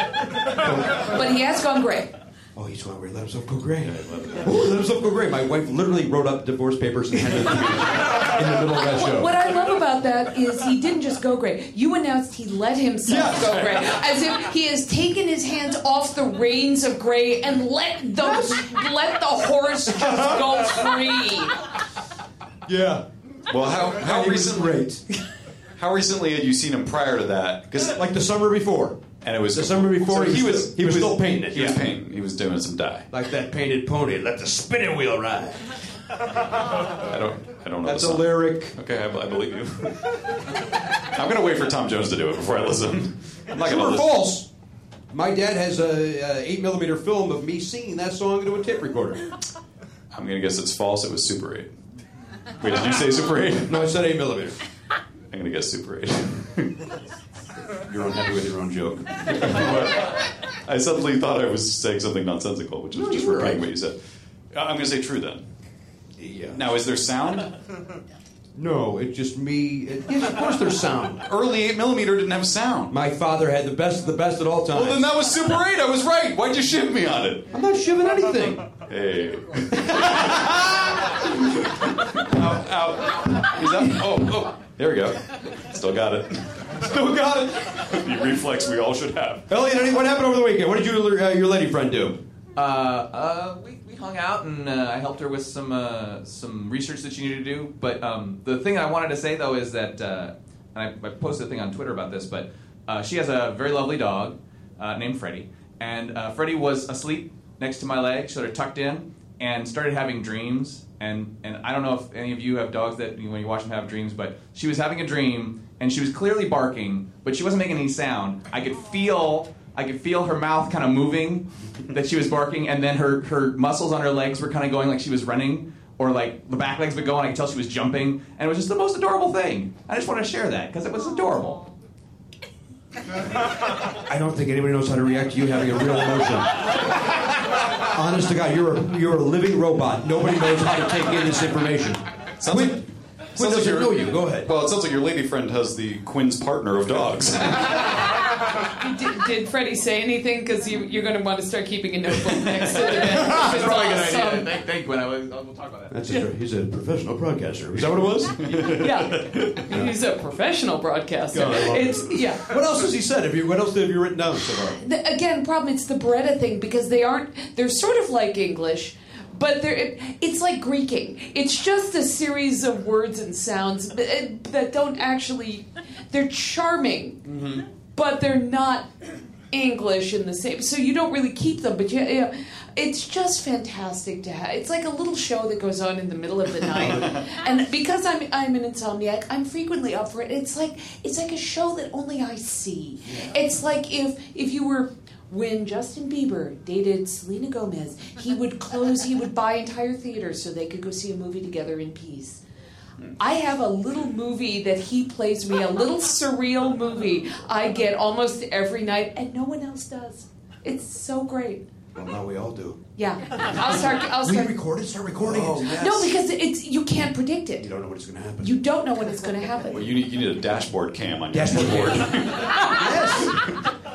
S15: But he has gone gray.
S12: Oh, he's going where he let himself go gray. Oh, he let himself go gray. My wife literally wrote up divorce papers and handed them to me in the middle of that show.
S15: What, what I love about that is he didn't just go gray. You announced he let himself
S12: Yes.
S15: go gray, as if he has taken his hands off the reins of gray and let the let the horse just go free.
S12: Yeah.
S7: Well, how how recently? How recently had you seen him prior to that? Because
S12: like the summer before.
S7: And it was
S12: The summer before,
S7: So
S12: he
S7: he
S12: was
S7: was
S12: still- he was still painting it,
S7: He was
S12: yeah.
S7: painting. He was doing some dye.
S12: Like that painted pony, let the spinning wheel ride.
S7: I don't. I don't know.
S12: That's
S7: the
S12: a
S7: song.
S12: lyric.
S7: Okay, I, I believe you. I'm gonna wait for Tom Jones to do it before I listen. I'm not
S12: True
S7: gonna
S12: or
S7: listen.
S12: false? My dad has a, a eight millimeter film of me singing that song into a tape recorder.
S7: I'm gonna guess it's false. It was Super 8. Wait, did you say Super 8?
S12: No, I said 8 millimeter.
S7: I'm gonna guess Super 8.
S12: You're unhappy with your own joke.
S7: I suddenly thought I was saying something nonsensical, which is
S12: No,
S7: just
S12: you were
S7: repeating
S12: right.
S7: what you said. I- I'm gonna say true then.
S12: Yeah.
S7: Now, is there sound?
S12: No, it's just me. It, yes, of course, there's sound.
S7: Early eight millimeter didn't have sound.
S12: My father had the best of the best at all times.
S7: Well, then that was Super 8. I was right. Why'd you ship me on it?
S12: I'm not shivving anything.
S7: Hey. ow, ow. Is that? Oh, oh. There we go. Still got it.
S12: Still got it.
S7: The reflex we all should have.
S12: Elliot, any- what happened over the weekend? What did you, uh, your lady friend do?
S5: Uh, uh, we, we hung out and uh, I helped her with some uh, some research that she needed to do. But um, the thing I wanted to say though is that, uh, and I, I posted a thing on Twitter about this, but uh, she has a very lovely dog uh, named Freddie, and uh, Freddie was asleep next to my leg, sort of tucked in, and started having dreams. And and I don't know if any of you have dogs that when you watch them have dreams, but she was having a dream and she was clearly barking, but she wasn't making any sound. I could feel I could feel her mouth kind of moving that she was barking, and then her, her muscles on her legs were kind of going like she was running, or like the back legs would go, and I could tell she was jumping, and it was just the most adorable thing. I just want to share that because it was adorable.
S12: I don't think anybody knows how to react to you having a real emotion. Honest to God, you're a, you're a living robot. Nobody knows how to take in this information.
S7: Sounds like, sounds like
S12: doesn't
S7: your-
S12: know you. Go ahead.
S7: Well, it sounds like your lady friend has the Quinn's partner of dogs.
S15: Did, did Freddie say anything? Because you, you're going to want to start keeping a notebook next to the bed. It's
S5: probably a good
S15: awesome.
S5: idea. Thank, thank you. and I was, we'll talk about that.
S12: That's a, he's a professional broadcaster. Is that what it was?
S15: Yeah, he's a professional broadcaster.
S12: God, I love
S15: it's yeah.
S12: What else has he said? Have you, what else have you written down so far?
S15: The, again, problem it's the Beretta thing because they aren't. They're sort of like English, but they're it, it's like Greeking. It's just a series of words and sounds that, that don't actually. They're charming, but they're not English in the same. So you don't really keep them, but you, yeah, it's just fantastic to have. It's like a little show that goes on in the middle of the night, and because I'm I'm an insomniac, I'm frequently up for it. It's like it's like a show that only I see. It's like if if you were. When Justin Bieber dated Selena Gomez, he would close, he would buy entire theaters so they could go see a movie together in peace. I have a little movie that he plays me, a little surreal movie I get almost every night, and no one else does. It's so great.
S12: Well, now we all do.
S15: Yeah, I'll start. I'll
S12: we
S15: start.
S12: record it. Start recording it.
S15: No, because it's you can't predict
S12: you
S15: it.
S12: don't know what's going to happen.
S15: You don't know when it's going to happen.
S7: well, you need, you need a dashboard cam on your
S12: Dashboard
S7: board.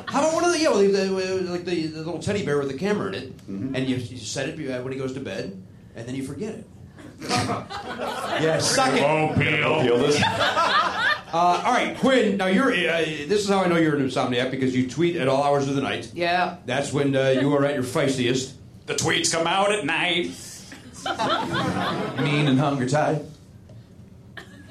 S12: How about one of the yeah, well, the, the, like the, the little teddy bear with the camera in it, and you, you set it when he goes to bed, and then you forget it. yeah, suck it.
S7: Peel this.
S12: Uh, all right, Quinn. Now you're. Uh, this is how I know you're an insomniac because you tweet at all hours of the night.
S15: Yeah.
S12: That's when uh, you are at your feistiest.
S6: The tweets come out at night.
S8: Mean and hunger tied.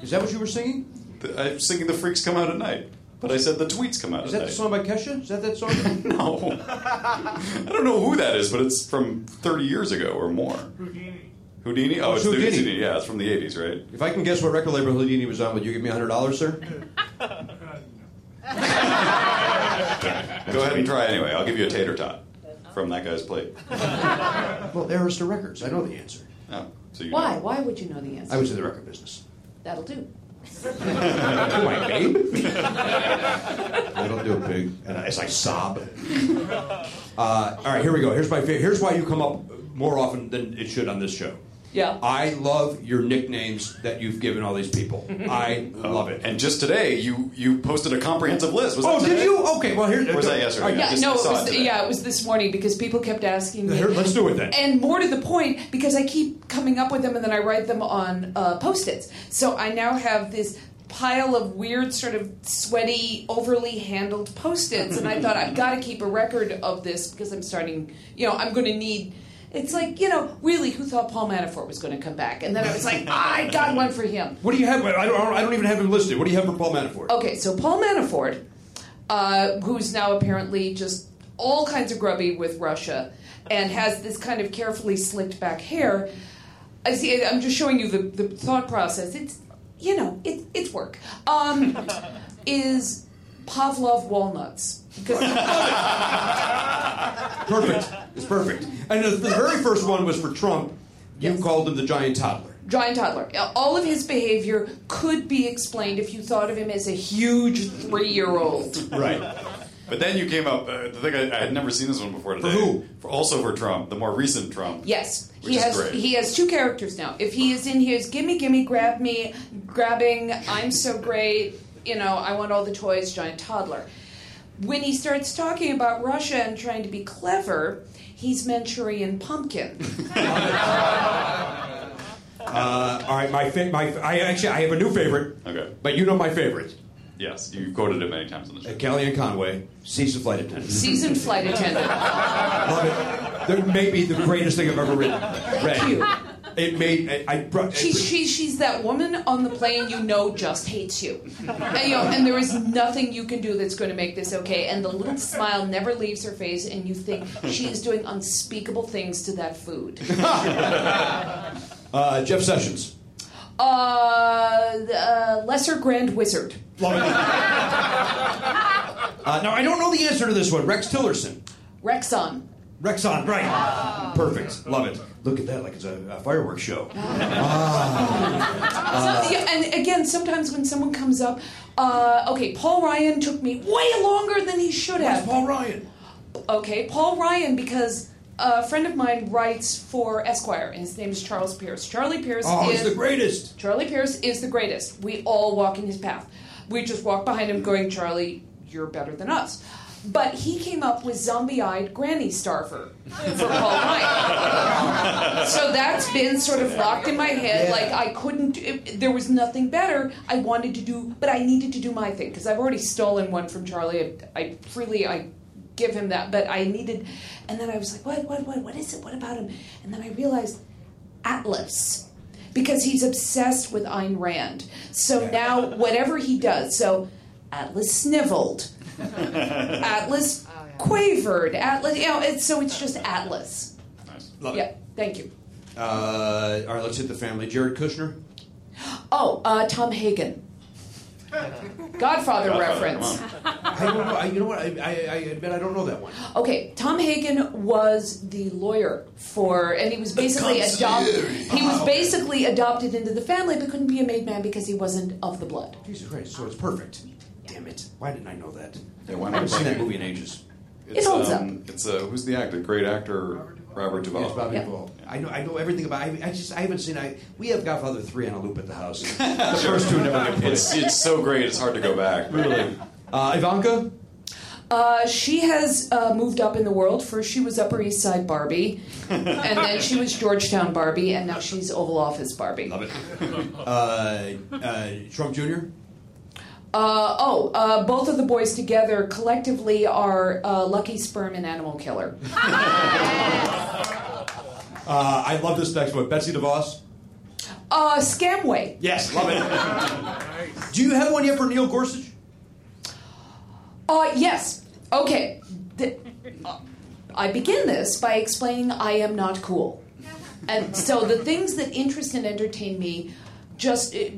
S12: Is that what you were singing?
S7: The- I'm singing "The Freaks Come Out at Night," but I said the tweets come out
S12: Is
S7: at
S12: that
S7: night.
S12: the song by Kesha? Is that that song?
S7: no. I don't know who that is, but it's from 30 years ago or more.
S11: Houdini.
S7: Houdini? Oh,
S12: Oh,
S7: it's
S12: it's Houdini.
S7: Houdini. Yeah, it's from the 80s, right?
S12: If I can guess what record label Houdini was on, would you give me hundred dollars, sir?
S7: Go ahead and try anyway. I'll give you a tater tot from that guy's plate.
S12: Well, Arista Records. I know the answer.
S7: Oh, so you
S15: Why? Why would you know the answer?
S12: I was in the record business.
S15: That'll do.
S12: Am I babe? I don't do a pig. And as I sob. Uh, all right, here we go. Here's my favorite. Here's why you come up more often than it should on this show.
S15: Yeah.
S12: I love your nicknames that you've given all these people. I love it.
S7: And just today, you you posted a comprehensive list. Was
S12: Oh,
S7: that
S12: did
S7: today?
S12: you? Okay, well, here-
S7: Or was that yesterday?
S12: Yeah,
S7: I
S15: Yeah,
S7: just
S15: no, it
S7: saw
S15: was
S7: today.
S15: yeah, it was this morning because people kept asking me.
S12: Here, let's do it then.
S15: And more to the point, because I keep coming up with them and then I write them on uh, post its. So I now have this pile of weird, sort of sweaty, overly handled post its. And I thought, I've got to keep a record of this because I'm starting, you know, I'm going to need. It's like, you know, really, who thought Paul Manafort was going to come back? And then I was like, I got one for him.
S12: What do you have? I don't, I don't even have him listed. What do you have for Paul Manafort?
S15: Okay, so Paul Manafort, uh, who's now apparently just all kinds of grubby with Russia and has this kind of carefully slicked back hair. I see. I'm just showing you the, the thought process. It's you know, it, it's work. Um, is Pavlov walnuts? 'Cause-
S12: Perfect. It's perfect. And the, the very first one was for Trump. You called him the giant toddler.
S15: Giant toddler. All of his behavior could be explained if you thought of him as a huge three-year-old.
S12: Right.
S7: But then you came up. Uh, the thing I, I had never seen this one before today. For who? also for Trump, the more recent Trump.
S15: Yes,
S7: Which
S15: he
S7: is
S15: has.
S7: great.
S15: He has two characters now. If he is in his "Gimme, gimme, grab me," grabbing, I'm so great, you know, I want all the toys, giant toddler. When he starts talking about Russia and trying to be clever, he's Manchurian pumpkin.
S12: Uh, all right, my fa- my I actually I have a new favorite.
S7: Okay.
S12: But you know my favorite,
S7: Yes, you quoted it many times on the show.
S12: uh, Kellyanne Conway, season flight attendant.
S15: Seasoned flight attendant.
S12: Love it. That may be the greatest thing I've ever written. Read.
S15: you.
S12: It made I, I brought.
S15: She, she, she's that woman on the plane you know just hates you. And, you know, and there is nothing you can do that's going to make this okay. And the little smile never leaves her face, and you think she is doing unspeakable things to that food.
S12: uh, Jeff Sessions.
S15: Uh, uh, Lesser Grand Wizard.
S12: Love it. Uh, now I don't know the answer to this one. Rex Tillerson.
S15: Rexon.
S12: Rexon, right. Perfect. Love it. Look at that, like it's a, a fireworks show. Uh.
S15: So- yeah, and again, sometimes when someone comes up, uh, okay, Paul Ryan took me way longer than he should have.
S12: Paul Ryan.
S15: Okay, Paul Ryan, because a friend of mine writes for Esquire, and his name is Charles Pierce. Charlie Pierce
S12: Oh,
S15: is
S12: he's the greatest.
S15: Charlie Pierce is the greatest. We all walk in his path. We just walk behind him going, Charlie, you're better than us. But he came up with zombie eyed Granny Starver for Paul Ryan. so that's been sort of locked in my head. Like, I couldn't, it, there was nothing better I wanted to do, but I needed to do my thing because I've already stolen one from Charlie. I, I freely, I give him that, but I needed, and then I was like, what, what, what, what is it? What about him? And then I realized Atlas because he's obsessed with Ayn Rand. So now, whatever he does, so Atlas sniveled, Atlas
S12: Oh,
S15: quavered, Atlas, you know, it's, so it's just Atlas.
S12: Love
S15: Yeah,
S12: it.
S15: thank you.
S12: Uh, all right, let's hit the family. Jared Kushner.
S15: Oh, uh, Tom Hagen. Godfather
S7: Godfather,
S15: reference.
S7: come on.
S12: I don't know. I, you know what? I, I, I admit I don't know that one.
S15: Okay, Tom Hagen was the lawyer for, and he was basically adopted. He was basically adopted into the family, but couldn't be a made man because he wasn't of the blood.
S12: Jesus Christ! So it's perfect. Damn it! Why didn't I know that?
S7: Yeah, why
S12: I
S7: not?
S12: haven't seen that movie in ages.
S15: It holds
S7: up. It's uh, who's the actor? Great actor Robert Duvall.
S12: Yes, Bobby
S15: Yeah.
S12: Duvall. I know. I know everything about. I, I just. I haven't seen. I. We have Godfather three on a loop at the house. The first two never get played.
S7: It's it's so great. It's hard to go back. Really.
S12: Uh, Ivanka.
S15: Uh, she has uh, moved up in the world. First, she was Upper East Side Barbie, and then she was Georgetown Barbie, and now she's Oval Office Barbie.
S12: Love it. Uh, uh, Trump Jr.
S15: Uh, oh, uh, both of the boys together collectively are uh, Lucky Sperm and Animal Killer.
S5: Uh, I love this next one. Betsy DeVos.
S15: Uh, Scamway.
S5: Yes, love it. Do you have one yet for Neil Gorsuch?
S15: Uh, yes. Okay. Th- uh, I begin this by explaining I am not cool. And so the things that interest and entertain me just. It,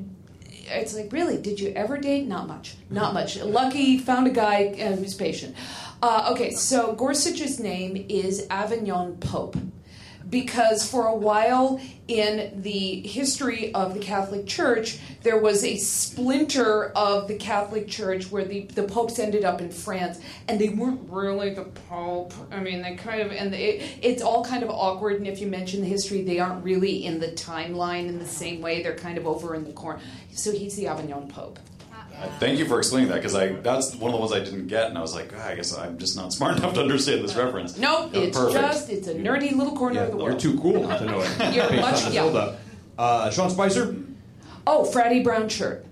S15: it's like, really, did you ever date? Not much. Not much. Lucky found a guy uh, who's patient. Uh, okay, so Gorsuch's name is Avignon Pope because for a while in the history of the Catholic Church, there was a splinter of the Catholic Church where the, the popes ended up in France, and they weren't really the pope. I mean, they kind of, and it, it's all kind of awkward, and if you mention the history, they aren't really in the timeline in the same way. They're kind of over in the corner. So he's the Avignon Pope.
S7: Uh, Thank you for explaining that because I that's one of the ones I didn't get, and I was like, "Ah, I guess I'm just not smart enough to understand this reference.
S15: Nope,
S5: Oh,
S7: Yeah,
S15: it's
S7: perfect.
S15: just, it's a nerdy little corner of the
S5: You're
S15: world.
S5: too cool not to know it.
S15: You're
S5: Based on
S15: much-
S5: the
S15: yeah.
S5: buildup. Uh, Sean Spicer.
S15: Oh, Fratty Brown Shirt.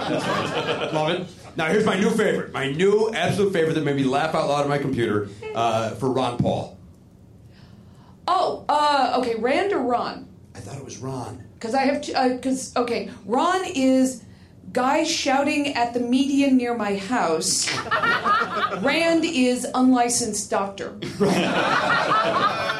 S5: Love it. Now here's my new favorite, my new absolute favorite that made me laugh out loud on my computer uh, for Ron Paul.
S15: Oh, uh, okay, Rand or Ron?
S12: I thought it was Ron.
S15: Because I have, because, okay, Ron is guy shouting at the median near my house. Rand is unlicensed doctor.
S5: It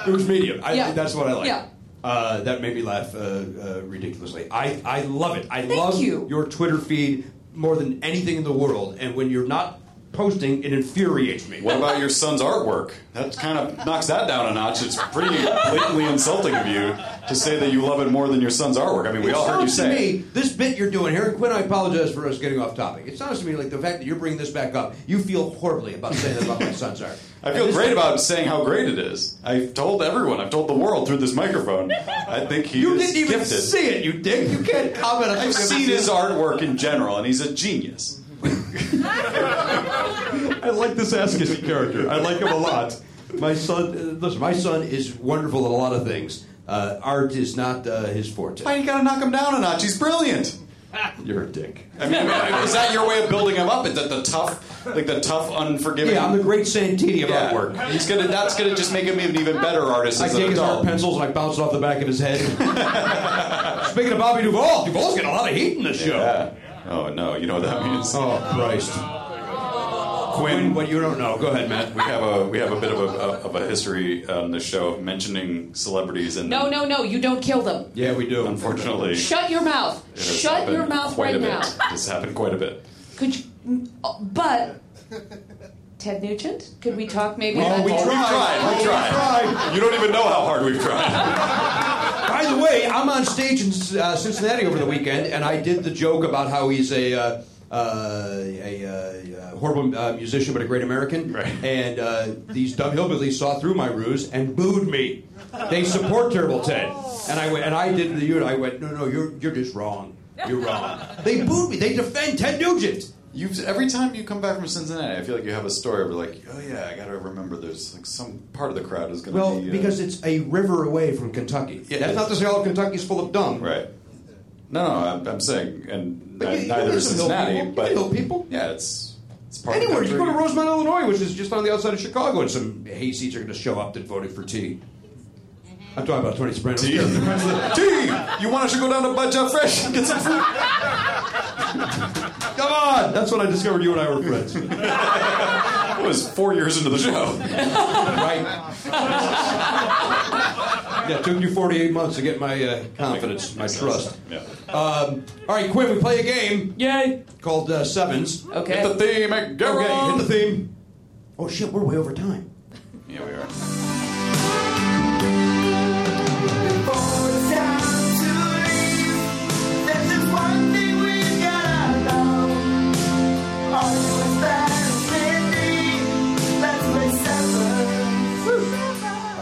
S5: was medium. I,
S15: Yeah.
S5: That's what I like.
S15: Yeah.
S5: Uh, that made me laugh uh, uh, ridiculously. I, I love it. I love
S15: you.
S5: your Twitter feed more than anything in the world. And when you're not posting, it infuriates me.
S7: What about your son's artwork? That kind of knocks that down a notch. It's pretty blatantly insulting of you to say that you love it more than your son's artwork. I mean, we
S12: it
S7: all heard you
S12: sounds to
S7: say.
S12: me, this bit you're doing here, and Quinn, I apologize for us getting off topic. It sounds to me like the fact that you're bringing this back up, you feel horribly about saying that about my son's art.
S7: I feel
S12: And this-
S7: great about saying how great it is. I've told everyone. I've told the world through this microphone. I think he
S12: You
S7: is
S12: didn't even
S7: gifted.
S12: see it, you dick. You can't comment on
S7: I've
S12: something
S7: seen
S12: that-
S7: his artwork in general, and he's a genius.
S5: I like this Askins character. I like him a lot. My son, uh, listen, my son is wonderful at a lot of things. Uh, art is not uh, his forte.
S7: Why you gotta knock him down a notch? He's brilliant.
S5: You're a dick.
S7: I mean, is that your way of building him up? Is that the tough, like the tough, unforgiving?
S12: Yeah, I'm the great Santini of
S7: Yeah.
S12: artwork.
S7: He's gonna. That's gonna just make him an even better artist
S5: I
S7: as an
S5: take his art
S7: adult.
S5: pencils and I bounce it off the back of his head. Speaking of Bobby Duvall, Duvall's got a lot of heat in this show.
S7: Oh no, you know what that means.
S5: Oh Christ, Quinn, what you don't know? Go ahead, Matt.
S7: We have a we have a bit of a of a history on the show of mentioning celebrities and
S15: No, no, no, you don't kill them.
S5: Yeah, we do.
S7: unfortunately it
S15: Shut your mouth.
S7: has
S15: Shut your
S7: happened
S15: mouth
S7: quite a
S15: right
S7: bit.
S15: now.
S7: This happened quite a bit.
S15: Could you, mm, oh, but, Ted Nugent, could we talk maybe
S5: Oh,
S15: about
S5: we
S15: Ted?
S5: tried.
S7: Tried, we tried. You don't even know how hard we've tried.
S12: By the way, I'm on stage in uh, Cincinnati over the weekend, and I did the joke about how he's a uh, uh, a uh, horrible uh, musician but a great American.
S7: Right.
S12: And uh, these dumb hillbillies saw through my ruse and booed me. They support Terrible Ted, and I went, and I did the you know, I went, no, no, you're you're just wrong. You're wrong. They booed me. They defend Ted Nugent.
S7: You've every time you come back from Cincinnati, I feel like you have a story where like, oh yeah, I gotta remember there's like some part of the crowd is gonna
S12: Well,
S7: be uh,
S12: because it's a river away from Kentucky.
S7: Yeah,
S12: That's not to say all Kentucky's full of dumb.
S7: right. No, no, I'm, I'm saying, and
S12: But you- you
S7: neither
S12: can
S7: is
S12: hill
S7: Cincinnati,
S12: people. You
S7: but
S12: can hill people.
S7: yeah, it's it's part
S12: Anywhere.
S7: Of
S12: You
S7: the
S12: go to
S7: country.
S12: Rosemont, Illinois, which is just on the outside of Chicago, and some hayseeds are going to show up that voted for T. I'm talking about Tony Soprano.
S7: Tea. Tea. You want us to go down to Bud Job Fresh and get some food?
S5: Come on, that's when I discovered you and I were friends.
S7: It was four years into the show.
S12: right? yeah, it took you 48 months to get my uh, confidence, my trust.
S7: Yeah.
S12: Um, all right, Quinn, we play a game
S15: Yay.
S12: called uh, Sevens.
S15: Okay.
S7: Hit the theme,
S12: Okay,
S7: McGarrow.
S12: hit the theme. Oh, shit, we're way over time.
S7: Yeah, we are.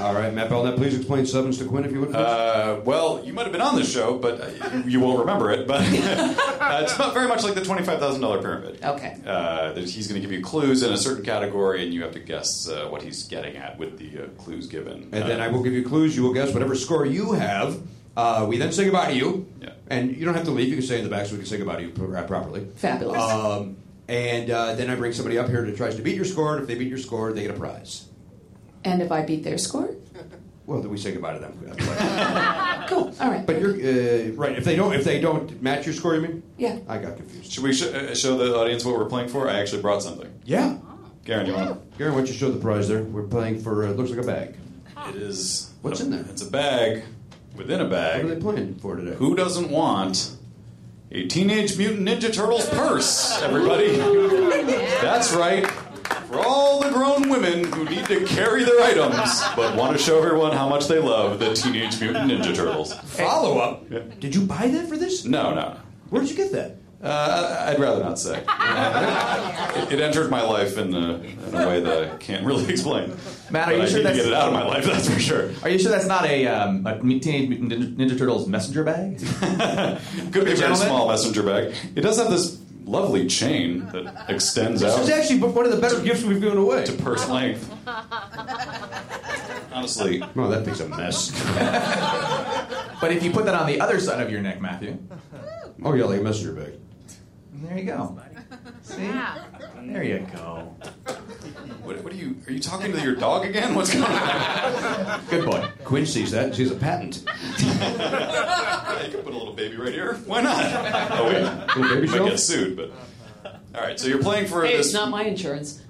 S12: All right, Matt Belknap, please explain Sevens to Quinn if you would. please.
S7: Uh, well, you might have been on this show, but uh, you won't remember it. But uh, it's not very much like the twenty-five thousand dollar pyramid.
S15: Okay.
S7: Uh, there's- he's going to give you clues in a certain category, and you have to guess uh, what he's getting at with the uh, clues given.
S12: and
S7: Uh,
S12: then I will give you clues. You will guess whatever score you have. Uh, we then say goodbye to you.
S7: Yeah.
S12: And you don't have to leave. You can stay in the back so we can say goodbye to you pro- uh, properly.
S15: Fabulous.
S12: Um, and uh, then I bring somebody up here that tries to beat your score. And if they beat your score, they get a prize.
S15: And if I beat their score,
S12: Well, then we say goodbye to them.
S15: cool. All right.
S12: But you're uh, right. If they don't, if they don't match your score, you mean?
S15: Yeah.
S12: I got confused.
S7: Should we sh- uh, show the audience what we're playing for? I actually brought something.
S12: Yeah.
S7: Garen, you want
S12: Gary, why don't you show the prize there? We're playing for. Uh, looks like a bag.
S7: to? It is.
S12: Oh. What's in there?
S7: It's a bag within a bag. What
S12: are they playing for today?
S7: Who doesn't want a Teenage Mutant Ninja Turtles purse, everybody? That's right. For all the grown women who need to carry their items, but want to show everyone how much they love the Teenage Mutant Ninja Turtles.
S20: Follow up. Did you buy that for this?
S7: No, no.
S20: Where'd you get that?
S7: Uh, I- I'd rather not say. It, it entered my life in a, in a way that I can't really explain.
S21: Matt, are
S7: But
S21: you
S7: I
S21: sure
S7: need
S21: that's
S7: to get it out of my life? That's for sure.
S21: Are you sure that's not a, um, a Teenage Mutant Ninja, Ninja Turtles messenger bag?
S7: Could be a very
S21: Gentlemen?
S7: small messenger bag. It does have this lovely chain that extends
S20: This
S7: out
S20: is actually one of the better gifts we've given away.
S7: to purse length. Honestly,
S12: well, that thing's a mess.
S21: but if you put that on the other side of your neck, Matthew,
S12: Oh yeah, like a messenger bag.
S21: there you go. See? There you go.
S7: What, what are you? Are you talking to your dog again? What's going on?
S12: Good boy. Quinn sees that. and She's a patent.
S7: Yeah, you can put a little baby right here. Why not? Oh wait,
S12: Little baby
S7: might
S12: shelf?
S7: get sued. But all right, so you're playing for
S15: hey,
S7: this
S15: it's not my insurance.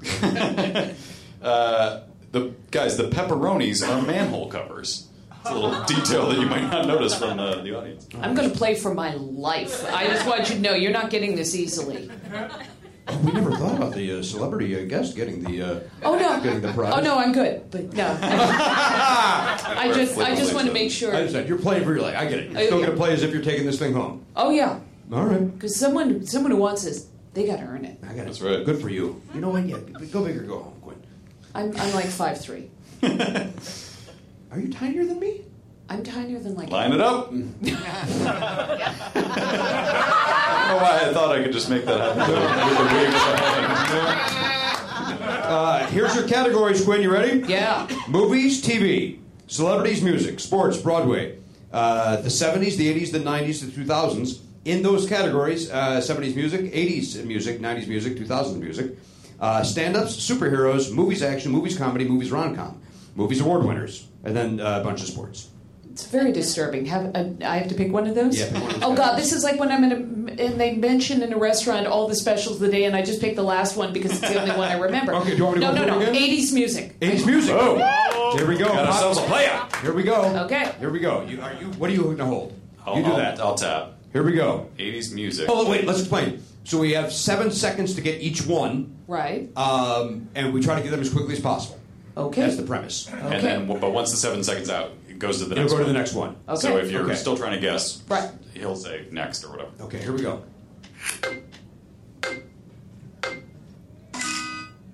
S7: Uh, the guys, the pepperonis are manhole covers. It's a little detail that you might not notice from the, the audience.
S15: I'm going to play for my life. I just want you to know you're not getting this easily.
S12: Oh, we never thought about the uh, celebrity uh, guest getting the. Uh,
S15: Oh no.
S12: Getting the prize.
S15: Oh no, I'm good. But no. I just I just want to make
S12: I
S15: sure.
S12: understand. You're playing for your life. I get it. You're
S15: Oh,
S12: still
S15: yeah.
S12: gonna play as if you're taking this thing home.
S15: Oh yeah,
S12: All right.
S15: because someone someone who wants this, they got to earn it.
S12: I got it. That's
S7: right.
S12: Good for you. You know what? Yeah. Go big or go home, Quinn.
S15: I'm I'm like five three.
S12: Are you tinier than me?
S15: I'm tinier than like.
S7: Line it up. Oh, I don't know why I thought I could just make that happen. With the waves I had.
S12: Uh, here's your categories, Quinn. You ready?
S15: Yeah.
S12: Movies, TV, celebrities, music, sports, Broadway. Uh, the 70s, the 80s, the 90s, the 2000s. In those categories, uh, 70s music, 80s music, 90s music, 2000s music. Uh, Stand ups, superheroes, movies action, movies comedy, movies rom com, movies award winners, and then uh, a bunch of sports.
S15: It's very disturbing. Have uh, I have to pick one of those?
S12: Yeah, pick one of those
S15: oh God,
S12: categories.
S15: this is like when I'm in a and they mention in a restaurant all the specials of the day, and I just pick the last one because it's the only one I remember.
S12: Okay, do you want me to
S15: no,
S12: go
S15: no,
S12: through it
S15: no.
S12: again?
S15: 80s music.
S12: 80s music.
S7: Oh,
S12: Here we go.
S7: got ourselves a
S12: Pop-
S7: player.
S12: Here we go.
S15: Okay.
S12: Here we go. You, are you, what are you going to hold?
S7: I'll,
S12: you do
S7: I'll-
S12: that.
S7: I'll tap.
S12: Here we go.
S7: 80s music.
S12: Oh, wait, let's explain. So we have seven seconds to get each one,
S15: Right.
S12: um, and we try to get them as quickly as possible.
S15: Okay.
S12: That's the premise.
S15: okay.
S7: And then, but once the seven seconds out, it goes to the
S12: It'll
S7: next
S12: go to
S7: one.
S12: the next one.
S15: Okay.
S7: So if you're
S12: Okay.
S7: still trying to guess,
S15: Right.
S7: he'll say next or whatever.
S12: Okay, here we go.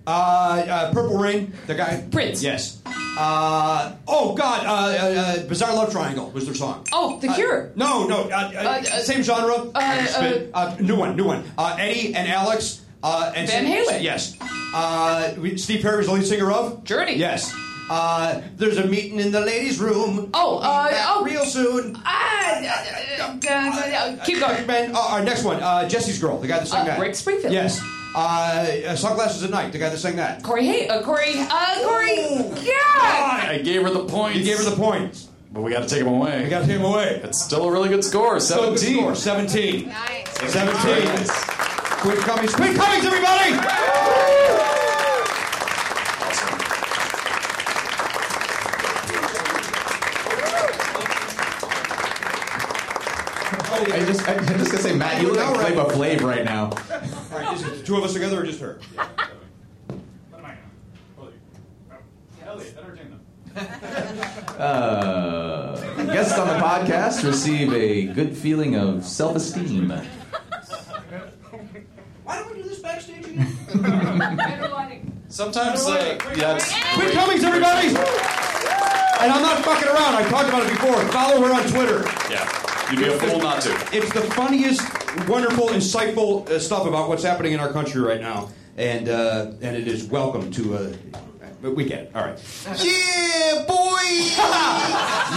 S12: Uh, uh, Purple Rain, the guy.
S15: Prince.
S12: Yes. Uh, oh, God. Uh, uh, uh, Bizarre Love Triangle was their song.
S15: Oh, The
S12: Uh,
S15: Cure.
S12: no, no. Uh, uh,
S15: uh,
S12: same genre.
S15: uh,
S12: Uh, new one, new one. Uh, Eddie and Alex. Uh, and
S15: Van
S12: Steve-
S15: Halen.
S12: Yes. Uh, we- Steve Perry was the lead singer of
S15: Journey.
S12: Yes. Uh, there's a meeting in the ladies' room.
S15: Oh, uh,
S12: Back
S15: oh.
S12: real soon.
S15: Ah, uh, uh, uh, uh, keep going.
S12: Man, uh, our next one, uh, Jesse's girl, the guy that sang
S15: Uh,
S12: that.
S15: Rick Springfield.
S12: Yes. Uh, uh, sunglasses at night, the guy that sang that.
S15: Corey, hey, uh, Corey, uh, Corey,
S12: Ooh.
S15: yeah.
S7: I gave her the points.
S12: You gave her the points.
S7: But we got to take him away.
S12: We got to take him away.
S7: It's still a really good score.
S12: So good
S7: 17.
S12: score, Seventeen.
S5: Nice.
S12: Seventeen. Quinn Cummings. Quinn Cummings, everybody.
S21: I just, I, am just gonna say, Matt, you look like Flavor Flav right now.
S12: All right, is it the two of us together or just her?
S7: Elliot, entertain them.
S21: Uh, guests on the podcast receive a good feeling of self-esteem.
S20: Why don't we do this backstage again?
S7: Sometimes, uh, yeah, it's,
S12: Quinn Cummings, everybody. And I'm not fucking around. I talked about it before. Follow her on Twitter.
S7: yeah, you'd be a fool not to.
S12: It's the funniest, wonderful, insightful uh, stuff about what's happening in our country right now, and uh, and it is welcome to. Uh, but we get it. All right. Yeah, boy.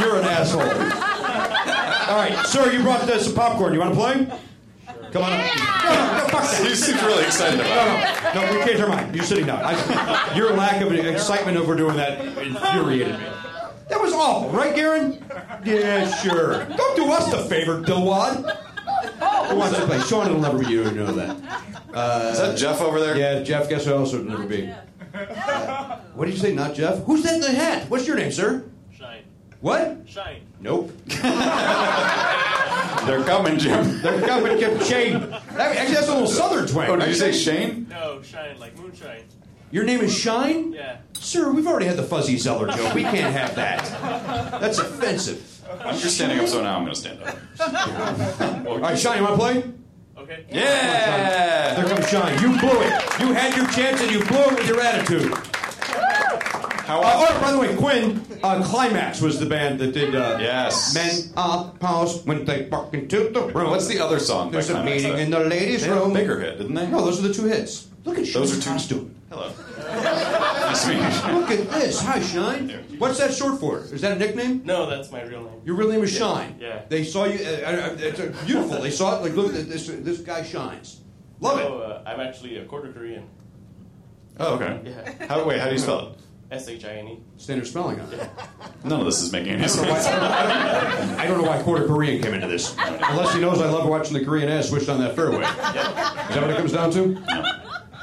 S12: You're an asshole. All right, sir, you brought uh, some popcorn. You want to play? Come on up. No, no, no, fuck that.
S7: He seems really excited about
S12: No, no, no, we changed our mind. You're sitting down. I, your lack of excitement over doing that infuriated me. That was awful, right, Garen? Yeah, sure. Don't do us the favor, Dilwad. Who wants to play? Sean will never be you. You know that. Uh,
S7: Is that Jeff over there?
S12: Yeah, Jeff. Guess who else would never be? What did you say? Not Jeff. Who's that in the hat? What's your name, sir?
S15: Shine.
S12: What?
S15: Shine.
S12: Nope.
S7: They're coming, Jim.
S12: They're coming, Jim. Shane. That- actually, that's a little southern twang.
S7: Oh, did you say
S12: Actually-
S7: Shane?
S15: No, shine like moonshine.
S12: Your name is Shine?
S15: Yeah.
S12: Sir, we've already had the fuzzy zeller joke. We can't have that. That's offensive.
S7: You're standing up, so now I'm going to stand up.
S12: All right, Shine, you want to play?
S15: Okay.
S12: Yeah! There comes Shine. You blew it. You had your chance and you blew it with your attitude. How uh, oh, by the way, Quinn, uh, Climax was the band that did. Uh,
S7: Yes.
S12: Men are paused when they walk into the room.
S7: What's the other song?
S12: There's
S7: by
S12: a
S7: Climax?
S12: meeting in the ladies'
S7: They had a
S12: room.
S7: bigger hit, didn't they?
S12: No, those are the two hits. Look at
S7: Those
S12: Shine's
S7: are two-
S12: costume.
S7: Hello. nice to meet you.
S12: Look at this. Hi, Shine. What's that short for? Is that a nickname?
S15: No, that's my real name.
S12: Your real name is Shine.
S15: Yeah.
S12: They saw you. Uh, uh, it's uh, beautiful. they saw it. Like, look at this. This guy shines. Love
S15: No,
S12: it.
S15: uh, I'm actually a quarter Korean.
S7: Oh, okay.
S15: Yeah.
S7: How, wait, how do you spell it?
S15: S H I N E.
S12: Standard spelling on it.
S7: None of this is making any sense.
S12: I don't know why quarter Korean came into this. Unless he knows I love watching the Korean ass switched on that fairway. Is that what it comes down to?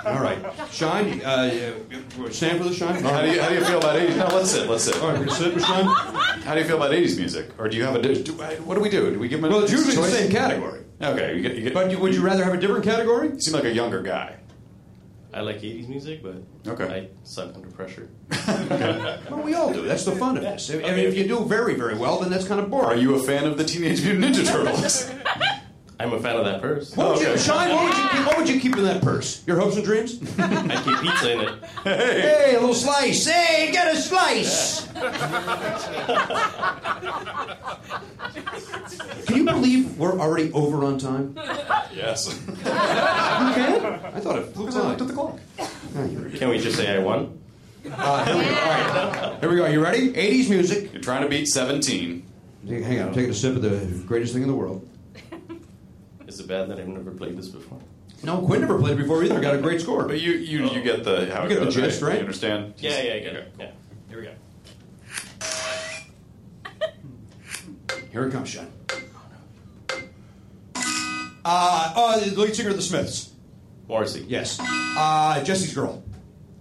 S12: All right. Shine. Uh, uh, stand for the Shine. All
S7: How do,
S12: right.
S7: you, how do you feel about 80s? No, let's sit, let's sit.
S12: All right. We're gonna sit with Shine.
S7: How do you feel about 80s music? Or do you have a. Do, do- what do we do? Do we give him a.
S12: Well, it's usually the
S7: choice?
S12: same category.
S7: Okay, you get. You get
S12: But you- would you rather have a different category?
S7: you seem like a younger guy.
S15: I like 80s music, but
S7: Okay.
S15: I suck under pressure.
S12: Well, we all do. That's the fun of this. I mean, if you do very, very well, then that's kind of boring.
S7: Are you a fan of the Teenage Mutant Ninja Turtles?
S15: I'm a fan of that purse. Oh,
S12: What would you,
S7: Okay.
S12: Shine, what would you, keep, what would you keep in that purse? Your hopes and dreams?
S15: I keep pizza in it.
S12: hey, a little slice. Hey, get a slice. Can you believe we're already over on time? You
S7: yes.
S12: can? I thought it flew by. I looked at the clock.
S15: Can we just say I won?
S12: Here we go. You ready? 80s music.
S7: You're trying to beat 17.
S12: Hang on. I'm taking a sip of the greatest thing in the world.
S15: Is it bad that I've never played this before?
S12: No, Quinn never played it before either. Got a great score.
S7: But you, you, you get the. How
S12: You
S7: it
S12: get the
S7: goes,
S12: gist, right?
S7: You understand?
S15: Yeah, yeah, I get
S7: Okay.
S15: it. Yeah. Here we go.
S12: Here it comes, Shine. Uh, oh, the lead singer of the Smiths.
S15: Morrissey.
S12: Yes. Uh, Jesse's girl.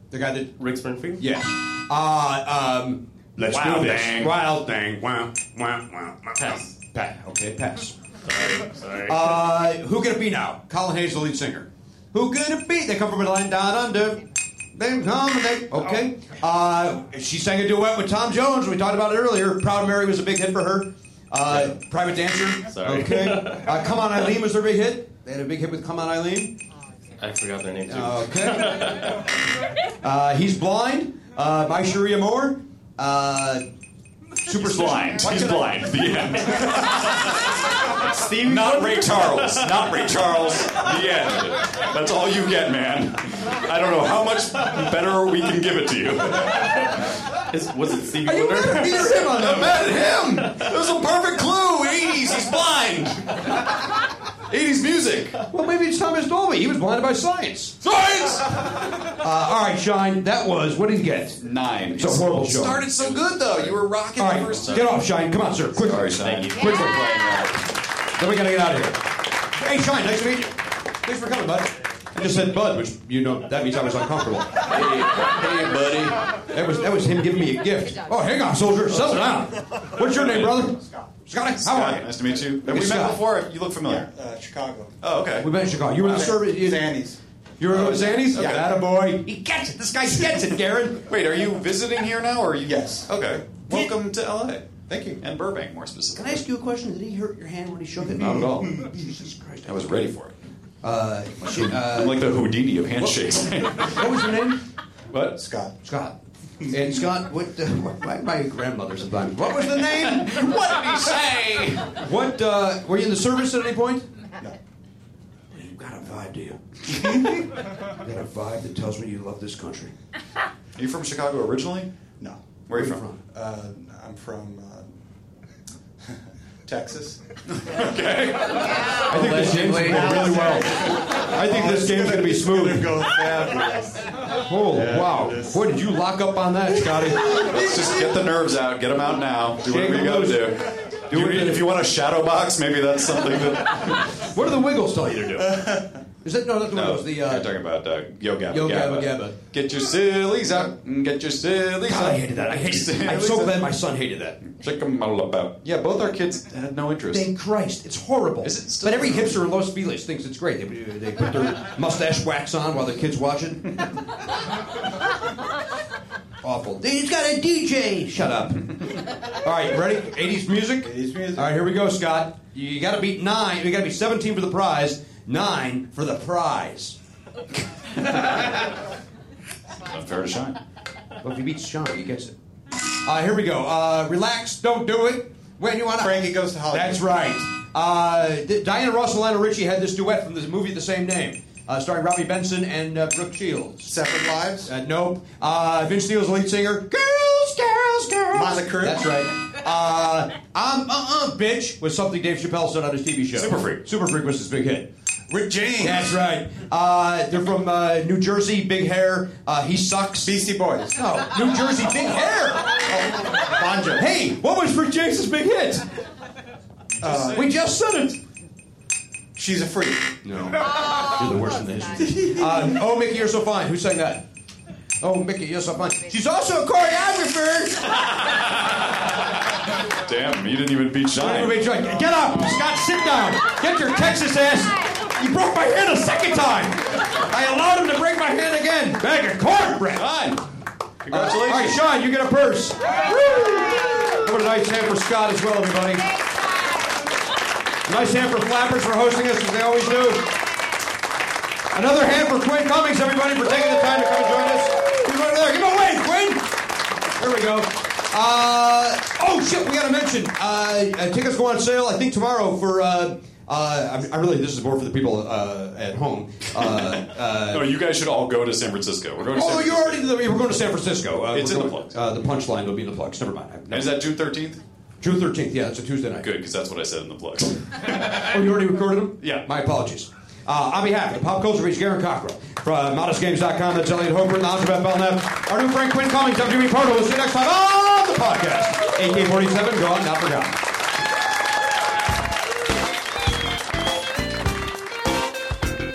S12: The guy that.
S15: Rick Springfield?
S12: Yes. Uh, um, let's
S7: Wild
S12: do this.
S7: thing.
S12: Wild thing. Wow, wow, wow, wow.
S15: Pass.
S12: Pass. Okay, pass.
S15: Sorry. Sorry.
S12: Uh, who gonna be now? Colin Hayes, the lead singer. Who gonna be? They come from a line down under. They come and they. Okay.
S15: Oh.
S12: Uh, she sang a duet with Tom Jones. We talked about it earlier. Proud Mary was a big hit for her. Uh, Private Dancer.
S15: Sorry.
S12: Okay. Uh, come on, Eileen was their big hit. They had a big hit with Come on, Eileen.
S15: I forgot their name too.
S12: Okay. uh, he's blind uh, by Sharia Moore. Uh, super
S7: Blind.
S12: Why
S7: He's
S12: can I-
S7: blind. The end. Not Ray Charles. Not Ray Charles. The end. That's all you get, man. I don't know how much better we can give it to you.
S15: Is, was it Stevie
S12: Are you
S15: Wonder?
S12: mad at me or him on that?
S7: I'm mad at him. That was a perfect clue. 80s. He's blind. 80s music.
S12: Well, maybe it's Thomas Dolby. He was blinded by science.
S7: Science.
S12: Uh, all right, Shine. That was what did he get?
S7: Nine.
S12: It's a horrible show.
S7: Started so good though. You were rocking
S12: All
S7: the
S12: right,
S7: first time.
S12: get off, Shine. Come on, sir. Quick.
S7: Sorry, Shine.
S15: Thank you.
S12: Quick. Then we gotta get out of here. Hey, Shine. Nice to meet you. Thanks for coming, bud. I just said bud, which you know that means I was uncomfortable.
S7: Hey, buddy.
S12: That was that was him giving me a gift. Oh, hang on, soldier, settle down. What's your name, brother? Scott. Scott, how are
S7: Hi,
S12: you?
S7: nice to meet you. Have we
S12: Scott.
S7: met before? You look familiar.
S22: Uh, Chicago.
S7: Oh, okay.
S12: We've been in Chicago. You were in the service. You,
S22: Zannies.
S12: You were with Zannies?
S7: Okay.
S12: Yeah. boy. He gets it. This guy gets it, Garen.
S7: Wait, are you visiting here now, or are you?
S22: Yes.
S7: Okay. Welcome to LA.
S22: Thank you.
S7: And Burbank, more
S23: Can I
S7: specifically.
S23: ask you a question? Did he hurt your hand when he shook it?
S12: Not at all.
S23: Jesus Christ.
S7: I was ready for it.
S12: Uh, she-
S7: I'm
S12: uh,
S7: like the Houdini of handshakes.
S12: what was your name?
S7: what?
S22: Scott.
S12: Scott. And Scott, what? Uh, what my, my grandmother sometimes. What was the name?
S7: What did he say?
S12: What? Uh, were you in the service at any point?
S22: No.
S12: You got a vibe, do you? you got a vibe that tells me you love this country.
S7: Are you from Chicago originally?
S22: No.
S7: Where are you
S12: Where
S7: Uh, from?
S12: you
S22: Uh, I'm from uh,
S7: Texas. okay.
S5: I think this game's going to go really well. I think this game's going to be smooth. Oh, wow. Boy, did you lock up on that, Scotty?
S7: Let's just get the nerves out. Get them out now. Do whatever you got to do. Do you- if you want a shadow box, maybe that's something that.
S12: What do the Wiggles tell you to do? Is that no? Not the
S7: No,
S12: Wiggles. The uh,
S7: I'm talking about uh, Yo Gabba
S12: Yo
S7: Gabba.
S12: Gabba Gabba.
S7: Get your sillies out and get your sillies
S12: God,
S7: out.
S12: I hated Oh, that. I hated it. I'm so glad my son hated that.
S7: Check them all about. Yeah, both our kids had no interest.
S12: Thank Christ, it's horrible. but every hipster in Los Feliz thinks it's great. They, they put their mustache wax on while the kids watching. Awful. He's got a DJ. Shut up. All right, ready? 80s music. 80s music. All right, here we go, Scott. You got to beat nine. You got to be 17 for the prize. Nine for the prize.
S7: Fair to shine.
S12: Well, if he beats Sean, he gets it. Uh, here we go. Uh, relax. Don't do it. When you want to. Frankie goes to Hollywood. That's right. Uh, D- Diana Ross and Lionel Richie had this duet from this movie of the same name, uh, starring Robbie Benson and uh, Brooke Shields. Separate lives. Uh, nope. Uh, Vince Steele's the lead singer. Girls, girls, girls.
S24: Motley Crue.
S12: That's right. Uh, I'm uh uh bitch was something Dave Chappelle said on his TV show. Super Freak. Super Freak was his big hit. Rick James. That's right. Uh, they're from uh, New Jersey. Big hair. Uh, he sucks. Beastie Boys. Oh, No, New Jersey. Big hair. Bonjo. Hey, what was Rick James's big hit? Uh, we just said it. She's a freak. No. You're the worst in the history. Uh, oh, Mickey, you're so fine. Who sang that? Oh, Mickey, you're so fine. She's also a choreographer.
S7: Damn, you didn't even beat Shine.
S12: Wait, wait, wait. Get up, Scott. Sit down. Get your Texas ass. You broke my hand a second time. I allowed him to break my hand again. Bag of cornbread. Congratulations. all right, Sean, you get a purse. Woo! What a nice hand for Scott as well, everybody. Nice hand for Flappers for hosting us as they always do. Another hand for Quinn Cummings, everybody, for taking the time to come and join us. He's right over there. Give him a wave, Quinn. Here we go. Uh, oh shit, we gotta mention. Uh, uh, tickets go on sale, I think tomorrow for. Uh, uh, I, I really, this is more for the people uh, at home. Uh, uh,
S7: No, you guys should all go to San Francisco. We're going to San
S12: oh, you
S7: Francisco.
S12: already we're going to San Francisco. Uh,
S7: It's
S12: we're
S7: in the
S12: going- Uh, the punchline will be in the plugs. Never mind.
S7: Is that June 13th?
S12: June thirteenth. Yeah, it's a Tuesday night.
S7: Good, because that's what I said in the plugs.
S12: Oh, you already recorded them? Yeah. My apologies. Uh, on behalf of the Pop Culture Reach, Garen Cockrell from ModestGames.com. That's Elliot Hoper, the Lounge of Beth Belknap. Our new friend Quinn Collins. I'm Jimmy Pardo. We'll see you next time on the podcast. AK-47, gone, not forgotten.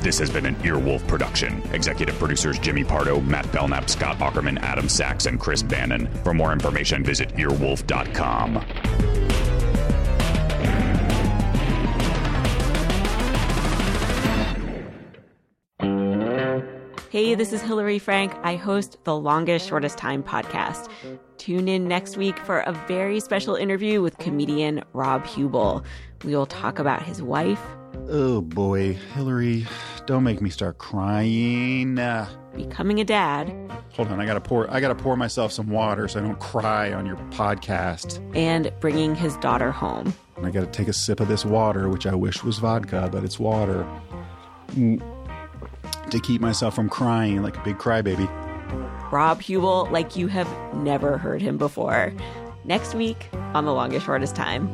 S3: This has been an Earwolf production. Executive producers Jimmy Pardo, Matt Belknap, Scott Ackerman, Adam Sachs, and Chris Bannon. For more information, visit earwolf.com.
S25: Hey, this is Hilary Frank. I host the Longest Shortest Time podcast. Tune in next week for a very special interview with comedian Rob Hubel. We will talk about his wife.
S21: Oh boy, Hillary, don't make me start crying. Uh,
S25: Becoming a dad.
S21: Hold on, I gotta pour. I gotta pour myself some water so I don't cry on your podcast.
S25: And bringing his daughter home.
S21: And I gotta take a sip of this water, which I wish was vodka, but it's water, Mm. to keep myself from crying like a big crybaby.
S25: Rob Hubel, like you have never heard him before. Next week on The Longest Shortest Time.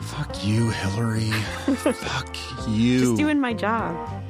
S21: Fuck you, Hillary. Fuck you.
S25: Just doing my job.